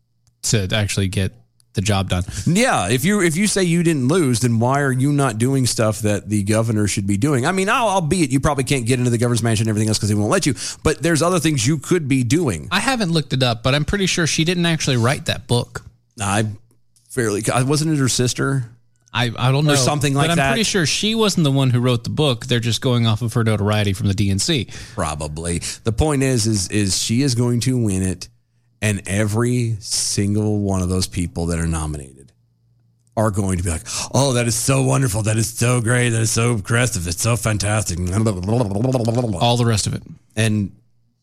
[SPEAKER 4] to actually get the job done.
[SPEAKER 3] Yeah, if you if you say you didn't lose, then why are you not doing stuff that the governor should be doing? I mean, I'll, albeit you probably can't get into the governor's mansion and everything else because they won't let you, but there's other things you could be doing.
[SPEAKER 4] I haven't looked it up, but I'm pretty sure she didn't actually write that book.
[SPEAKER 3] I fairly I uh, wasn't it her sister.
[SPEAKER 4] I, I don't know
[SPEAKER 3] Or something like
[SPEAKER 4] but I'm
[SPEAKER 3] that.
[SPEAKER 4] pretty sure she wasn't the one who wrote the book. They're just going off of her notoriety from the DNC.
[SPEAKER 3] Probably. The point is, is is she is going to win it, and every single one of those people that are nominated are going to be like, "Oh, that is so wonderful! That is so great! That is so impressive! It's so fantastic!" All
[SPEAKER 4] the rest of it,
[SPEAKER 3] and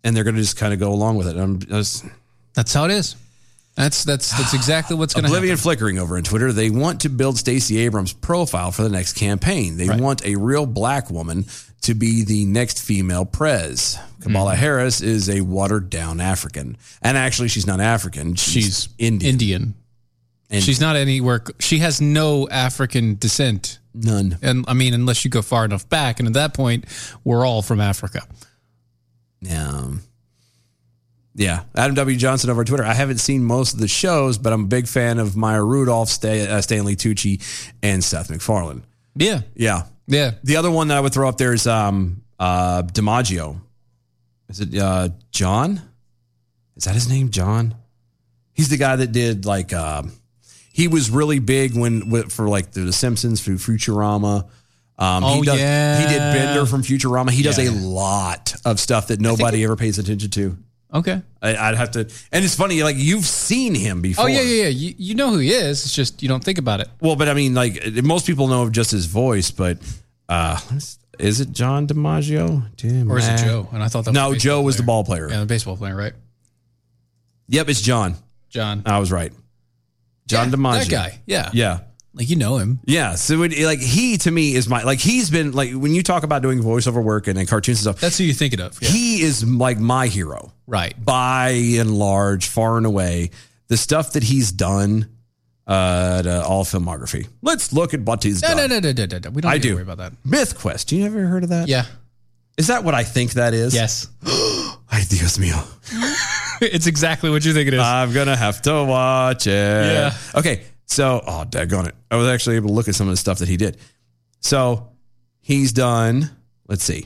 [SPEAKER 3] and they're going to just kind of go along with it. I'm just,
[SPEAKER 4] that's how it is. That's that's that's exactly what's going to happen.
[SPEAKER 3] Oblivion flickering over in Twitter. They want to build Stacey Abrams' profile for the next campaign. They want a real black woman to be the next female prez. Kamala
[SPEAKER 4] Mm-hmm.
[SPEAKER 3] Harris is a watered down African, and actually, she's not African. She's, Indian.
[SPEAKER 4] Indian. She's not anywhere. She has no African descent.
[SPEAKER 3] None.
[SPEAKER 4] And I mean, unless you go far enough back, and at that point, we're all from Africa.
[SPEAKER 3] Um, yeah, Adam W. Johnson over Twitter. I haven't seen most of the shows, but I'm a big fan of Maya Rudolph, Sta uh, Stanley Tucci, and Seth MacFarlane.
[SPEAKER 4] Yeah,
[SPEAKER 3] yeah,
[SPEAKER 4] yeah.
[SPEAKER 3] The other one that I would throw up there is um, uh, DiMaggio. Is it uh, John? Is that his name, John? He's the guy that did like um, he was really big when when- for like the, Simpsons, for Futurama. Um,
[SPEAKER 4] Oh,
[SPEAKER 3] he does,
[SPEAKER 4] yeah.
[SPEAKER 3] He did Bender from Futurama. He does
[SPEAKER 4] Yeah.
[SPEAKER 3] a lot of stuff that nobody ever pays attention to.
[SPEAKER 4] Okay.
[SPEAKER 3] I, I'd have to, and it's funny. Like you've seen him before.
[SPEAKER 4] Oh yeah, yeah, yeah. You, you know who he is. It's just you don't think about it.
[SPEAKER 3] Well, but I mean, like most people know of just his voice, but uh, is it John DiMaggio? Dim-
[SPEAKER 4] Or is it Joe? And I thought that was
[SPEAKER 3] no,
[SPEAKER 4] a
[SPEAKER 3] Joe
[SPEAKER 4] baseball
[SPEAKER 3] was the
[SPEAKER 4] player.
[SPEAKER 3] ball player.
[SPEAKER 4] Yeah, the baseball player, right?
[SPEAKER 3] Yep, it's John.
[SPEAKER 4] John.
[SPEAKER 3] I was right. John DiMaggio.
[SPEAKER 4] that guy. Yeah.
[SPEAKER 3] Yeah.
[SPEAKER 4] Like you know him.
[SPEAKER 3] Yeah. So it, like he to me is my like he's been like when you talk about doing voiceover work and, and cartoons and stuff.
[SPEAKER 4] That's who you're thinking of.
[SPEAKER 3] He is like my hero.
[SPEAKER 4] Right.
[SPEAKER 3] By and large, far and away, the stuff that he's done uh to all filmography. Let's look at what he's
[SPEAKER 4] No,
[SPEAKER 3] done.
[SPEAKER 4] no, no, no, no, no, no. We don't
[SPEAKER 3] I
[SPEAKER 4] need to
[SPEAKER 3] do.
[SPEAKER 4] worry about that.
[SPEAKER 3] Myth Quest. You ever heard of that?
[SPEAKER 4] Yeah.
[SPEAKER 3] Is that what I think that is?
[SPEAKER 4] Yes.
[SPEAKER 3] Ay, Dios mío.
[SPEAKER 4] (laughs) it's exactly what you think it is.
[SPEAKER 3] I'm gonna have to watch it.
[SPEAKER 4] Yeah.
[SPEAKER 3] Okay. So, oh, daggone it. I was actually able to look at some of the stuff that he did. So, he's done. Let's see,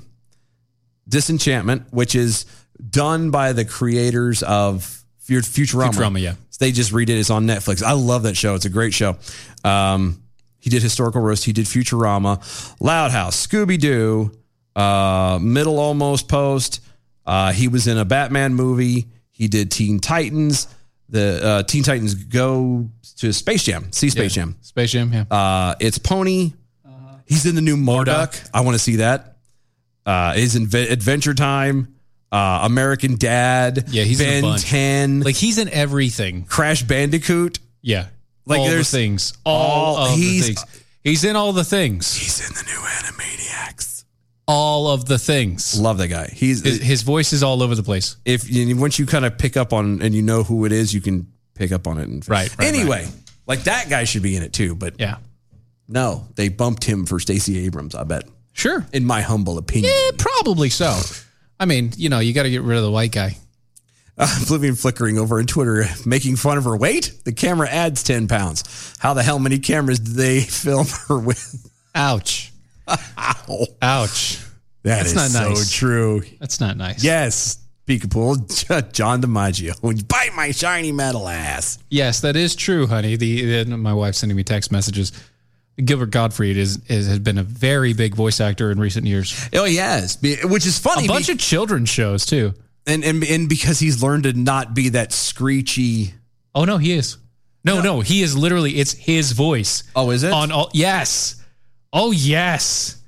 [SPEAKER 3] Disenchantment, which is done by the creators of Fut- Futurama.
[SPEAKER 4] Futurama, yeah.
[SPEAKER 3] They just redid. it. It's on Netflix. I love that show. It's a great show. Um, he did historical roast. He did Futurama, Loud House, Scooby Doo, uh, Middle Almost Post. Uh, he was in a Batman movie. He did Teen Titans. The uh, Teen Titans go to Space Jam. (gasps) See Space Jam.
[SPEAKER 4] Space Jam. Yeah.
[SPEAKER 3] Uh, it's Pony.
[SPEAKER 4] Uh-huh.
[SPEAKER 3] He's in the new Marduk. I want to see that. Uh, he's in Ve- Adventure Time. Uh, American Dad.
[SPEAKER 4] Yeah, he's in a
[SPEAKER 3] Ben
[SPEAKER 4] bunch.
[SPEAKER 3] 10.
[SPEAKER 4] Like he's in everything.
[SPEAKER 3] Crash Bandicoot.
[SPEAKER 4] Yeah.
[SPEAKER 3] Like,
[SPEAKER 4] all
[SPEAKER 3] there's-
[SPEAKER 4] the things. All,
[SPEAKER 3] all-
[SPEAKER 4] of
[SPEAKER 3] he's-
[SPEAKER 4] the things. He's in all the things.
[SPEAKER 3] He's in the new Animaniacs.
[SPEAKER 4] All of the things.
[SPEAKER 3] Love that guy. He's
[SPEAKER 4] his, his voice is all over the place.
[SPEAKER 3] If you, once you kind of pick up on and you know who it is, you can pick up on it. And
[SPEAKER 4] Right, right,
[SPEAKER 3] anyway, like that guy should be in it too. But
[SPEAKER 4] yeah,
[SPEAKER 3] no, they bumped him for Stacey Abrams. I bet.
[SPEAKER 4] Sure.
[SPEAKER 3] In my humble opinion.
[SPEAKER 4] Yeah, probably so. I mean, you know, you got to get rid of the white guy.
[SPEAKER 3] Uh, (laughs) Oblivion flickering over on Twitter, making fun of her weight. The camera adds 10 pounds. How the hell many cameras did they (laughs) film her with?
[SPEAKER 4] Ouch.
[SPEAKER 3] Ow.
[SPEAKER 4] Ouch.
[SPEAKER 3] That's not nice. so true.
[SPEAKER 4] That's not nice.
[SPEAKER 3] Yes, Peekapool, (laughs) John DiMaggio. Bite my shiny metal ass.
[SPEAKER 4] Yes, that is true, honey. The, the- my wife's sending me text messages. Gilbert Gottfried is, is has been a very big voice actor in recent years.
[SPEAKER 3] Oh, yes, be- which is funny.
[SPEAKER 4] A bunch of children's shows too.
[SPEAKER 3] And, and and because he's learned to not be that screechy.
[SPEAKER 4] Oh no, he is. No, no, he is literally it's his voice.
[SPEAKER 3] Oh, is it?
[SPEAKER 4] On all yes. Oh yes.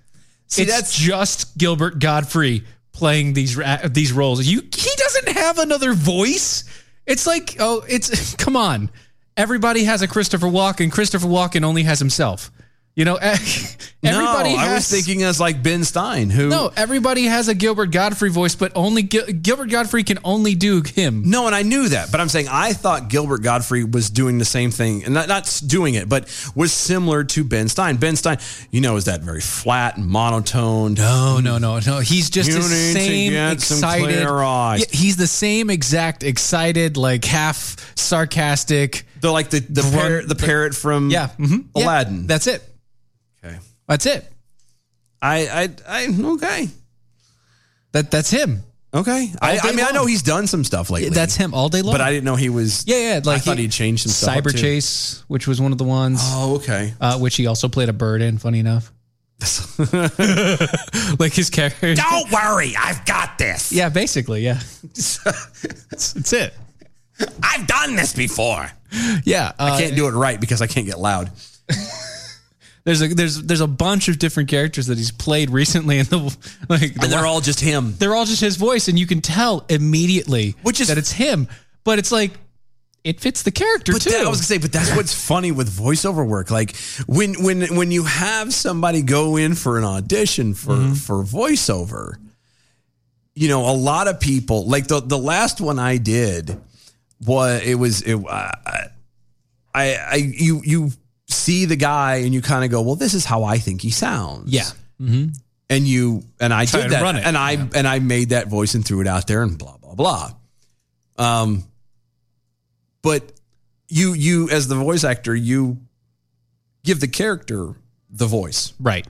[SPEAKER 3] See,
[SPEAKER 4] it's
[SPEAKER 3] that's-
[SPEAKER 4] just Gilbert Godfrey playing these ra- these roles. You he doesn't have another voice. It's like oh, it's (laughs) come on. Everybody has a Christopher Walken. Christopher Walken only has himself. You know, (laughs) everybody
[SPEAKER 3] no,
[SPEAKER 4] has
[SPEAKER 3] I was thinking as like Ben Stein, who
[SPEAKER 4] No, everybody has a Gilbert Godfrey voice, but only Gil- Gilbert Godfrey can only do him.
[SPEAKER 3] No, and I knew that, but I'm saying I thought Gilbert Godfrey was doing the same thing, and not, not doing it, but was similar to Ben Stein. Ben Stein, you know, is that very flat, monotone.
[SPEAKER 4] No, no, no, oh, no. He's just the same excited.
[SPEAKER 3] clear eyes.
[SPEAKER 4] Yeah, he's the same exact excited, like half sarcastic.
[SPEAKER 3] The like the the, parrot, the parrot from
[SPEAKER 4] yeah, mhm, yeah.
[SPEAKER 3] Aladdin.
[SPEAKER 4] that's it.
[SPEAKER 3] Okay.
[SPEAKER 4] That's it.
[SPEAKER 3] I I I okay.
[SPEAKER 4] That that's him.
[SPEAKER 3] Okay. I, I mean, I know he's done some stuff lately.
[SPEAKER 4] That's him all day long.
[SPEAKER 3] but I didn't know he was.
[SPEAKER 4] Yeah, yeah. Like
[SPEAKER 3] I thought he, would changed some stuff.
[SPEAKER 4] Cyber Chase, which was one of the ones.
[SPEAKER 3] Oh, okay.
[SPEAKER 4] uh, which he also played a bird in. Funny
[SPEAKER 3] (laughs)
[SPEAKER 4] enough, (laughs) like his
[SPEAKER 3] (laughs)
[SPEAKER 4] character.
[SPEAKER 10] Don't worry, I've got this. (laughs)
[SPEAKER 4] Yeah, basically, yeah. That's it.
[SPEAKER 10] I've done this before.
[SPEAKER 4] (laughs) Yeah,
[SPEAKER 3] I
[SPEAKER 4] uh,
[SPEAKER 3] can't do it right because I can't get loud.
[SPEAKER 4] There's a there's there's a bunch of different characters that he's played recently, and the like
[SPEAKER 3] And they're all just him.
[SPEAKER 4] they're all just his voice, and you can tell immediately which is that it's him. But it's like it fits the character
[SPEAKER 3] But
[SPEAKER 4] too.
[SPEAKER 3] that, I was gonna say, but that's what's funny with voiceover work. Like when when when you have somebody go in for an audition for for voiceover, you know, a lot of people like the the last one I did was it was it, I, I I you you see the guy and you kind of go, well, this is how I think he sounds.
[SPEAKER 4] yeah. Mm-hmm.
[SPEAKER 3] and you and I
[SPEAKER 4] Try
[SPEAKER 3] did
[SPEAKER 4] and
[SPEAKER 3] that,
[SPEAKER 4] run it.
[SPEAKER 3] and I and I made that voice and threw it out there, and blah blah blah. Um, but you you as the voice actor, you give the character the voice,
[SPEAKER 4] Right.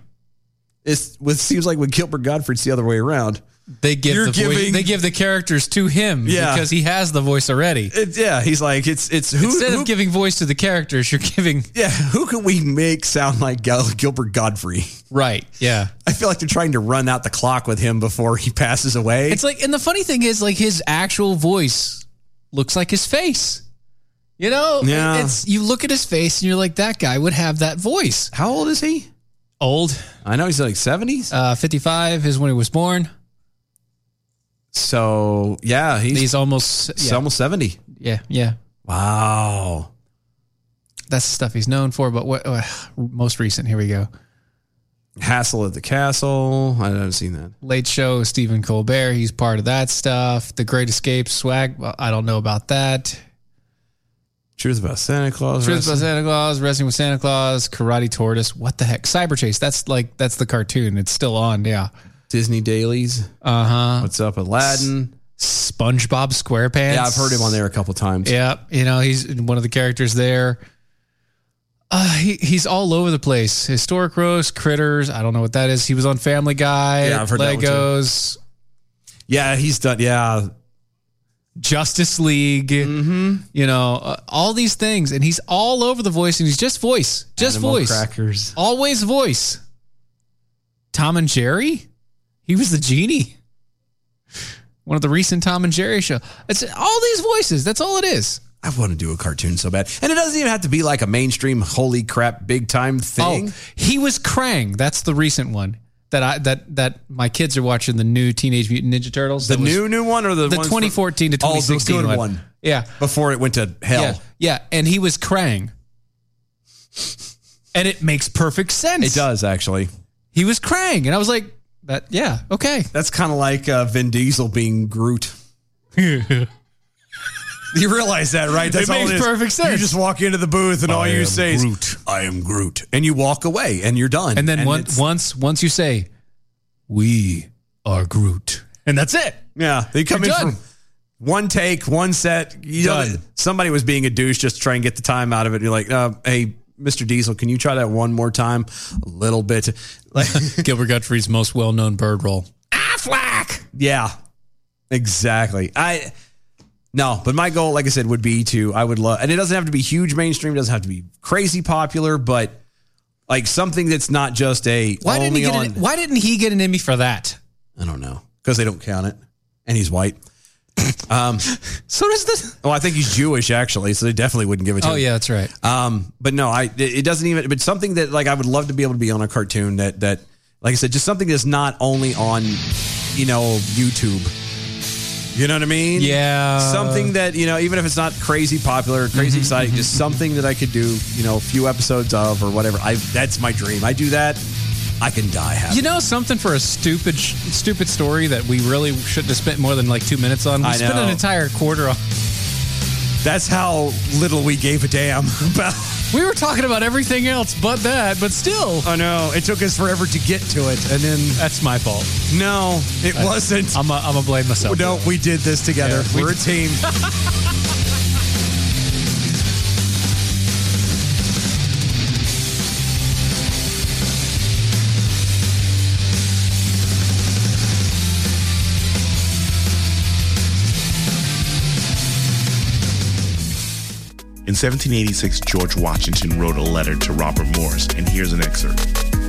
[SPEAKER 3] It's it seems like with Gilbert Godfrey, it's the other way around.
[SPEAKER 4] They give
[SPEAKER 3] You're
[SPEAKER 4] the voice-
[SPEAKER 3] giving- (laughs)
[SPEAKER 4] they give the characters to him
[SPEAKER 3] Yeah.
[SPEAKER 4] because he has the voice already.
[SPEAKER 3] It, yeah, he's like it's it's who,
[SPEAKER 4] Instead
[SPEAKER 3] who
[SPEAKER 4] of giving voice to the characters, you're giving
[SPEAKER 3] yeah who can we make sound like Gil- Gilbert Godfrey?
[SPEAKER 4] right. Yeah.
[SPEAKER 3] I feel like they're trying to run out the clock with him before he passes away.
[SPEAKER 4] It's like, and the funny thing is, like his actual voice looks like his face. You know,
[SPEAKER 3] Yeah.
[SPEAKER 4] it's you look at his face and you're like, that guy would have that voice.
[SPEAKER 3] How old is he?
[SPEAKER 4] Old,
[SPEAKER 3] I know he's like seventies.
[SPEAKER 4] uh, 55 is when he was born.
[SPEAKER 3] So yeah, he's,
[SPEAKER 4] He's, almost
[SPEAKER 3] he's
[SPEAKER 4] yeah,
[SPEAKER 3] almost seventy.
[SPEAKER 4] yeah, yeah.
[SPEAKER 3] Wow.
[SPEAKER 4] That's the stuff he's known for. But what uh, most recent? Here we go.
[SPEAKER 3] Hassle at the Castle. I haven't seen that.
[SPEAKER 4] Late Show, Stephen Colbert. He's part of that stuff. The Great Escape, Swag. Well, I don't know about that.
[SPEAKER 3] Truth about Santa Claus.
[SPEAKER 4] Truth about Santa Claus, Wrestling with Santa Claus, Karate Tortoise. What the heck? Cyber Chase. That's like that's the cartoon. It's still on. Yeah.
[SPEAKER 3] Disney dailies.
[SPEAKER 4] Uh huh.
[SPEAKER 3] What's up, Aladdin?
[SPEAKER 4] SpongeBob SquarePants.
[SPEAKER 3] Yeah, I've heard him on there a couple times.
[SPEAKER 4] Yeah, you know he's one of the characters there. Uh, he, he's all over the place. Historic roast, critters. I don't know what that is. He was on Family Guy.
[SPEAKER 3] Yeah, I've heard that one, too.
[SPEAKER 4] Legos,
[SPEAKER 3] Yeah, he's done. Yeah, Mm-hmm.
[SPEAKER 4] Justice League. You know uh, all these things, and he's all over the voice, and he's just voice, just
[SPEAKER 3] Animal
[SPEAKER 4] voice,
[SPEAKER 3] Crackers.
[SPEAKER 4] always voice. Tom and Jerry. He was the genie. One of the recent Tom and Jerry show. It's all these voices. That's all it is.
[SPEAKER 3] I want to do a cartoon so bad, and it doesn't even have to be like a mainstream, holy crap, big time thing.
[SPEAKER 4] Oh, he was Krang. That's the recent one that I that that my kids are watching the new Teenage Mutant Ninja Turtles.
[SPEAKER 3] the
[SPEAKER 4] That was
[SPEAKER 3] new new one or the
[SPEAKER 4] the
[SPEAKER 3] ones
[SPEAKER 4] 2014 to
[SPEAKER 3] from- Oh, the
[SPEAKER 4] 2016
[SPEAKER 3] good
[SPEAKER 4] one.
[SPEAKER 3] one
[SPEAKER 4] Yeah,
[SPEAKER 3] before it went to hell.
[SPEAKER 4] yeah, yeah, and he was Krang, and it makes perfect sense.
[SPEAKER 3] It does actually.
[SPEAKER 4] He was Krang, and I was like, that yeah, okay.
[SPEAKER 3] That's kind of like uh, Vin Diesel
[SPEAKER 4] (laughs)
[SPEAKER 3] being Groot. You realize that, right?
[SPEAKER 4] It makes
[SPEAKER 3] is.
[SPEAKER 4] perfect sense.
[SPEAKER 3] You just walk into the booth and all
[SPEAKER 4] I
[SPEAKER 3] you
[SPEAKER 4] am
[SPEAKER 3] say is,
[SPEAKER 4] Groot.
[SPEAKER 3] I am Groot. And you walk away and you're done.
[SPEAKER 4] and then once
[SPEAKER 3] it's-
[SPEAKER 4] once once you say, we are Groot, and that's it.
[SPEAKER 3] Yeah, they come
[SPEAKER 4] You're
[SPEAKER 3] in
[SPEAKER 4] done.
[SPEAKER 3] from One take, one set. You know, somebody was being a douche just to try and get the time out of it. You're like, uh, hey, Mr. Diesel, can you try that one more time? A little bit. (laughs) Like
[SPEAKER 4] (laughs) Gilbert Gottfried's most well known bird roll.
[SPEAKER 3] Yeah, exactly. I no, but my goal, like I said, would be to I would love, and it doesn't have to be huge mainstream. It doesn't have to be crazy popular, but like something that's not just a
[SPEAKER 4] Why didn't he get an, why didn't he get an Emmy for that?
[SPEAKER 3] I don't know because they don't count it, and
[SPEAKER 4] (laughs)
[SPEAKER 3] he's white. um, so does this? Well, I think he's Jewish actually, so they definitely wouldn't give it to
[SPEAKER 4] Oh
[SPEAKER 3] him.
[SPEAKER 4] yeah, that's right.
[SPEAKER 3] Um, but no, I it it doesn't even. But something that like I would love to be able to be on a cartoon that that like I said, just something that's not only on you know YouTube. You know what I mean?
[SPEAKER 4] Yeah. Mm-hmm,
[SPEAKER 3] Something that you know, even if it's not crazy popular, crazy exciting, just something that I could do. You know, a few episodes of or whatever. I that's my dream. I do that, I can die happy.
[SPEAKER 4] You know something for a stupid, sh- stupid story that we really shouldn't have spent more than like two minutes on. We
[SPEAKER 3] I
[SPEAKER 4] spent an
[SPEAKER 3] know.
[SPEAKER 4] entire quarter on.
[SPEAKER 3] That's how little we gave a damn (laughs) about.
[SPEAKER 4] We were talking about everything else but that, but still.
[SPEAKER 3] I know it took us forever to get to it, and then
[SPEAKER 4] that's my fault.
[SPEAKER 3] No, it wasn't.
[SPEAKER 4] I'm gonna blame myself.
[SPEAKER 3] No, we did this together.
[SPEAKER 4] Yeah, we
[SPEAKER 3] We're a
[SPEAKER 4] did. (laughs)
[SPEAKER 3] team.
[SPEAKER 20] In 1786, George Washington wrote a letter to Robert Morris, and here's an excerpt.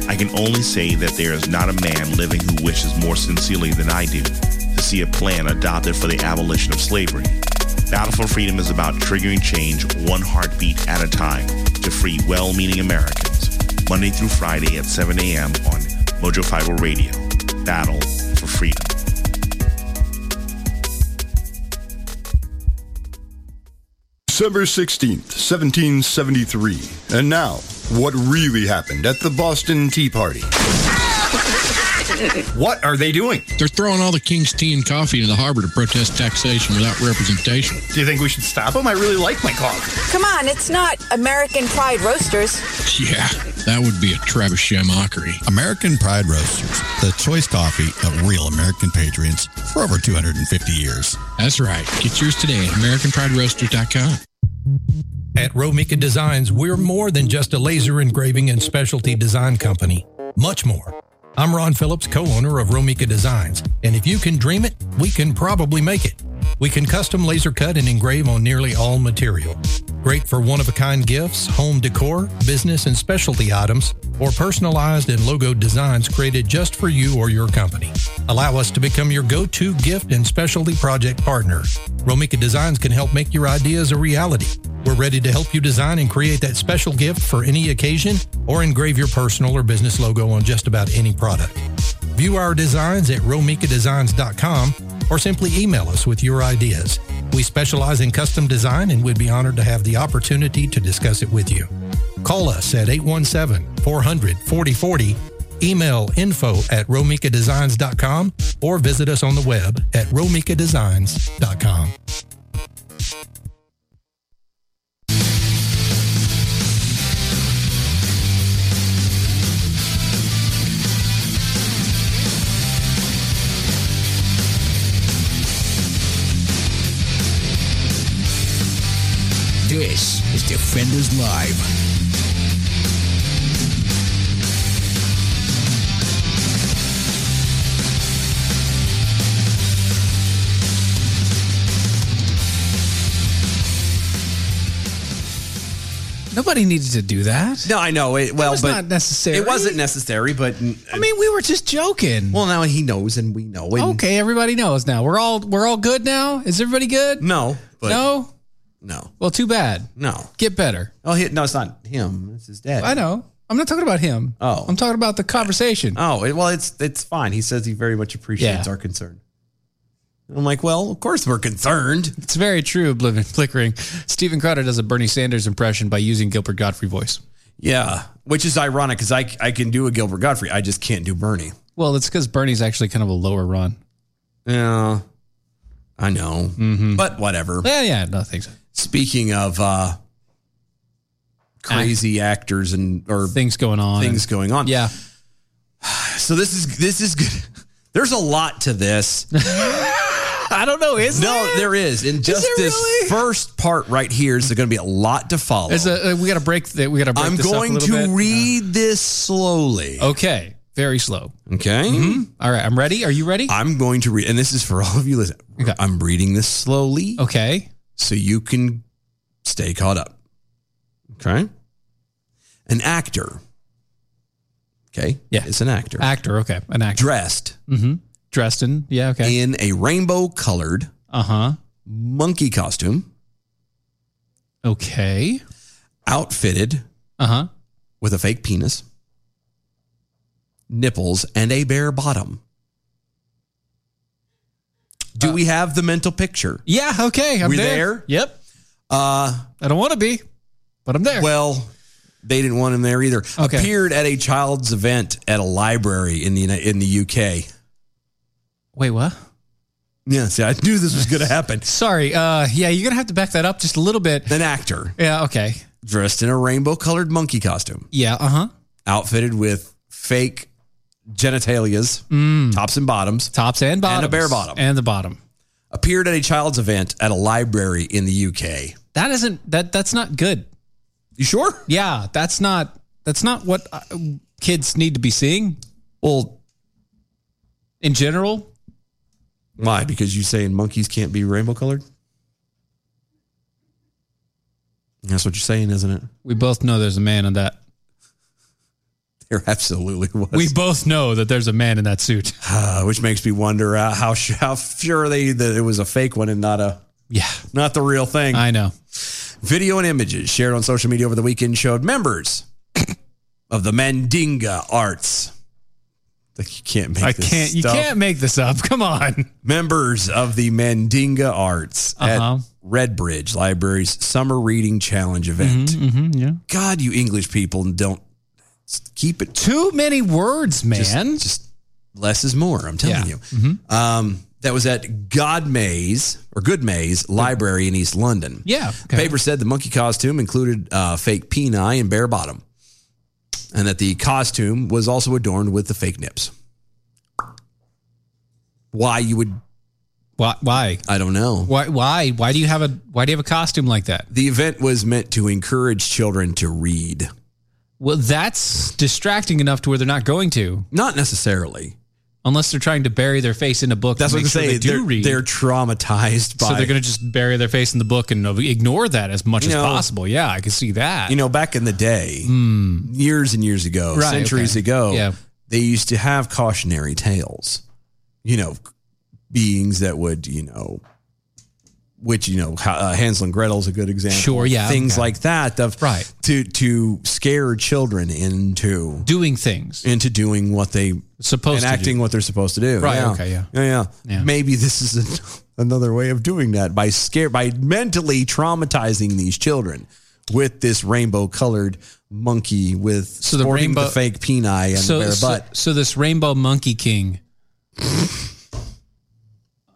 [SPEAKER 20] I can only say that there is not a man living who wishes more sincerely than I do to see a plan adopted for the abolition of slavery. Battle for Freedom is about triggering change one heartbeat at a time to free well meaning Americans. Monday through Friday at 7 a.m. on Mojo 50 Radio. Battle for Freedom.
[SPEAKER 21] December 16th, 1773. And now, what really happened at the Boston Tea Party? What are they doing?
[SPEAKER 22] They're throwing all the king's tea and coffee into the harbor to protest taxation without representation.
[SPEAKER 21] Do you think we should stop them? I really like my coffee.
[SPEAKER 23] Come on, it's not American Pride Roasters.
[SPEAKER 22] Yeah, that would be a trebuchet mockery.
[SPEAKER 24] American Pride Roasters, the choice coffee of real American patriots for over 250 years.
[SPEAKER 22] That's right. Get yours today at AmericanPrideRoaster.com.
[SPEAKER 2] At Romica Designs, we're more than just a laser engraving and specialty design company. Much more. I'm Ron Phillips, co owner of Romica Designs, and if you can dream it, we can probably make it. We can custom laser cut and engrave on nearly all material. Great for one of a kind gifts, home decor, business and specialty items, or personalized and logoed designs created just for you or your company. Allow us to become your go to gift and specialty project partner. Romica Designs can help make your ideas a reality. We're ready to help you design and create that special gift for any occasion or engrave your personal or business logo on just about any product. View our designs at romikadesigns.com or simply email us with your ideas. We specialize in custom design and we'd be honored to have the opportunity to discuss it with you. Call us at 817 400 4040, email info at romikadesigns.com, or visit us on the web at romikadesigns.com.
[SPEAKER 18] This is Defenders Live.
[SPEAKER 4] Nobody needed to do that.
[SPEAKER 3] No, I know. It, well,
[SPEAKER 4] was
[SPEAKER 3] but
[SPEAKER 4] not necessary.
[SPEAKER 3] It wasn't necessary, but uh,
[SPEAKER 4] I mean, we were just joking.
[SPEAKER 3] Well, now he knows, and we know. And
[SPEAKER 4] okay, everybody knows now. We're all we're all good now. Is everybody good?
[SPEAKER 3] No, but-
[SPEAKER 4] no,
[SPEAKER 3] no.
[SPEAKER 4] Well, too bad.
[SPEAKER 3] No,
[SPEAKER 4] Get better.
[SPEAKER 3] oh, he, no, it's not him. It's his dad.
[SPEAKER 4] I know. I'm not talking about him.
[SPEAKER 3] Oh,
[SPEAKER 4] I'm talking about the conversation.
[SPEAKER 3] Oh, it, well, it's it's fine. He says he very much appreciates
[SPEAKER 4] Yeah.
[SPEAKER 3] our concern. I'm like, well, of course we're concerned.
[SPEAKER 4] It's very true, Oblivion Flickering. Stephen Crowder does a Bernie Sanders impression by using Gilbert Godfrey voice.
[SPEAKER 3] Yeah, which is ironic because I I can do a Gilbert Godfrey. I just can't do Bernie.
[SPEAKER 4] Well, it's because Bernie's actually kind of a lower run.
[SPEAKER 3] Yeah, I know, but whatever.
[SPEAKER 4] Mm-hmm. Yeah, yeah, no, thanks.
[SPEAKER 3] Speaking of uh, crazy actors and or
[SPEAKER 4] things going on,
[SPEAKER 3] things going on. (sighs)
[SPEAKER 4] Yeah.
[SPEAKER 3] (laughs) So this is this is good. There's a lot to this.
[SPEAKER 4] (laughs) I don't know. Is
[SPEAKER 3] no, there is. And just this first part right here is going to be a lot to follow.
[SPEAKER 4] Is a, uh, we got to break. The, we got to. break
[SPEAKER 3] I'm
[SPEAKER 4] this up a
[SPEAKER 3] going
[SPEAKER 4] little
[SPEAKER 3] to
[SPEAKER 4] bit. Uh-huh.
[SPEAKER 3] read this slowly.
[SPEAKER 4] Okay, very slow. Mm-hmm.
[SPEAKER 3] Okay.
[SPEAKER 4] All right, I'm ready. Are you ready?
[SPEAKER 3] I'm going to read, and this is for all of you. Listen, I'm reading this slowly.
[SPEAKER 4] Okay.
[SPEAKER 3] So you can stay caught up. Okay. An actor. Okay. Yeah. It's an actor.
[SPEAKER 4] Actor. Okay. An actor.
[SPEAKER 3] Dressed.
[SPEAKER 4] Mm-hmm. Dressed in. Yeah. Okay.
[SPEAKER 3] In a rainbow colored.
[SPEAKER 4] Uh huh.
[SPEAKER 3] Monkey costume.
[SPEAKER 4] Okay.
[SPEAKER 3] Outfitted.
[SPEAKER 4] Uh huh.
[SPEAKER 3] With a fake penis. Nipples and a bare bottom. Do we have the mental picture?
[SPEAKER 4] Uh, Yeah. Okay. I'm
[SPEAKER 3] we
[SPEAKER 4] there.
[SPEAKER 3] there?
[SPEAKER 4] Yep.
[SPEAKER 3] Uh,
[SPEAKER 4] I don't want to be, but I'm there.
[SPEAKER 3] Well, they didn't want him there either.
[SPEAKER 4] Okay.
[SPEAKER 3] Appeared at a child's event at a library in the Uni- in the UK.
[SPEAKER 4] Wait, what?
[SPEAKER 3] Yeah, see, I knew this was
[SPEAKER 4] (laughs)
[SPEAKER 3] going to happen.
[SPEAKER 4] Sorry. Uh, yeah, you're gonna have to back that up just a little bit.
[SPEAKER 3] An actor
[SPEAKER 4] Yeah. Okay.
[SPEAKER 3] dressed in a rainbow colored monkey costume,
[SPEAKER 4] Yeah. Uh huh.
[SPEAKER 3] outfitted with fake genitalias, tops and bottoms,
[SPEAKER 4] Mm. tops and bottoms,
[SPEAKER 3] and a bare bottom.
[SPEAKER 4] and the bottom.
[SPEAKER 3] Appeared at a child's event at a library in the UK.
[SPEAKER 4] That isn't that. That's not good.
[SPEAKER 3] You sure?
[SPEAKER 4] Yeah. That's not. That's not what uh, kids need to be seeing.
[SPEAKER 3] Well,
[SPEAKER 4] in general.
[SPEAKER 3] Why? Because you saying monkeys can't be rainbow colored? That's what you're saying, isn't it?
[SPEAKER 4] We both know there's a man in that.
[SPEAKER 3] There absolutely was.
[SPEAKER 4] We both know that there's a man in that
[SPEAKER 3] (sighs)
[SPEAKER 4] suit.
[SPEAKER 3] Uh, which makes me wonder uh, how sh- how sure they that it was a fake one and not a
[SPEAKER 4] yeah
[SPEAKER 3] not the real thing.
[SPEAKER 4] I know.
[SPEAKER 3] Video and images shared on social media over the weekend showed members (coughs) of the Mandinga Arts. Like you can't make.
[SPEAKER 4] I
[SPEAKER 3] this
[SPEAKER 4] can't. You
[SPEAKER 3] stuff.
[SPEAKER 4] can't make this up. Come on.
[SPEAKER 3] Members of the Mandinga Arts
[SPEAKER 4] Uh-huh. Mm-hmm,
[SPEAKER 3] at Redbridge Library's summer reading challenge event.
[SPEAKER 4] yeah.
[SPEAKER 3] God, you English people don't just keep it.
[SPEAKER 4] Too many words, man.
[SPEAKER 3] Just, just less is more. I'm telling you.
[SPEAKER 4] Mm-hmm.
[SPEAKER 3] Um, that was at God Mays or Good Mays Library in East London.
[SPEAKER 4] Yeah.
[SPEAKER 3] The paper said the monkey costume included uh, fake peni and bare bottom, and that the costume was also adorned with the fake nips. Why you would?
[SPEAKER 4] Why? Why?
[SPEAKER 3] I don't know.
[SPEAKER 4] Why? Why? Why do you have a? Why do you have a costume like that?
[SPEAKER 3] The event was meant to encourage children to read.
[SPEAKER 4] Well, that's distracting enough to where they're not going to,
[SPEAKER 3] Not necessarily.
[SPEAKER 4] unless they're trying to bury their face in a book.
[SPEAKER 3] That's
[SPEAKER 4] to
[SPEAKER 3] what I'm
[SPEAKER 4] make sure
[SPEAKER 3] saying.
[SPEAKER 4] They do
[SPEAKER 3] They're,
[SPEAKER 4] read.
[SPEAKER 3] they're traumatized by.
[SPEAKER 4] so they're going to just bury their face in the book and uh, ignore that as much
[SPEAKER 3] You
[SPEAKER 4] as
[SPEAKER 3] know-
[SPEAKER 4] possible. Yeah, I can see that.
[SPEAKER 3] you know, back in the day, years and years ago,
[SPEAKER 4] Hmm. Right,
[SPEAKER 3] centuries
[SPEAKER 4] okay.
[SPEAKER 3] ago,
[SPEAKER 4] Yeah.
[SPEAKER 3] they used to have cautionary tales. You know, beings that would, you know, which you know, ha- uh, Hansel and Gretel's a good example.
[SPEAKER 4] Sure, yeah,
[SPEAKER 3] things
[SPEAKER 4] okay.
[SPEAKER 3] like that. Of
[SPEAKER 4] Right.
[SPEAKER 3] to to scare children into
[SPEAKER 4] doing things
[SPEAKER 3] into doing what they
[SPEAKER 4] supposed
[SPEAKER 3] and
[SPEAKER 4] to do.
[SPEAKER 3] acting what they're supposed to do.
[SPEAKER 4] Right, okay, yeah.
[SPEAKER 3] yeah, yeah.
[SPEAKER 4] Yeah.
[SPEAKER 3] Maybe this is a, another way of doing that by scare by mentally traumatizing these children with this rainbow colored monkey with
[SPEAKER 4] the
[SPEAKER 3] sporting
[SPEAKER 4] rainbow-
[SPEAKER 3] the fake peni and
[SPEAKER 4] so,
[SPEAKER 3] bare
[SPEAKER 4] so,
[SPEAKER 3] butt.
[SPEAKER 4] so this rainbow monkey king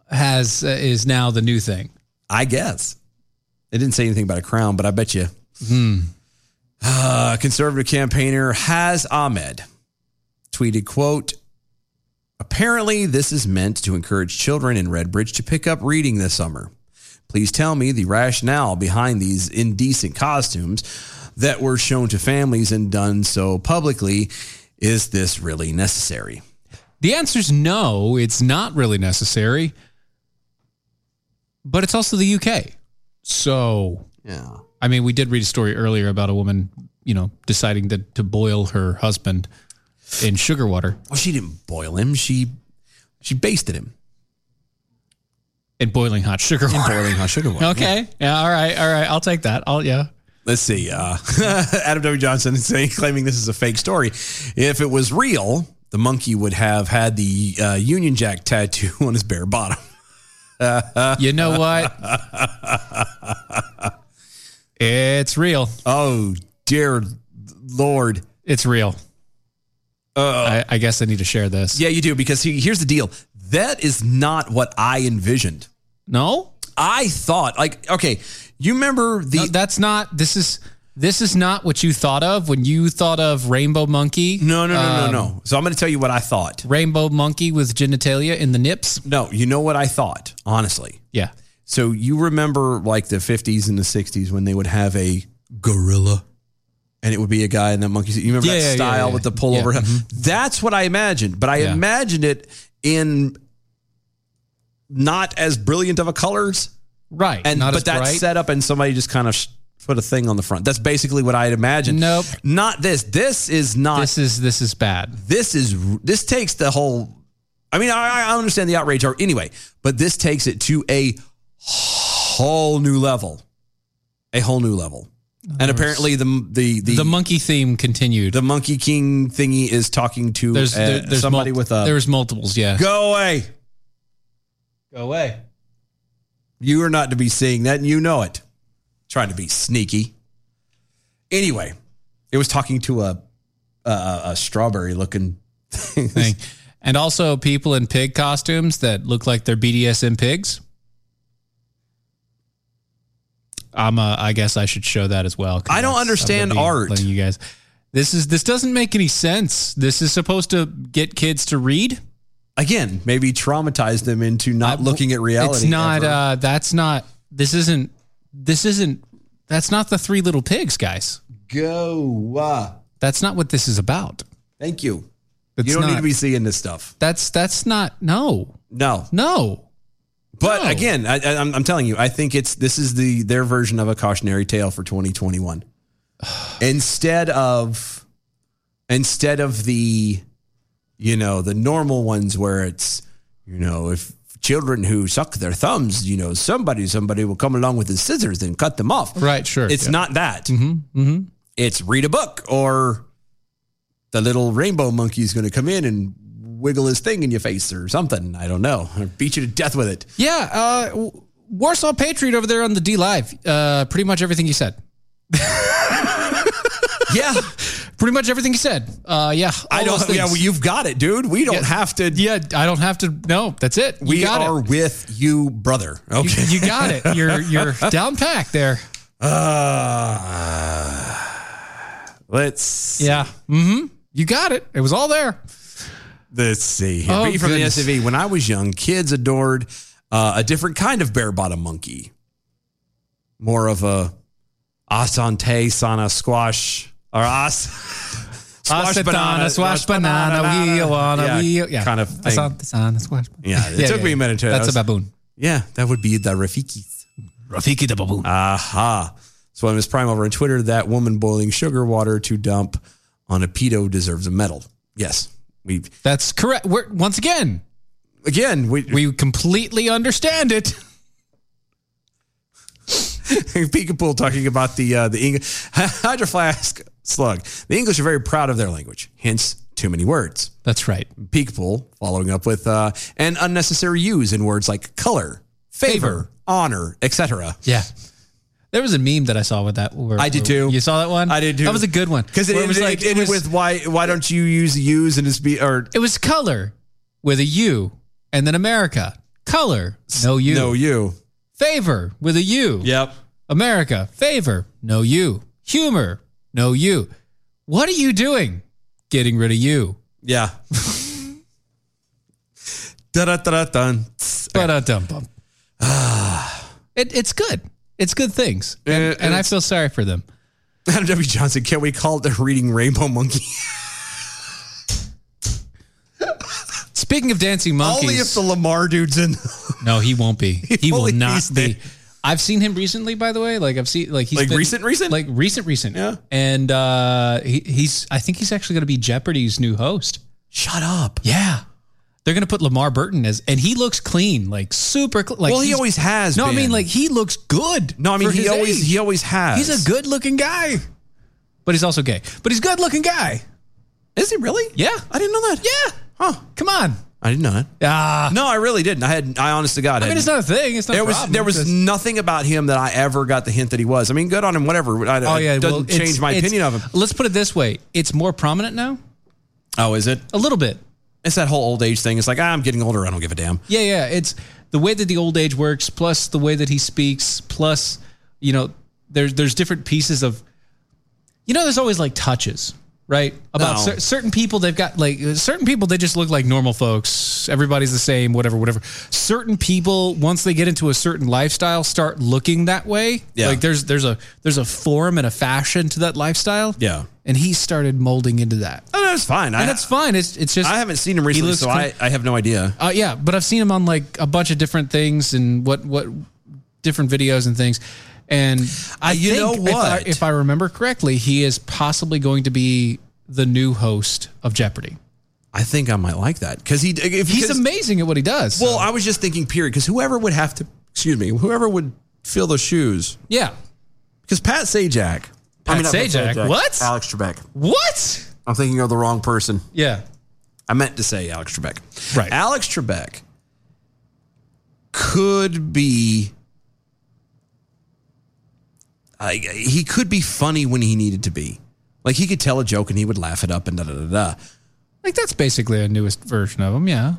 [SPEAKER 4] has uh, is now the new thing.
[SPEAKER 3] I guess they didn't say anything about a crown, but I bet you. Hmm. Uh, conservative campaigner Haz Ahmed tweeted, "quote Apparently, this is meant to encourage children in Redbridge to pick up reading this summer. Please tell me the rationale behind these indecent costumes that were shown to families and done so publicly. Is this really necessary?
[SPEAKER 4] The answer is no, it's not really necessary. But it's also the UK. So,
[SPEAKER 3] Yeah.
[SPEAKER 4] I mean, we did read a story earlier about a woman, you know, deciding to, to boil her husband in sugar water
[SPEAKER 3] Well, she didn't boil him. She she basted him
[SPEAKER 4] and boiling hot sugar
[SPEAKER 3] in
[SPEAKER 4] water.
[SPEAKER 3] boiling hot sugar water.
[SPEAKER 4] (laughs) Okay. Yeah. All right. All right. I'll take that. I'll,
[SPEAKER 3] (laughs)
[SPEAKER 4] yeah.
[SPEAKER 3] Let's see. Uh, (laughs) Adam W. Johnson is saying, claiming this is a fake story. If it was real, the monkey would have had the uh, Union Jack tattoo (laughs) on his bare bottom.
[SPEAKER 4] You know what? it's real.
[SPEAKER 3] Oh, dear Lord.
[SPEAKER 4] It's real. I, I guess I need to share this.
[SPEAKER 3] Yeah, you do. Because he, here's the deal that is not what I envisioned.
[SPEAKER 4] No?
[SPEAKER 3] I thought, like, okay, you remember the.
[SPEAKER 4] No, that's not. This is This is not what you thought of when you thought of Rainbow Monkey. Um,
[SPEAKER 3] No, no, no, no, no. So I'm going to tell you what I thought.
[SPEAKER 4] Rainbow Monkey with genitalia in the nips.
[SPEAKER 3] No, you know what I thought, honestly.
[SPEAKER 4] Yeah.
[SPEAKER 3] So you remember like the 50s and the 60s when they would have a gorilla and it would be a guy in that monkey suit. You remember
[SPEAKER 4] Yeah,
[SPEAKER 3] that
[SPEAKER 4] yeah, yeah,
[SPEAKER 3] style
[SPEAKER 4] yeah.
[SPEAKER 3] with the pullover?
[SPEAKER 4] Yeah. Mhm.
[SPEAKER 3] That's what I imagined, but I
[SPEAKER 4] Yeah.
[SPEAKER 3] imagined it in not as brilliant of a colors.
[SPEAKER 4] Right.
[SPEAKER 3] And
[SPEAKER 4] not
[SPEAKER 3] but
[SPEAKER 4] as
[SPEAKER 3] that's
[SPEAKER 4] bright.
[SPEAKER 3] set up and somebody just kind of sh- put a thing on the front. That's basically what I had imagined. Nope. Not this. This is not This
[SPEAKER 4] is this is bad.
[SPEAKER 3] This is r- this takes the whole I mean, I, I understand the outrage or anyway, but this takes it to a whole new level. A whole new level. And apparently the, the the
[SPEAKER 4] monkey theme continued.
[SPEAKER 3] The monkey king thingy is talking to
[SPEAKER 4] There's-
[SPEAKER 3] uh,
[SPEAKER 4] there- there's
[SPEAKER 3] somebody
[SPEAKER 4] mul-
[SPEAKER 3] with a
[SPEAKER 4] there's multiples, yeah.
[SPEAKER 3] Go away.
[SPEAKER 4] Go away.
[SPEAKER 3] You are not to be seeing that, and you know it. Trying to be sneaky. Anyway, it was talking to a a, a strawberry looking
[SPEAKER 4] thing. (laughs) And also people in pig costumes that look like they're BDSM pigs. I'm uh, I guess I should show that as well. 'cause
[SPEAKER 3] I don't
[SPEAKER 4] that's- I'm
[SPEAKER 3] understand
[SPEAKER 4] gonna be
[SPEAKER 3] art.
[SPEAKER 4] letting you guys. This is this doesn't make any sense. This is supposed to get kids to read.
[SPEAKER 3] Again, maybe traumatize them into not looking at reality.
[SPEAKER 4] It's not
[SPEAKER 3] ever.
[SPEAKER 4] uh that's not this isn't this isn't that's not the three little pigs, guys.
[SPEAKER 3] Go uh.
[SPEAKER 4] That's not what this is about.
[SPEAKER 3] Thank you.
[SPEAKER 4] That's
[SPEAKER 3] you don't need
[SPEAKER 4] not-
[SPEAKER 3] to be seeing this stuff.
[SPEAKER 4] That's that's not no.
[SPEAKER 3] No.
[SPEAKER 4] No.
[SPEAKER 3] But again, I, I, I'm, I'm telling you, I think it's this is the their version of a cautionary tale
[SPEAKER 4] (sighs)
[SPEAKER 3] for 2021. instead of instead of the you know the normal ones where it's you know if children who suck their thumbs, you know somebody somebody will come along with his scissors and cut them off.
[SPEAKER 4] Right, sure.
[SPEAKER 3] It's
[SPEAKER 4] yeah.
[SPEAKER 3] not that.
[SPEAKER 4] Mhm.
[SPEAKER 3] It's read a book or the little rainbow monkey is going to come in and wiggle his thing in your face or something. I don't know. Or beat you to death with it.
[SPEAKER 4] Yeah, uh, W- Warsaw Patriot over there on the D Live. Uh, pretty much everything he
[SPEAKER 3] (laughs)
[SPEAKER 4] said.
[SPEAKER 3] yeah,
[SPEAKER 4] pretty much everything he said. Uh, yeah,
[SPEAKER 3] I
[SPEAKER 4] all
[SPEAKER 3] don't.
[SPEAKER 4] those
[SPEAKER 3] Yeah,
[SPEAKER 4] things.
[SPEAKER 3] well, you've got it, dude. We don't
[SPEAKER 4] Yeah.
[SPEAKER 3] have to.
[SPEAKER 4] Yeah, I don't have to. No, that's it. You
[SPEAKER 3] we
[SPEAKER 4] got it.
[SPEAKER 3] are with you, brother. Okay,
[SPEAKER 4] you got it. You're
[SPEAKER 3] (laughs)
[SPEAKER 4] you're down packed there.
[SPEAKER 3] Uh, let's.
[SPEAKER 4] Yeah. Mm-hmm. You got it. It was all there.
[SPEAKER 3] Let's see. Here.
[SPEAKER 4] Oh,
[SPEAKER 3] Being from
[SPEAKER 4] goodness.
[SPEAKER 3] the SUV, when I was young, kids adored uh, a different kind of bare bottom monkey, more of a asante sana squash or as. (laughs) Squash
[SPEAKER 4] Acetana, squash banana, wheel on a wheel. Yeah.
[SPEAKER 3] kind of thing.
[SPEAKER 4] Acetana, squash banana.
[SPEAKER 3] Yeah, it
[SPEAKER 4] Yeah,
[SPEAKER 3] took
[SPEAKER 4] yeah,
[SPEAKER 3] me a
[SPEAKER 4] yeah.
[SPEAKER 3] minute to.
[SPEAKER 4] That's a baboon.
[SPEAKER 3] Yeah, that would be the Rafikis.
[SPEAKER 4] Rafiki the baboon.
[SPEAKER 3] Aha. So I Miss Prime over on Twitter, that woman boiling sugar water to dump on a pedo deserves a medal. (laughs) Yes, we.
[SPEAKER 4] That's correct. We're, once again,
[SPEAKER 3] again, we
[SPEAKER 4] we completely understand it.
[SPEAKER 3] Peekapool talking about the uh, the English (laughs) Hydro Flask slug. The English are very proud of their language, hence too many words.
[SPEAKER 4] That's right.
[SPEAKER 3] Peekapool following up with uh, an unnecessary use in words like color, favor, honor, etc.
[SPEAKER 4] Yeah. There was a meme that I saw with that. Where,
[SPEAKER 3] I did
[SPEAKER 4] where-
[SPEAKER 3] too.
[SPEAKER 4] You saw that one?
[SPEAKER 3] I did too.
[SPEAKER 4] That was a good one.
[SPEAKER 3] because it,
[SPEAKER 4] Where
[SPEAKER 3] it was like it,
[SPEAKER 4] was-
[SPEAKER 3] with why why don't you use use and it's be or
[SPEAKER 4] It was color with a U and then America. Color, no U.
[SPEAKER 3] No U.
[SPEAKER 4] Favor with a U.
[SPEAKER 3] Yep.
[SPEAKER 4] America, favor, no U. Humor, no U. What are you doing? Getting rid of you.
[SPEAKER 3] yeah. Da-da-da-da-dun. Ah.
[SPEAKER 4] Ba-da-dum-bum. it, it's good. It's good things. And, and I feel sorry for them.
[SPEAKER 3] Adam W. Johnson, can we call it the reading rainbow monkey? (laughs)
[SPEAKER 4] Speaking of dancing monkeys.
[SPEAKER 3] Only if the Lamar dude's in. (laughs)
[SPEAKER 4] No, he won't be. He will
[SPEAKER 3] Only
[SPEAKER 4] not
[SPEAKER 3] he's
[SPEAKER 4] be.
[SPEAKER 3] there.
[SPEAKER 4] I've seen him recently, by the way. Like I've seen, like he's
[SPEAKER 3] Like
[SPEAKER 4] been-
[SPEAKER 3] recent, recent?
[SPEAKER 4] like recent, recent. Yeah. And uh, he, he's, I think he's actually going to be Jeopardy's new host.
[SPEAKER 3] Shut up.
[SPEAKER 4] Yeah. They're going to put Lamar Burton as, and he looks clean, like super. Cl- like
[SPEAKER 3] well, he
[SPEAKER 4] he's-
[SPEAKER 3] always has.
[SPEAKER 4] No, I
[SPEAKER 3] been.
[SPEAKER 4] mean like he looks good.
[SPEAKER 3] No, I mean
[SPEAKER 4] for
[SPEAKER 3] he
[SPEAKER 4] his
[SPEAKER 3] always
[SPEAKER 4] age.
[SPEAKER 3] he always has.
[SPEAKER 4] He's a good looking guy, but he's also gay. But he's a good looking guy.
[SPEAKER 3] Is he really?
[SPEAKER 4] Yeah.
[SPEAKER 3] I didn't know that.
[SPEAKER 4] Yeah.
[SPEAKER 3] Huh.
[SPEAKER 4] Come on.
[SPEAKER 3] I didn't know that.
[SPEAKER 4] Ah.
[SPEAKER 3] no, I really didn't. I had. I honest to God.
[SPEAKER 4] I mean,
[SPEAKER 3] hadn't.
[SPEAKER 4] it's not a thing. It's not.
[SPEAKER 3] there
[SPEAKER 4] a
[SPEAKER 3] was
[SPEAKER 4] problem.
[SPEAKER 3] there
[SPEAKER 4] It's
[SPEAKER 3] was
[SPEAKER 4] just-
[SPEAKER 3] nothing about him that I ever got the hint that he was. I mean, good on him. Whatever. I,
[SPEAKER 4] Oh yeah,
[SPEAKER 3] it doesn't
[SPEAKER 4] well, it's-
[SPEAKER 3] change my
[SPEAKER 4] it's-
[SPEAKER 3] opinion of him.
[SPEAKER 4] Let's put it this way: it's more prominent now.
[SPEAKER 3] Oh, is it?
[SPEAKER 4] A little bit.
[SPEAKER 3] It's that whole old age thing. It's like ah, I'm getting older. I don't give a damn.
[SPEAKER 4] Yeah, yeah. It's the way that the old age works, plus the way that he speaks, plus you know, there's there's different pieces of you know, there's always like touches, right? About
[SPEAKER 3] No.
[SPEAKER 4] cer- certain people, they've got like certain people, they just look like normal folks. Everybody's the same, whatever, whatever. Certain people, once they get into a certain lifestyle, start looking that way.
[SPEAKER 3] Yeah.
[SPEAKER 4] Like there's there's a there's a form and a fashion to that lifestyle.
[SPEAKER 3] Yeah.
[SPEAKER 4] And he started molding into that.
[SPEAKER 3] Oh, that's fine.
[SPEAKER 4] And that's fine. It's it's just
[SPEAKER 3] I haven't seen him
[SPEAKER 4] he
[SPEAKER 3] recently,
[SPEAKER 4] looks
[SPEAKER 3] so
[SPEAKER 4] com-
[SPEAKER 3] I, I have no idea.
[SPEAKER 4] Uh, yeah, but I've seen him on like a bunch of different things and what what different videos and things. And I
[SPEAKER 3] you know
[SPEAKER 4] if I-
[SPEAKER 3] what?
[SPEAKER 4] If I, remember correctly, he is possibly going to be the new host of Jeopardy.
[SPEAKER 3] I think I might like that because he if,
[SPEAKER 4] he's
[SPEAKER 3] 'cause-
[SPEAKER 4] amazing at what he does.
[SPEAKER 3] Well, I was just thinking, period, because whoever would have to, excuse me, whoever would fill the shoes,
[SPEAKER 4] yeah,
[SPEAKER 3] because Pat Sajak,
[SPEAKER 4] Pat
[SPEAKER 3] not
[SPEAKER 4] Sajak, what?
[SPEAKER 3] Alex Trebek,
[SPEAKER 4] what?
[SPEAKER 3] I'm thinking of the wrong person.
[SPEAKER 4] Yeah,
[SPEAKER 3] I meant to say Alex Trebek.
[SPEAKER 4] Right.
[SPEAKER 3] Alex Trebek could be. I, he could be funny when he needed to be. Like he could tell a joke and he would laugh it up and da da da da.
[SPEAKER 4] like that's basically a newest version of him. Yeah,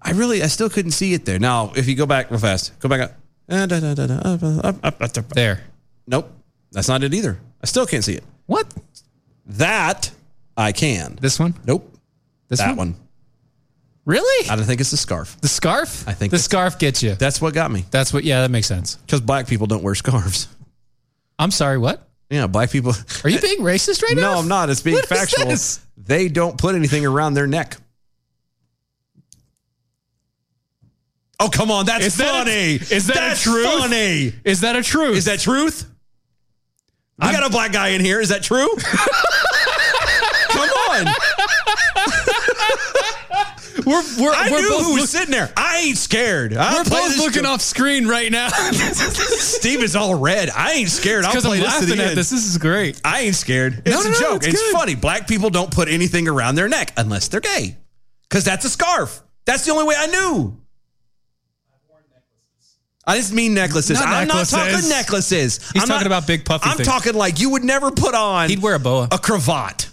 [SPEAKER 3] I really, I still couldn't see it there. Now, if you go back real fast, go back up. Ah, da, da, uh, da, da, up, up, up, up, up.
[SPEAKER 4] There.
[SPEAKER 3] Nope. That's not it either. I still can't see it.
[SPEAKER 4] What?
[SPEAKER 3] That I can.
[SPEAKER 4] This one?
[SPEAKER 3] Nope.
[SPEAKER 4] This
[SPEAKER 3] that
[SPEAKER 4] one?
[SPEAKER 3] one?
[SPEAKER 4] Really?
[SPEAKER 3] I don't think it's the scarf.
[SPEAKER 4] the scarf.
[SPEAKER 3] I think
[SPEAKER 4] the
[SPEAKER 3] that's-
[SPEAKER 4] scarf gets you.
[SPEAKER 3] That's what got me.
[SPEAKER 4] That's what. Yeah, that makes sense.
[SPEAKER 3] Because black people don't wear scarves.
[SPEAKER 4] I'm sorry. What?
[SPEAKER 3] Yeah, black people.
[SPEAKER 4] Are you being racist right now?
[SPEAKER 3] No, I'm not. It's being
[SPEAKER 4] What is
[SPEAKER 3] factual.
[SPEAKER 4] this?
[SPEAKER 3] They don't put anything around their neck. Oh, come on. That's
[SPEAKER 4] Is that a-
[SPEAKER 3] funny.
[SPEAKER 4] is that a
[SPEAKER 3] That's
[SPEAKER 4] truth?
[SPEAKER 3] funny.
[SPEAKER 4] Is that a truth?
[SPEAKER 3] Is that truth? We got a black guy in here. Is
[SPEAKER 4] (laughs)
[SPEAKER 3] that true? Come on.
[SPEAKER 4] We're we're,
[SPEAKER 3] I
[SPEAKER 4] we're
[SPEAKER 3] knew
[SPEAKER 4] both
[SPEAKER 3] who was
[SPEAKER 4] look-
[SPEAKER 3] sitting there. I ain't scared. I'll
[SPEAKER 4] we're
[SPEAKER 3] play
[SPEAKER 4] both
[SPEAKER 3] this
[SPEAKER 4] looking
[SPEAKER 3] to-
[SPEAKER 4] off screen right now.
[SPEAKER 3] (laughs) Steve is all red. I ain't scared. I'll
[SPEAKER 4] Because
[SPEAKER 3] play
[SPEAKER 4] I'm
[SPEAKER 3] this to the
[SPEAKER 4] laughing at
[SPEAKER 3] end.
[SPEAKER 4] this. This is great.
[SPEAKER 3] I ain't scared. It's
[SPEAKER 4] No, no,
[SPEAKER 3] a
[SPEAKER 4] no,
[SPEAKER 3] joke.
[SPEAKER 4] it's
[SPEAKER 3] It's,
[SPEAKER 4] good.
[SPEAKER 3] funny. Black people don't put anything around their neck unless they're gay, because that's a scarf. That's the only way I knew. I just mean necklaces.
[SPEAKER 4] Not
[SPEAKER 3] I'm not
[SPEAKER 4] necklaces.
[SPEAKER 3] talking necklaces.
[SPEAKER 4] He's
[SPEAKER 3] I'm
[SPEAKER 4] talking
[SPEAKER 3] not-
[SPEAKER 4] about big puffy
[SPEAKER 3] I'm
[SPEAKER 4] things.
[SPEAKER 3] talking like you would never put on.
[SPEAKER 4] He'd wear a boa.
[SPEAKER 3] A cravat.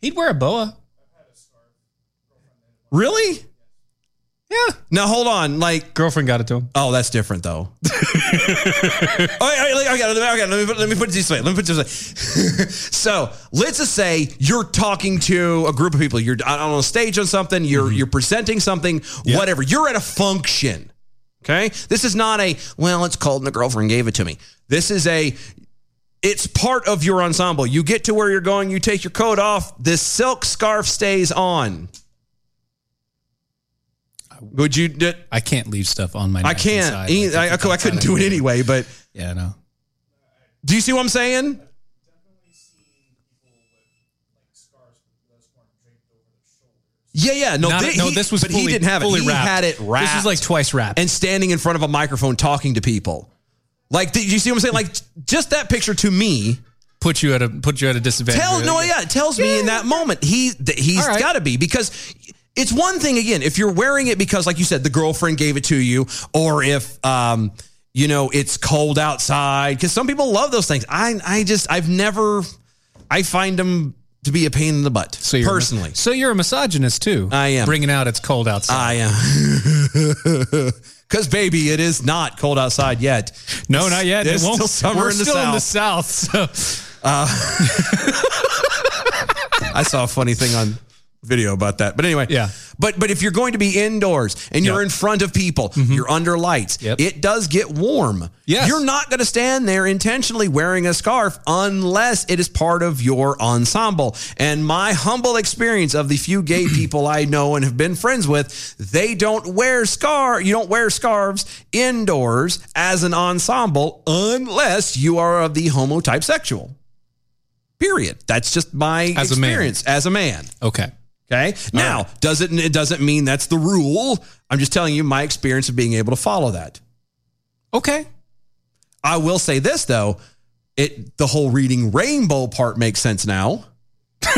[SPEAKER 4] He'd wear a boa.
[SPEAKER 3] Really?
[SPEAKER 4] Yeah.
[SPEAKER 3] Now hold on. Like
[SPEAKER 4] Girlfriend got it to him.
[SPEAKER 3] Oh, that's different though. (laughs) all right, all right, like, okay, okay, let, me put, let me put it this way. Let me put it this way. (laughs) so let's just say you're talking to a group of people. You're on a stage on something. You're
[SPEAKER 4] Mm-hmm.
[SPEAKER 3] you're presenting something. Whatever. You're at a function. Okay. This is not a well. It's cold and the girlfriend gave it to me. This is a. It's part of your ensemble. You get to where you're going. You take your coat off. This silk scarf stays on. Would you? d-
[SPEAKER 4] I can't leave stuff on my.
[SPEAKER 3] I
[SPEAKER 4] neck
[SPEAKER 3] can't.
[SPEAKER 4] inside,
[SPEAKER 3] e-
[SPEAKER 4] like,
[SPEAKER 3] I, I,
[SPEAKER 4] if it's
[SPEAKER 3] cou- I couldn't
[SPEAKER 4] outside,
[SPEAKER 3] do it
[SPEAKER 4] can't.
[SPEAKER 3] anyway. But
[SPEAKER 4] Yeah, no.
[SPEAKER 3] do you see what I'm saying? Yeah, yeah. No,
[SPEAKER 4] Not-
[SPEAKER 3] thi-
[SPEAKER 4] no,
[SPEAKER 3] he-
[SPEAKER 4] this was
[SPEAKER 3] but
[SPEAKER 4] fully-
[SPEAKER 3] he didn't have it.
[SPEAKER 4] fully
[SPEAKER 3] He
[SPEAKER 4] wrapped.
[SPEAKER 3] had it
[SPEAKER 4] This was,
[SPEAKER 3] wrapped.
[SPEAKER 4] like, twice wrapped.
[SPEAKER 3] and standing in front of a microphone talking to people. Like, did you see what I'm saying? Like, just that picture to me
[SPEAKER 4] Put you at a put you at a disadvantage.
[SPEAKER 3] tells no, yeah, it tells me in that moment he that he's
[SPEAKER 4] All right.
[SPEAKER 3] got to be because it's one thing again if you're wearing it because, like you said, the girlfriend gave it to you, or if um, you know it's cold outside because some people love those things. I I just I've never I find them to be a pain in the butt. So
[SPEAKER 4] you're a mis-
[SPEAKER 3] personally,
[SPEAKER 4] So you're a misogynist too.
[SPEAKER 3] I am.
[SPEAKER 4] bringing out it's cold outside.
[SPEAKER 3] I (laughs) am. Because, baby, it is not cold outside yet.
[SPEAKER 4] no, not yet.
[SPEAKER 3] It's
[SPEAKER 4] it won't.
[SPEAKER 3] still summer
[SPEAKER 4] We're
[SPEAKER 3] in the
[SPEAKER 4] still in the
[SPEAKER 3] south. Uh,
[SPEAKER 4] south. (laughs) So
[SPEAKER 3] (laughs) I saw a funny thing on video about that. But anyway,
[SPEAKER 4] Yeah.
[SPEAKER 3] But but if you're going to be indoors and you're
[SPEAKER 4] Yeah. Mm-hmm.
[SPEAKER 3] in front of people, you're under lights.
[SPEAKER 4] Yep.
[SPEAKER 3] It does get warm.
[SPEAKER 4] Yes.
[SPEAKER 3] You're not going to stand there intentionally wearing a scarf unless it is part of your ensemble. And my humble experience of the few
[SPEAKER 4] (clears throat)
[SPEAKER 3] gay people I know and have been friends with, they don't wear scar you don't wear scarves indoors as an ensemble unless you are of the homo type sexual. Period. That's just my
[SPEAKER 4] As a man.
[SPEAKER 3] experience as a man.
[SPEAKER 4] okay.
[SPEAKER 3] Okay. Now, does it it doesn't mean that's the rule. I'm just telling you my experience of being able to follow that.
[SPEAKER 4] Okay.
[SPEAKER 3] I will say this though, it the whole reading rainbow part makes sense now. (laughs)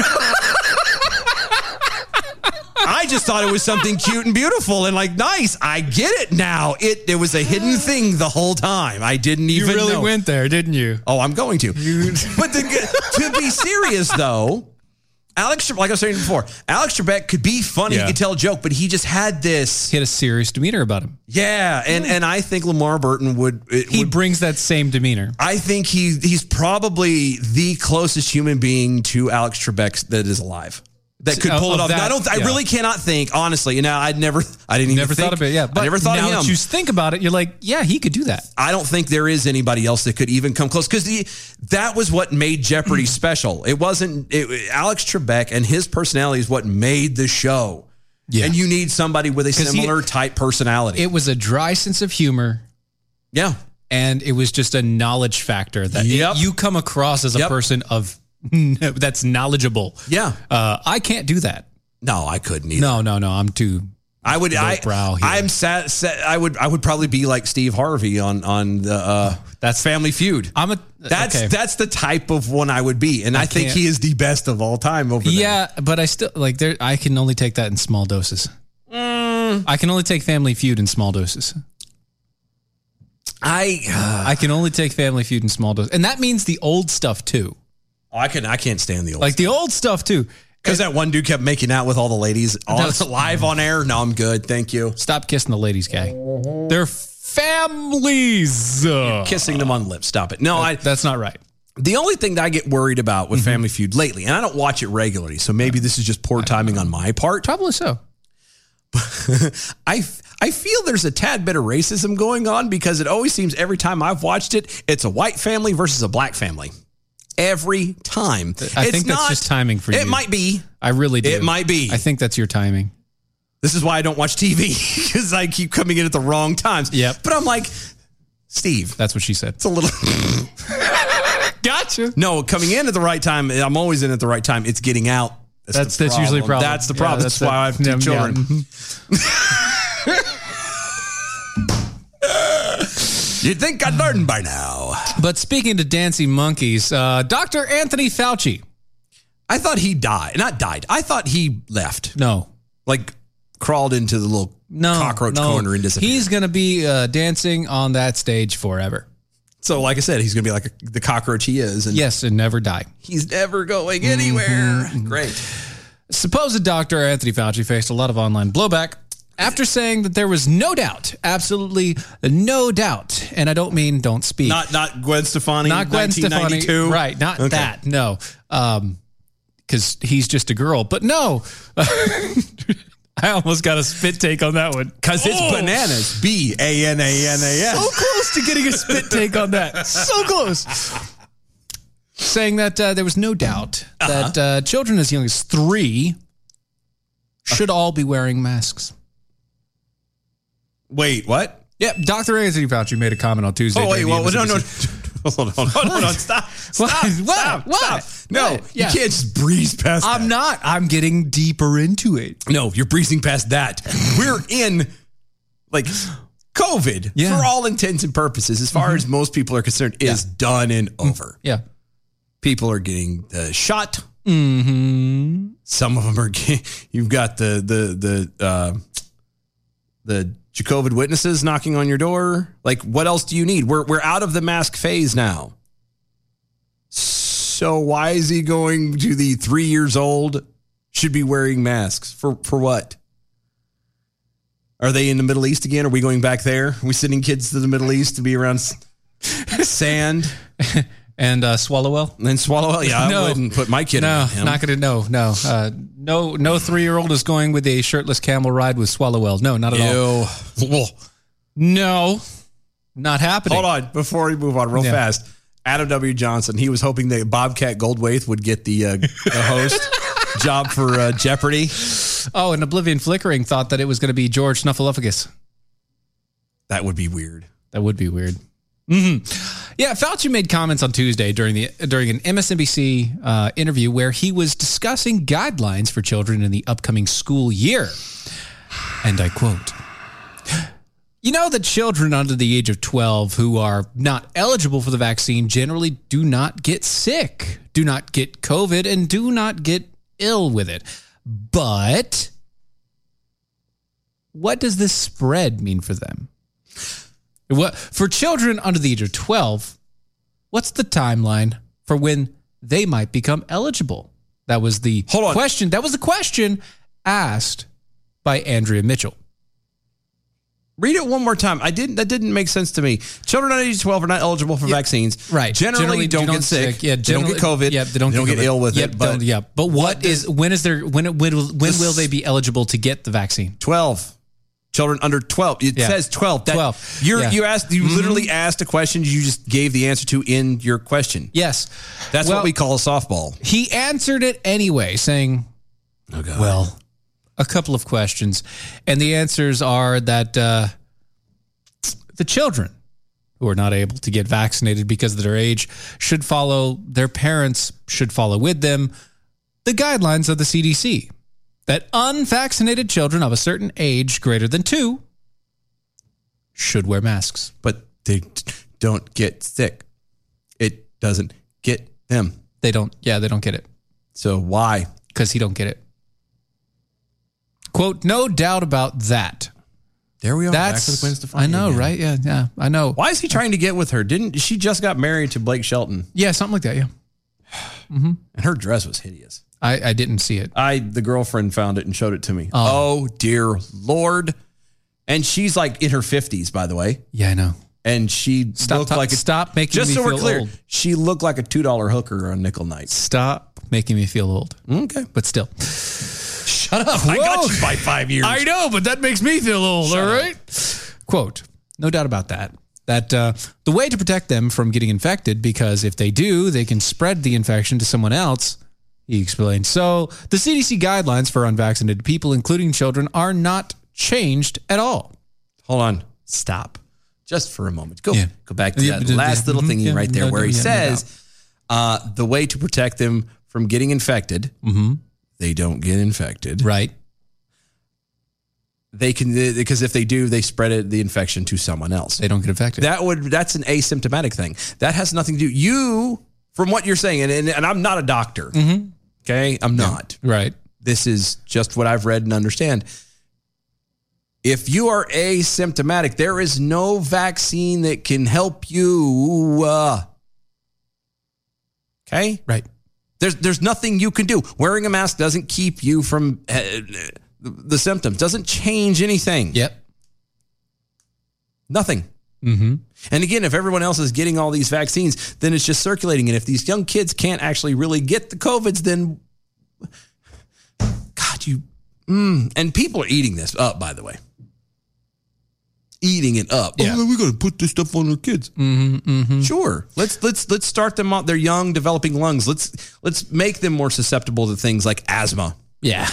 [SPEAKER 3] I just thought it was something cute and beautiful and like nice. I get it now. It it was a hidden thing the whole time. I didn't
[SPEAKER 4] You
[SPEAKER 3] even
[SPEAKER 4] really
[SPEAKER 3] know.
[SPEAKER 4] went there, didn't you?
[SPEAKER 3] (laughs) Oh, I'm going to. But the, to be serious though, Alex, Sher- like I was saying before, Alex Trebek could be funny.
[SPEAKER 4] Yeah.
[SPEAKER 3] He could tell a joke, but he just had this. He
[SPEAKER 4] had a serious demeanor about him.
[SPEAKER 3] Yeah, and and I think Lamar Burton would. he
[SPEAKER 4] brings that same demeanor.
[SPEAKER 3] I think he he's probably the closest human being to Alex Trebek that is alive. That could
[SPEAKER 4] Of-
[SPEAKER 3] pull it
[SPEAKER 4] of
[SPEAKER 3] off.
[SPEAKER 4] that,
[SPEAKER 3] I don't. I
[SPEAKER 4] yeah.
[SPEAKER 3] really cannot think honestly. You know, I never. I didn't even
[SPEAKER 4] Never
[SPEAKER 3] think,
[SPEAKER 4] thought of it. Yeah,
[SPEAKER 3] I never thought
[SPEAKER 4] now
[SPEAKER 3] of him.
[SPEAKER 4] that you think about it, you're like, yeah, he could do that.
[SPEAKER 3] I don't think there is anybody else that could even come close because that was what made
[SPEAKER 4] Mm-hmm.
[SPEAKER 3] Jeopardy special. It wasn't it, Alex Trebek and his personality is what made the show. Yeah. And you need somebody with a
[SPEAKER 4] 'Cause he-
[SPEAKER 3] similar type personality.
[SPEAKER 4] It was a dry sense of humor.
[SPEAKER 3] Yeah.
[SPEAKER 4] And it was just a knowledge factor that it- you come across as a person of (laughs) that's knowledgeable.
[SPEAKER 3] Yeah.
[SPEAKER 4] Uh, I can't do that.
[SPEAKER 3] No, I couldn't either.
[SPEAKER 4] No, no, no. I'm too.
[SPEAKER 3] I would. I,
[SPEAKER 4] Lowbrow here.
[SPEAKER 3] I'm sad, sad. I would. I would probably be like Steve Harvey on on the uh,
[SPEAKER 4] that's
[SPEAKER 3] Family Feud.
[SPEAKER 4] I'm a.
[SPEAKER 3] That's
[SPEAKER 4] okay.
[SPEAKER 3] that's the type of one I would be, and I,
[SPEAKER 4] I
[SPEAKER 3] think
[SPEAKER 4] can't-
[SPEAKER 3] he is the best of all time. Over there.
[SPEAKER 4] Yeah, but I still like there. I can only take that in small doses. I can only take Family Feud in small doses.
[SPEAKER 3] I uh,
[SPEAKER 4] I can only take Family Feud in small doses, and that means the old stuff too.
[SPEAKER 3] Oh, I can. I can't stand the old.
[SPEAKER 4] Like the old stuff too.
[SPEAKER 3] Because that one dude kept making out with all the ladies on,
[SPEAKER 4] (laughs) That's-
[SPEAKER 3] live on air. No, I'm good. Thank you.
[SPEAKER 4] Stop kissing the ladies, guy. They're families.
[SPEAKER 3] kissing them on lips. Stop it. No, I.
[SPEAKER 4] That's not right. Mm-hmm.
[SPEAKER 3] The only thing that I get worried about with Family Feud lately, and I don't watch it regularly, so maybe this is just poor timing on my part.
[SPEAKER 4] Probably so.
[SPEAKER 3] (laughs) I I feel there's a tad bit of racism going on because it always seems every time I've watched it, it's a white family versus a black family. Every time.
[SPEAKER 4] I
[SPEAKER 3] It's
[SPEAKER 4] think that's
[SPEAKER 3] not-
[SPEAKER 4] just timing for you.
[SPEAKER 3] It might be.
[SPEAKER 4] I really do.
[SPEAKER 3] It might be.
[SPEAKER 4] I think that's your timing.
[SPEAKER 3] This is why I don't watch TV (laughs) because I keep coming in at the wrong times. Yep. But I'm like, Steve.
[SPEAKER 4] That's what she said. It's
[SPEAKER 3] a little.
[SPEAKER 4] (laughs) gotcha.
[SPEAKER 3] No, coming in at the right time. I'm always in at the right time. It's getting out.
[SPEAKER 4] That's-
[SPEAKER 3] the
[SPEAKER 4] that's usually a problem.
[SPEAKER 3] That's the
[SPEAKER 4] Yeah,
[SPEAKER 3] problem.
[SPEAKER 4] that's
[SPEAKER 3] that's, why I have two
[SPEAKER 4] it. Yeah, yeah.
[SPEAKER 3] children. (laughs) You'd think I'd learn by now.
[SPEAKER 4] But speaking to dancing monkeys, uh, Dr. Anthony Fauci.
[SPEAKER 3] I thought he died. Not died. I thought he left.
[SPEAKER 4] No.
[SPEAKER 3] Like crawled into the little cockroach
[SPEAKER 4] no.
[SPEAKER 3] corner and disappeared.
[SPEAKER 4] He's going to be uh, dancing on that stage forever.
[SPEAKER 3] so, like I said, he's going to be like the cockroach he is. And
[SPEAKER 4] Yes, and never die.
[SPEAKER 3] He's never going anywhere. Great.
[SPEAKER 4] Mm-hmm. Supposed Dr. Anthony Fauci faced a lot of online blowback after saying that there was no doubt, absolutely no doubt, and I don't mean don't speak.
[SPEAKER 3] Not not Gwen Stefani.
[SPEAKER 4] not Gwen Stefani,
[SPEAKER 3] 1992?
[SPEAKER 4] right? Not
[SPEAKER 3] Okay.
[SPEAKER 4] that. No, because he's just a girl. But no, (laughs) I almost got a spit take on that one Oh.
[SPEAKER 3] because it's bananas. B A N A N A
[SPEAKER 4] So
[SPEAKER 3] S.
[SPEAKER 4] close to getting a spit take on that. So close. Saying that uh, there was no doubt
[SPEAKER 3] Uh-huh.
[SPEAKER 4] that uh, children as young as three should all be wearing masks.
[SPEAKER 3] Wait, what?
[SPEAKER 4] Yep, Dr. Anthony Fauci made a comment on Tuesday.
[SPEAKER 3] Oh wait,
[SPEAKER 4] during the
[SPEAKER 3] well, no, no.
[SPEAKER 4] NBC.
[SPEAKER 3] (laughs) Hold on, hold on, hold on. (laughs) Stop. Stop.
[SPEAKER 4] What?
[SPEAKER 3] Stop.
[SPEAKER 4] What?
[SPEAKER 3] Stop. No,
[SPEAKER 4] What?
[SPEAKER 3] you
[SPEAKER 4] Yeah.
[SPEAKER 3] can't just (laughs) breeze past
[SPEAKER 4] I'm not. I'm getting deeper into it.
[SPEAKER 3] No, you're breezing past that. We're in like COVID
[SPEAKER 4] Yeah.
[SPEAKER 3] for all intents and purposes, as far as most people are concerned, is done and over.
[SPEAKER 4] Yeah.
[SPEAKER 3] People are getting the shot.
[SPEAKER 4] Mm-hmm.
[SPEAKER 3] Some of them are. Getting, (laughs) you've got the the the uh, the Jacobin witnesses knocking on your door. Like, what else do you need? We're we're out of the mask phase now. So why is he going to the three years old? Should be wearing masks for for what? Are they in the Middle East again? Are we going back there? Are we sending kids to the Middle East to be around s- sand
[SPEAKER 4] (laughs) and uh, swallowwell?
[SPEAKER 3] And swallowwell, yeah. I wouldn't put my
[SPEAKER 4] (laughs)
[SPEAKER 3] kid
[SPEAKER 4] No,
[SPEAKER 3] around him.
[SPEAKER 4] not gonna. No, no, uh, no, no. Three-year-old is going with a shirtless camel ride with swallowwell. No, not at all.
[SPEAKER 3] Ew.
[SPEAKER 4] No, not happening.
[SPEAKER 3] Hold on, before we move on, real
[SPEAKER 4] Yeah.
[SPEAKER 3] fast. Adam W. Johnson. He was hoping that Bobcat Goldthwait would get the uh, the
[SPEAKER 4] (laughs)
[SPEAKER 3] host job for uh, Jeopardy.
[SPEAKER 4] Oh, and Oblivion Flickering thought that it was going to be George Snuffleupagus.
[SPEAKER 3] That would be weird.
[SPEAKER 4] That would be weird. hmm Yeah, Fauci made comments on Tuesday during the during an MSNBC uh, interview where he was discussing guidelines for children in the upcoming school year, and I quote. You know that children under the age of 12 who are not eligible for the vaccine generally do not get sick, do not get COVID, and do not get ill with it. But what does this spread mean for them? What for children under the age of 12, what's the timeline for when they might become eligible? That was the question. That was the question asked by Andrea Mitchell.
[SPEAKER 3] Read it one more time. I didn't. That didn't make sense to me. Children under age twelve are not eligible for vaccines.
[SPEAKER 4] Right.
[SPEAKER 3] Generally, don't,
[SPEAKER 4] you
[SPEAKER 3] get sick.
[SPEAKER 4] Yeah,
[SPEAKER 3] they don't
[SPEAKER 4] generally-
[SPEAKER 3] get COVID.
[SPEAKER 4] Yeah, they don't,
[SPEAKER 3] get,
[SPEAKER 4] COVID.
[SPEAKER 3] ill with
[SPEAKER 4] Yep,
[SPEAKER 3] it. But
[SPEAKER 4] don't- yeah, but what is when is there when it- when will- when
[SPEAKER 3] This-
[SPEAKER 4] will they be eligible to get the vaccine?
[SPEAKER 3] twelve children under twelve. It
[SPEAKER 4] Yeah.
[SPEAKER 3] says twelve. That,
[SPEAKER 4] 12,
[SPEAKER 3] You're,
[SPEAKER 4] yeah.
[SPEAKER 3] You asked. You
[SPEAKER 4] Mhm.
[SPEAKER 3] literally asked a question. You just gave the answer to in your question.
[SPEAKER 4] Yes,
[SPEAKER 3] that's
[SPEAKER 4] Well-
[SPEAKER 3] what we call a softball.
[SPEAKER 4] He answered it anyway, saying, "Well, a couple of questions, and the answers are that uh, the children who are not able to get vaccinated because of their age should follow their parents should follow with them the guidelines of the CDC that unvaccinated children of a certain age greater than two should wear masks,
[SPEAKER 3] but they don't get sick. It doesn't get them.
[SPEAKER 4] They don't. Yeah, they don't get it.
[SPEAKER 3] So why?
[SPEAKER 4] Because he don't get it. Quote: No doubt about that.
[SPEAKER 3] There we are. back
[SPEAKER 4] That's
[SPEAKER 3] with Gwen Stefani
[SPEAKER 4] I know,
[SPEAKER 3] again.
[SPEAKER 4] right? Yeah, yeah. I know.
[SPEAKER 3] Why is he trying to get with her? Didn't she just got married to Blake Shelton?
[SPEAKER 4] Yeah, something like that. Yeah. (sighs) hmm
[SPEAKER 3] And her dress was hideous.
[SPEAKER 4] I, I didn't see it.
[SPEAKER 3] I the girlfriend found it and showed it to me. Oh, dear lord! And she's like in her fifties, by the way.
[SPEAKER 4] Yeah, I know.
[SPEAKER 3] And she
[SPEAKER 4] Stop
[SPEAKER 3] looked
[SPEAKER 4] ta-
[SPEAKER 3] like a,
[SPEAKER 4] stop making
[SPEAKER 3] just
[SPEAKER 4] me
[SPEAKER 3] so we're
[SPEAKER 4] feel
[SPEAKER 3] clear.
[SPEAKER 4] old.
[SPEAKER 3] She looked like a two dollar hooker on nickel night.
[SPEAKER 4] Stop making me feel old.
[SPEAKER 3] Okay,
[SPEAKER 4] but still, shut up.
[SPEAKER 3] I got
[SPEAKER 4] Whoa.
[SPEAKER 3] you by five years.
[SPEAKER 4] I know, but that makes me feel old. all right. Quote: No doubt about that. That uh, the way to protect them from getting infected, because if they do, they can spread the infection to someone else. He explained. So the CDC guidelines for unvaccinated people, including children, are not changed at all.
[SPEAKER 3] Hold on, stop, just for a moment. Go
[SPEAKER 4] Yeah.
[SPEAKER 3] go back to
[SPEAKER 4] Yeah,
[SPEAKER 3] that
[SPEAKER 4] yeah,
[SPEAKER 3] last little
[SPEAKER 4] mhm,
[SPEAKER 3] thingy
[SPEAKER 4] yeah,
[SPEAKER 3] right there,
[SPEAKER 4] no,
[SPEAKER 3] where
[SPEAKER 4] no,
[SPEAKER 3] he
[SPEAKER 4] yeah, no
[SPEAKER 3] says uh, the way to protect them from getting infected.
[SPEAKER 4] Mm-hmm.
[SPEAKER 3] They don't get infected,
[SPEAKER 4] right?
[SPEAKER 3] They can because if they do, they spread it, the infection to someone else.
[SPEAKER 4] They don't get infected.
[SPEAKER 3] That would that's an asymptomatic thing. That has nothing to do. You, from what you're saying, and and, and I'm not a doctor.
[SPEAKER 4] Mhm.
[SPEAKER 3] Okay, I'm not.
[SPEAKER 4] Right.
[SPEAKER 3] This is just what I've read and understand. If you are asymptomatic, there is no vaccine that can help you. Uh, okay,
[SPEAKER 4] right.
[SPEAKER 3] There's there's nothing you can do. Wearing a mask doesn't keep you from uh, the symptoms. Doesn't change anything.
[SPEAKER 4] Yep.
[SPEAKER 3] Nothing.
[SPEAKER 4] Mm-hmm.
[SPEAKER 3] And again, if everyone else is getting all these vaccines, then it's just circulating. And if these young kids can't actually really get the COVIDs, then God, you. Mm. And people are eating this up, by the way. Eating it up. Yeah. we got to put this stuff on our kids. Sure. Let's let's let's start them out. They're young, developing lungs. Let's let's make them more susceptible to things like asthma.
[SPEAKER 4] Yeah.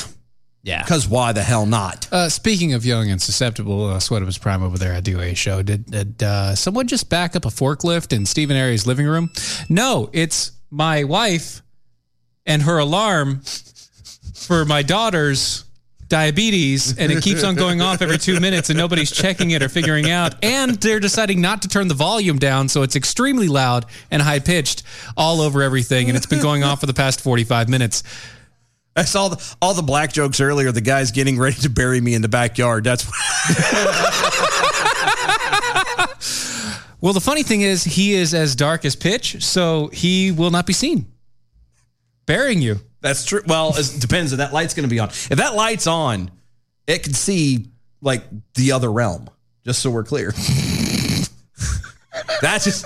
[SPEAKER 4] Yeah.
[SPEAKER 3] Because why the hell not?
[SPEAKER 4] Uh, speaking of young and susceptible, uh, Sweat of His Prime over there at DOA show. Did, did uh, someone just back up a forklift in Stephen Aries' living room? No, it's my wife and her alarm for my daughter's diabetes, and it keeps on going off every two minutes, and nobody's checking it or figuring out. And they're deciding not to turn the volume down, so it's extremely loud and high pitched all over everything, and it's been going off for the past 45 minutes.
[SPEAKER 3] I saw the, all the black jokes earlier. The guy's getting ready to bury me in the backyard. That's (laughs)
[SPEAKER 4] Well, the funny thing is, he is as dark as pitch, so he will not be seen. Burying you.
[SPEAKER 3] That's true. Well, it depends if that light's going to be on. If that light's on, it can see like the other realm. Just so we're clear. (laughs) That's just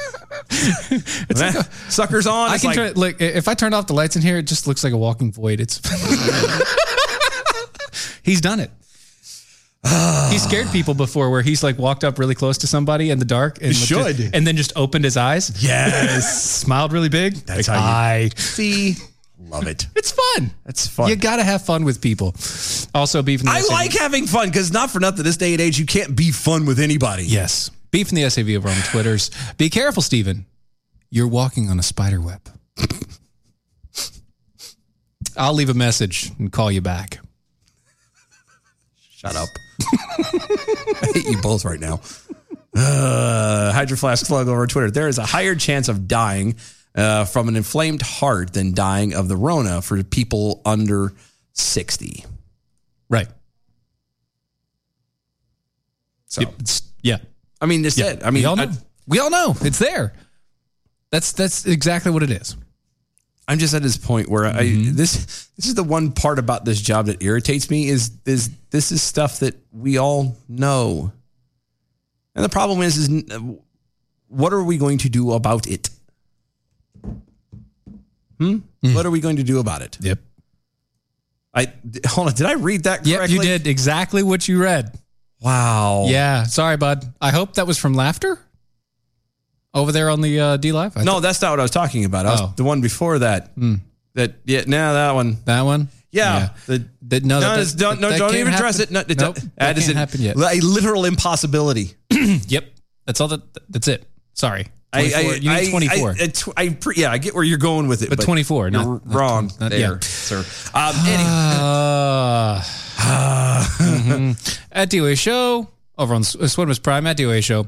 [SPEAKER 3] That suckers on.
[SPEAKER 4] I
[SPEAKER 3] it's
[SPEAKER 4] can
[SPEAKER 3] like-
[SPEAKER 4] turn look if I turn off the lights in here, it just looks like a walking void. It's (laughs) he's done it. he
[SPEAKER 3] (sighs)
[SPEAKER 4] scared people before where he's like walked up really close to somebody in the dark and
[SPEAKER 3] You
[SPEAKER 4] looked
[SPEAKER 3] should.
[SPEAKER 4] at- and then just opened his eyes.
[SPEAKER 3] Yes.
[SPEAKER 4] (laughs) smiled really big. That's
[SPEAKER 3] how you-
[SPEAKER 4] I
[SPEAKER 3] see. Love it.
[SPEAKER 4] It's fun.
[SPEAKER 3] That's fun.
[SPEAKER 4] You gotta have fun with people. Also, beef. in the
[SPEAKER 3] I
[SPEAKER 4] SAV.
[SPEAKER 3] like having fun because not for nothing. This day and age, you can't be fun with anybody.
[SPEAKER 4] Yes. Beef in the SAV over on Twitters. Be careful, Steven. You're walking on a spider web. I'll leave a message and call you back.
[SPEAKER 3] Shut up. I hate you both right now. Uh, Hydro Flask Slug over Twitter. There is a higher chance of dying uh, from an inflamed heart than dying of the Rona for people under 60.
[SPEAKER 4] Right.
[SPEAKER 3] So,
[SPEAKER 4] yeah.
[SPEAKER 3] I mean, that's
[SPEAKER 4] Yeah.
[SPEAKER 3] it. I mean,
[SPEAKER 4] we all know.
[SPEAKER 3] I-
[SPEAKER 4] we all know it's there. That's that's exactly what it is.
[SPEAKER 3] I'm just at this point where I
[SPEAKER 4] Mm-hmm.
[SPEAKER 3] this this is the one part about this job that irritates me is is this is stuff that we all know, and the problem is is n- what are we going to do about it? Hmm.
[SPEAKER 4] Mm.
[SPEAKER 3] What are we going to do about it? Yep. I (laughs) hold on. Did I read that correctly?
[SPEAKER 4] Yep, you did exactly what you read.
[SPEAKER 3] Wow.
[SPEAKER 4] Yeah. Sorry, bud. I hope that was from laughter over there on the uh, D Live.
[SPEAKER 3] no, that's not what I was talking about. I was,
[SPEAKER 4] Oh. Hmm.
[SPEAKER 3] The one before that. That yeah, no, that one.
[SPEAKER 4] That one.
[SPEAKER 3] Yeah. The,
[SPEAKER 4] no, that-
[SPEAKER 3] it's- don't,
[SPEAKER 4] that-
[SPEAKER 3] no,
[SPEAKER 4] that
[SPEAKER 3] don't
[SPEAKER 4] can't
[SPEAKER 3] even address it.
[SPEAKER 4] happen.
[SPEAKER 3] No, it
[SPEAKER 4] Nope,
[SPEAKER 3] don't-
[SPEAKER 4] that
[SPEAKER 3] is
[SPEAKER 4] can't
[SPEAKER 3] an-
[SPEAKER 4] happen yet.
[SPEAKER 3] A literal impossibility.
[SPEAKER 4] (clears throat) yep. That's all that. That's it. Sorry.
[SPEAKER 3] I,
[SPEAKER 4] 24. you need
[SPEAKER 3] I-
[SPEAKER 4] 24.
[SPEAKER 3] I, I, tw- I pre- yeah, I get where you're going with it,
[SPEAKER 4] But 24,
[SPEAKER 3] You're
[SPEAKER 4] not-
[SPEAKER 3] r-
[SPEAKER 4] not
[SPEAKER 3] wrong
[SPEAKER 4] not-
[SPEAKER 3] there,
[SPEAKER 4] yeah.
[SPEAKER 3] sir.
[SPEAKER 4] Um, (sighs) anyway. Mm-hmm. At DOA Show, over on S- uh, Swedish Prime, at DOA Show,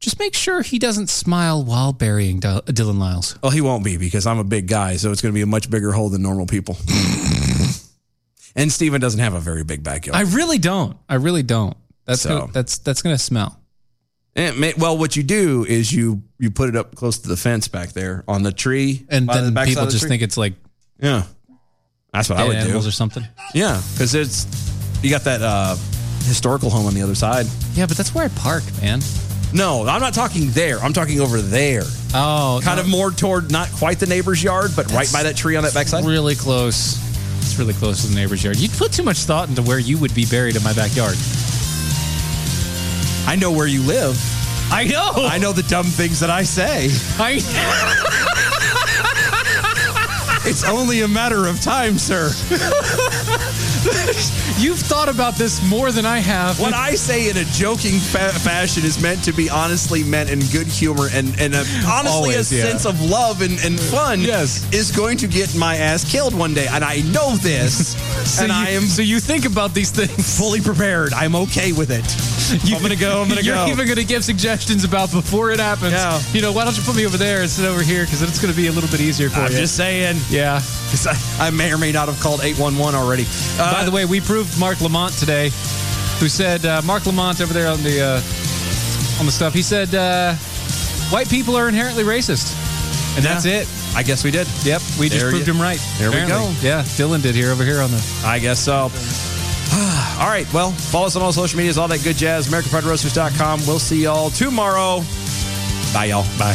[SPEAKER 4] just make sure he doesn't smile while burying Dil- Dylan Lyles.
[SPEAKER 3] Oh, he won't be because I'm a big guy, so it's going to be a much bigger hole than normal people. (laughs) and Steven doesn't have a very big backyard.
[SPEAKER 4] I really don't. I really don't. That's
[SPEAKER 3] So.
[SPEAKER 4] gonna, that's that's gonna smell.
[SPEAKER 3] And it may, well, what you do is you you put it up close to the fence back there on the tree,
[SPEAKER 4] And
[SPEAKER 3] by the
[SPEAKER 4] then
[SPEAKER 3] backside
[SPEAKER 4] people
[SPEAKER 3] of the
[SPEAKER 4] just
[SPEAKER 3] tree.
[SPEAKER 4] think it's like
[SPEAKER 3] yeah, that's what I
[SPEAKER 4] dead
[SPEAKER 3] would do
[SPEAKER 4] animals or something.
[SPEAKER 3] Yeah, because it's you got that uh, historical home on the other side.
[SPEAKER 4] Yeah, but that's where I park, man.
[SPEAKER 3] No, I'm not talking there. I'm talking over there.
[SPEAKER 4] Oh,
[SPEAKER 3] kind of more toward not quite the neighbor's yard, but right by that tree on that backside.
[SPEAKER 4] Really close. It's really close to the neighbor's yard. You put too much thought into where you would be buried in my backyard.
[SPEAKER 3] I know where you live.
[SPEAKER 4] I know.
[SPEAKER 3] I know the dumb things that I say.
[SPEAKER 4] I.
[SPEAKER 3] it's only a matter of
[SPEAKER 4] (laughs)
[SPEAKER 3] time, sir.
[SPEAKER 4] You've thought about this more than I have.
[SPEAKER 3] What
[SPEAKER 4] (laughs)
[SPEAKER 3] I say in a joking fa- fashion is meant to be honestly meant in good humor and and a, honestly
[SPEAKER 4] Always,
[SPEAKER 3] a
[SPEAKER 4] yeah.
[SPEAKER 3] sense of love and, and fun. Yes, is going to get my ass killed one day, and I know this.
[SPEAKER 4] (laughs) So
[SPEAKER 3] and
[SPEAKER 4] you-
[SPEAKER 3] I am
[SPEAKER 4] so you think about these things
[SPEAKER 3] fully prepared. I'm okay with it. I'm gonna go. I'm gonna
[SPEAKER 4] You're
[SPEAKER 3] go.
[SPEAKER 4] even going to give suggestions about before it happens.
[SPEAKER 3] Yeah.
[SPEAKER 4] You know, why don't you put me over there instead of over here? Because it's going to be a little bit easier for
[SPEAKER 3] I'm
[SPEAKER 4] you.
[SPEAKER 3] just saying.
[SPEAKER 4] Yeah.
[SPEAKER 3] 'Cause I, I may or may not have called 811 already. Uh,
[SPEAKER 4] By the way, we proved Mark Lamont today, who said uh, Mark Lamont over there on the uh, on the stuff. He said uh, white people are inherently racist, and that's
[SPEAKER 3] Yeah.
[SPEAKER 4] it.
[SPEAKER 3] I guess we did.
[SPEAKER 4] Yep, we just
[SPEAKER 3] There
[SPEAKER 4] proved
[SPEAKER 3] you-
[SPEAKER 4] him right.
[SPEAKER 3] There we
[SPEAKER 4] apparently.
[SPEAKER 3] go.
[SPEAKER 4] Yeah, Dylan did here over here on the.
[SPEAKER 3] I guess so. (sighs) all right. Well, follow us on all social medias, all that good jazz, AmericanPrideRoasters.com. We'll see y'all tomorrow. Bye, y'all. Bye.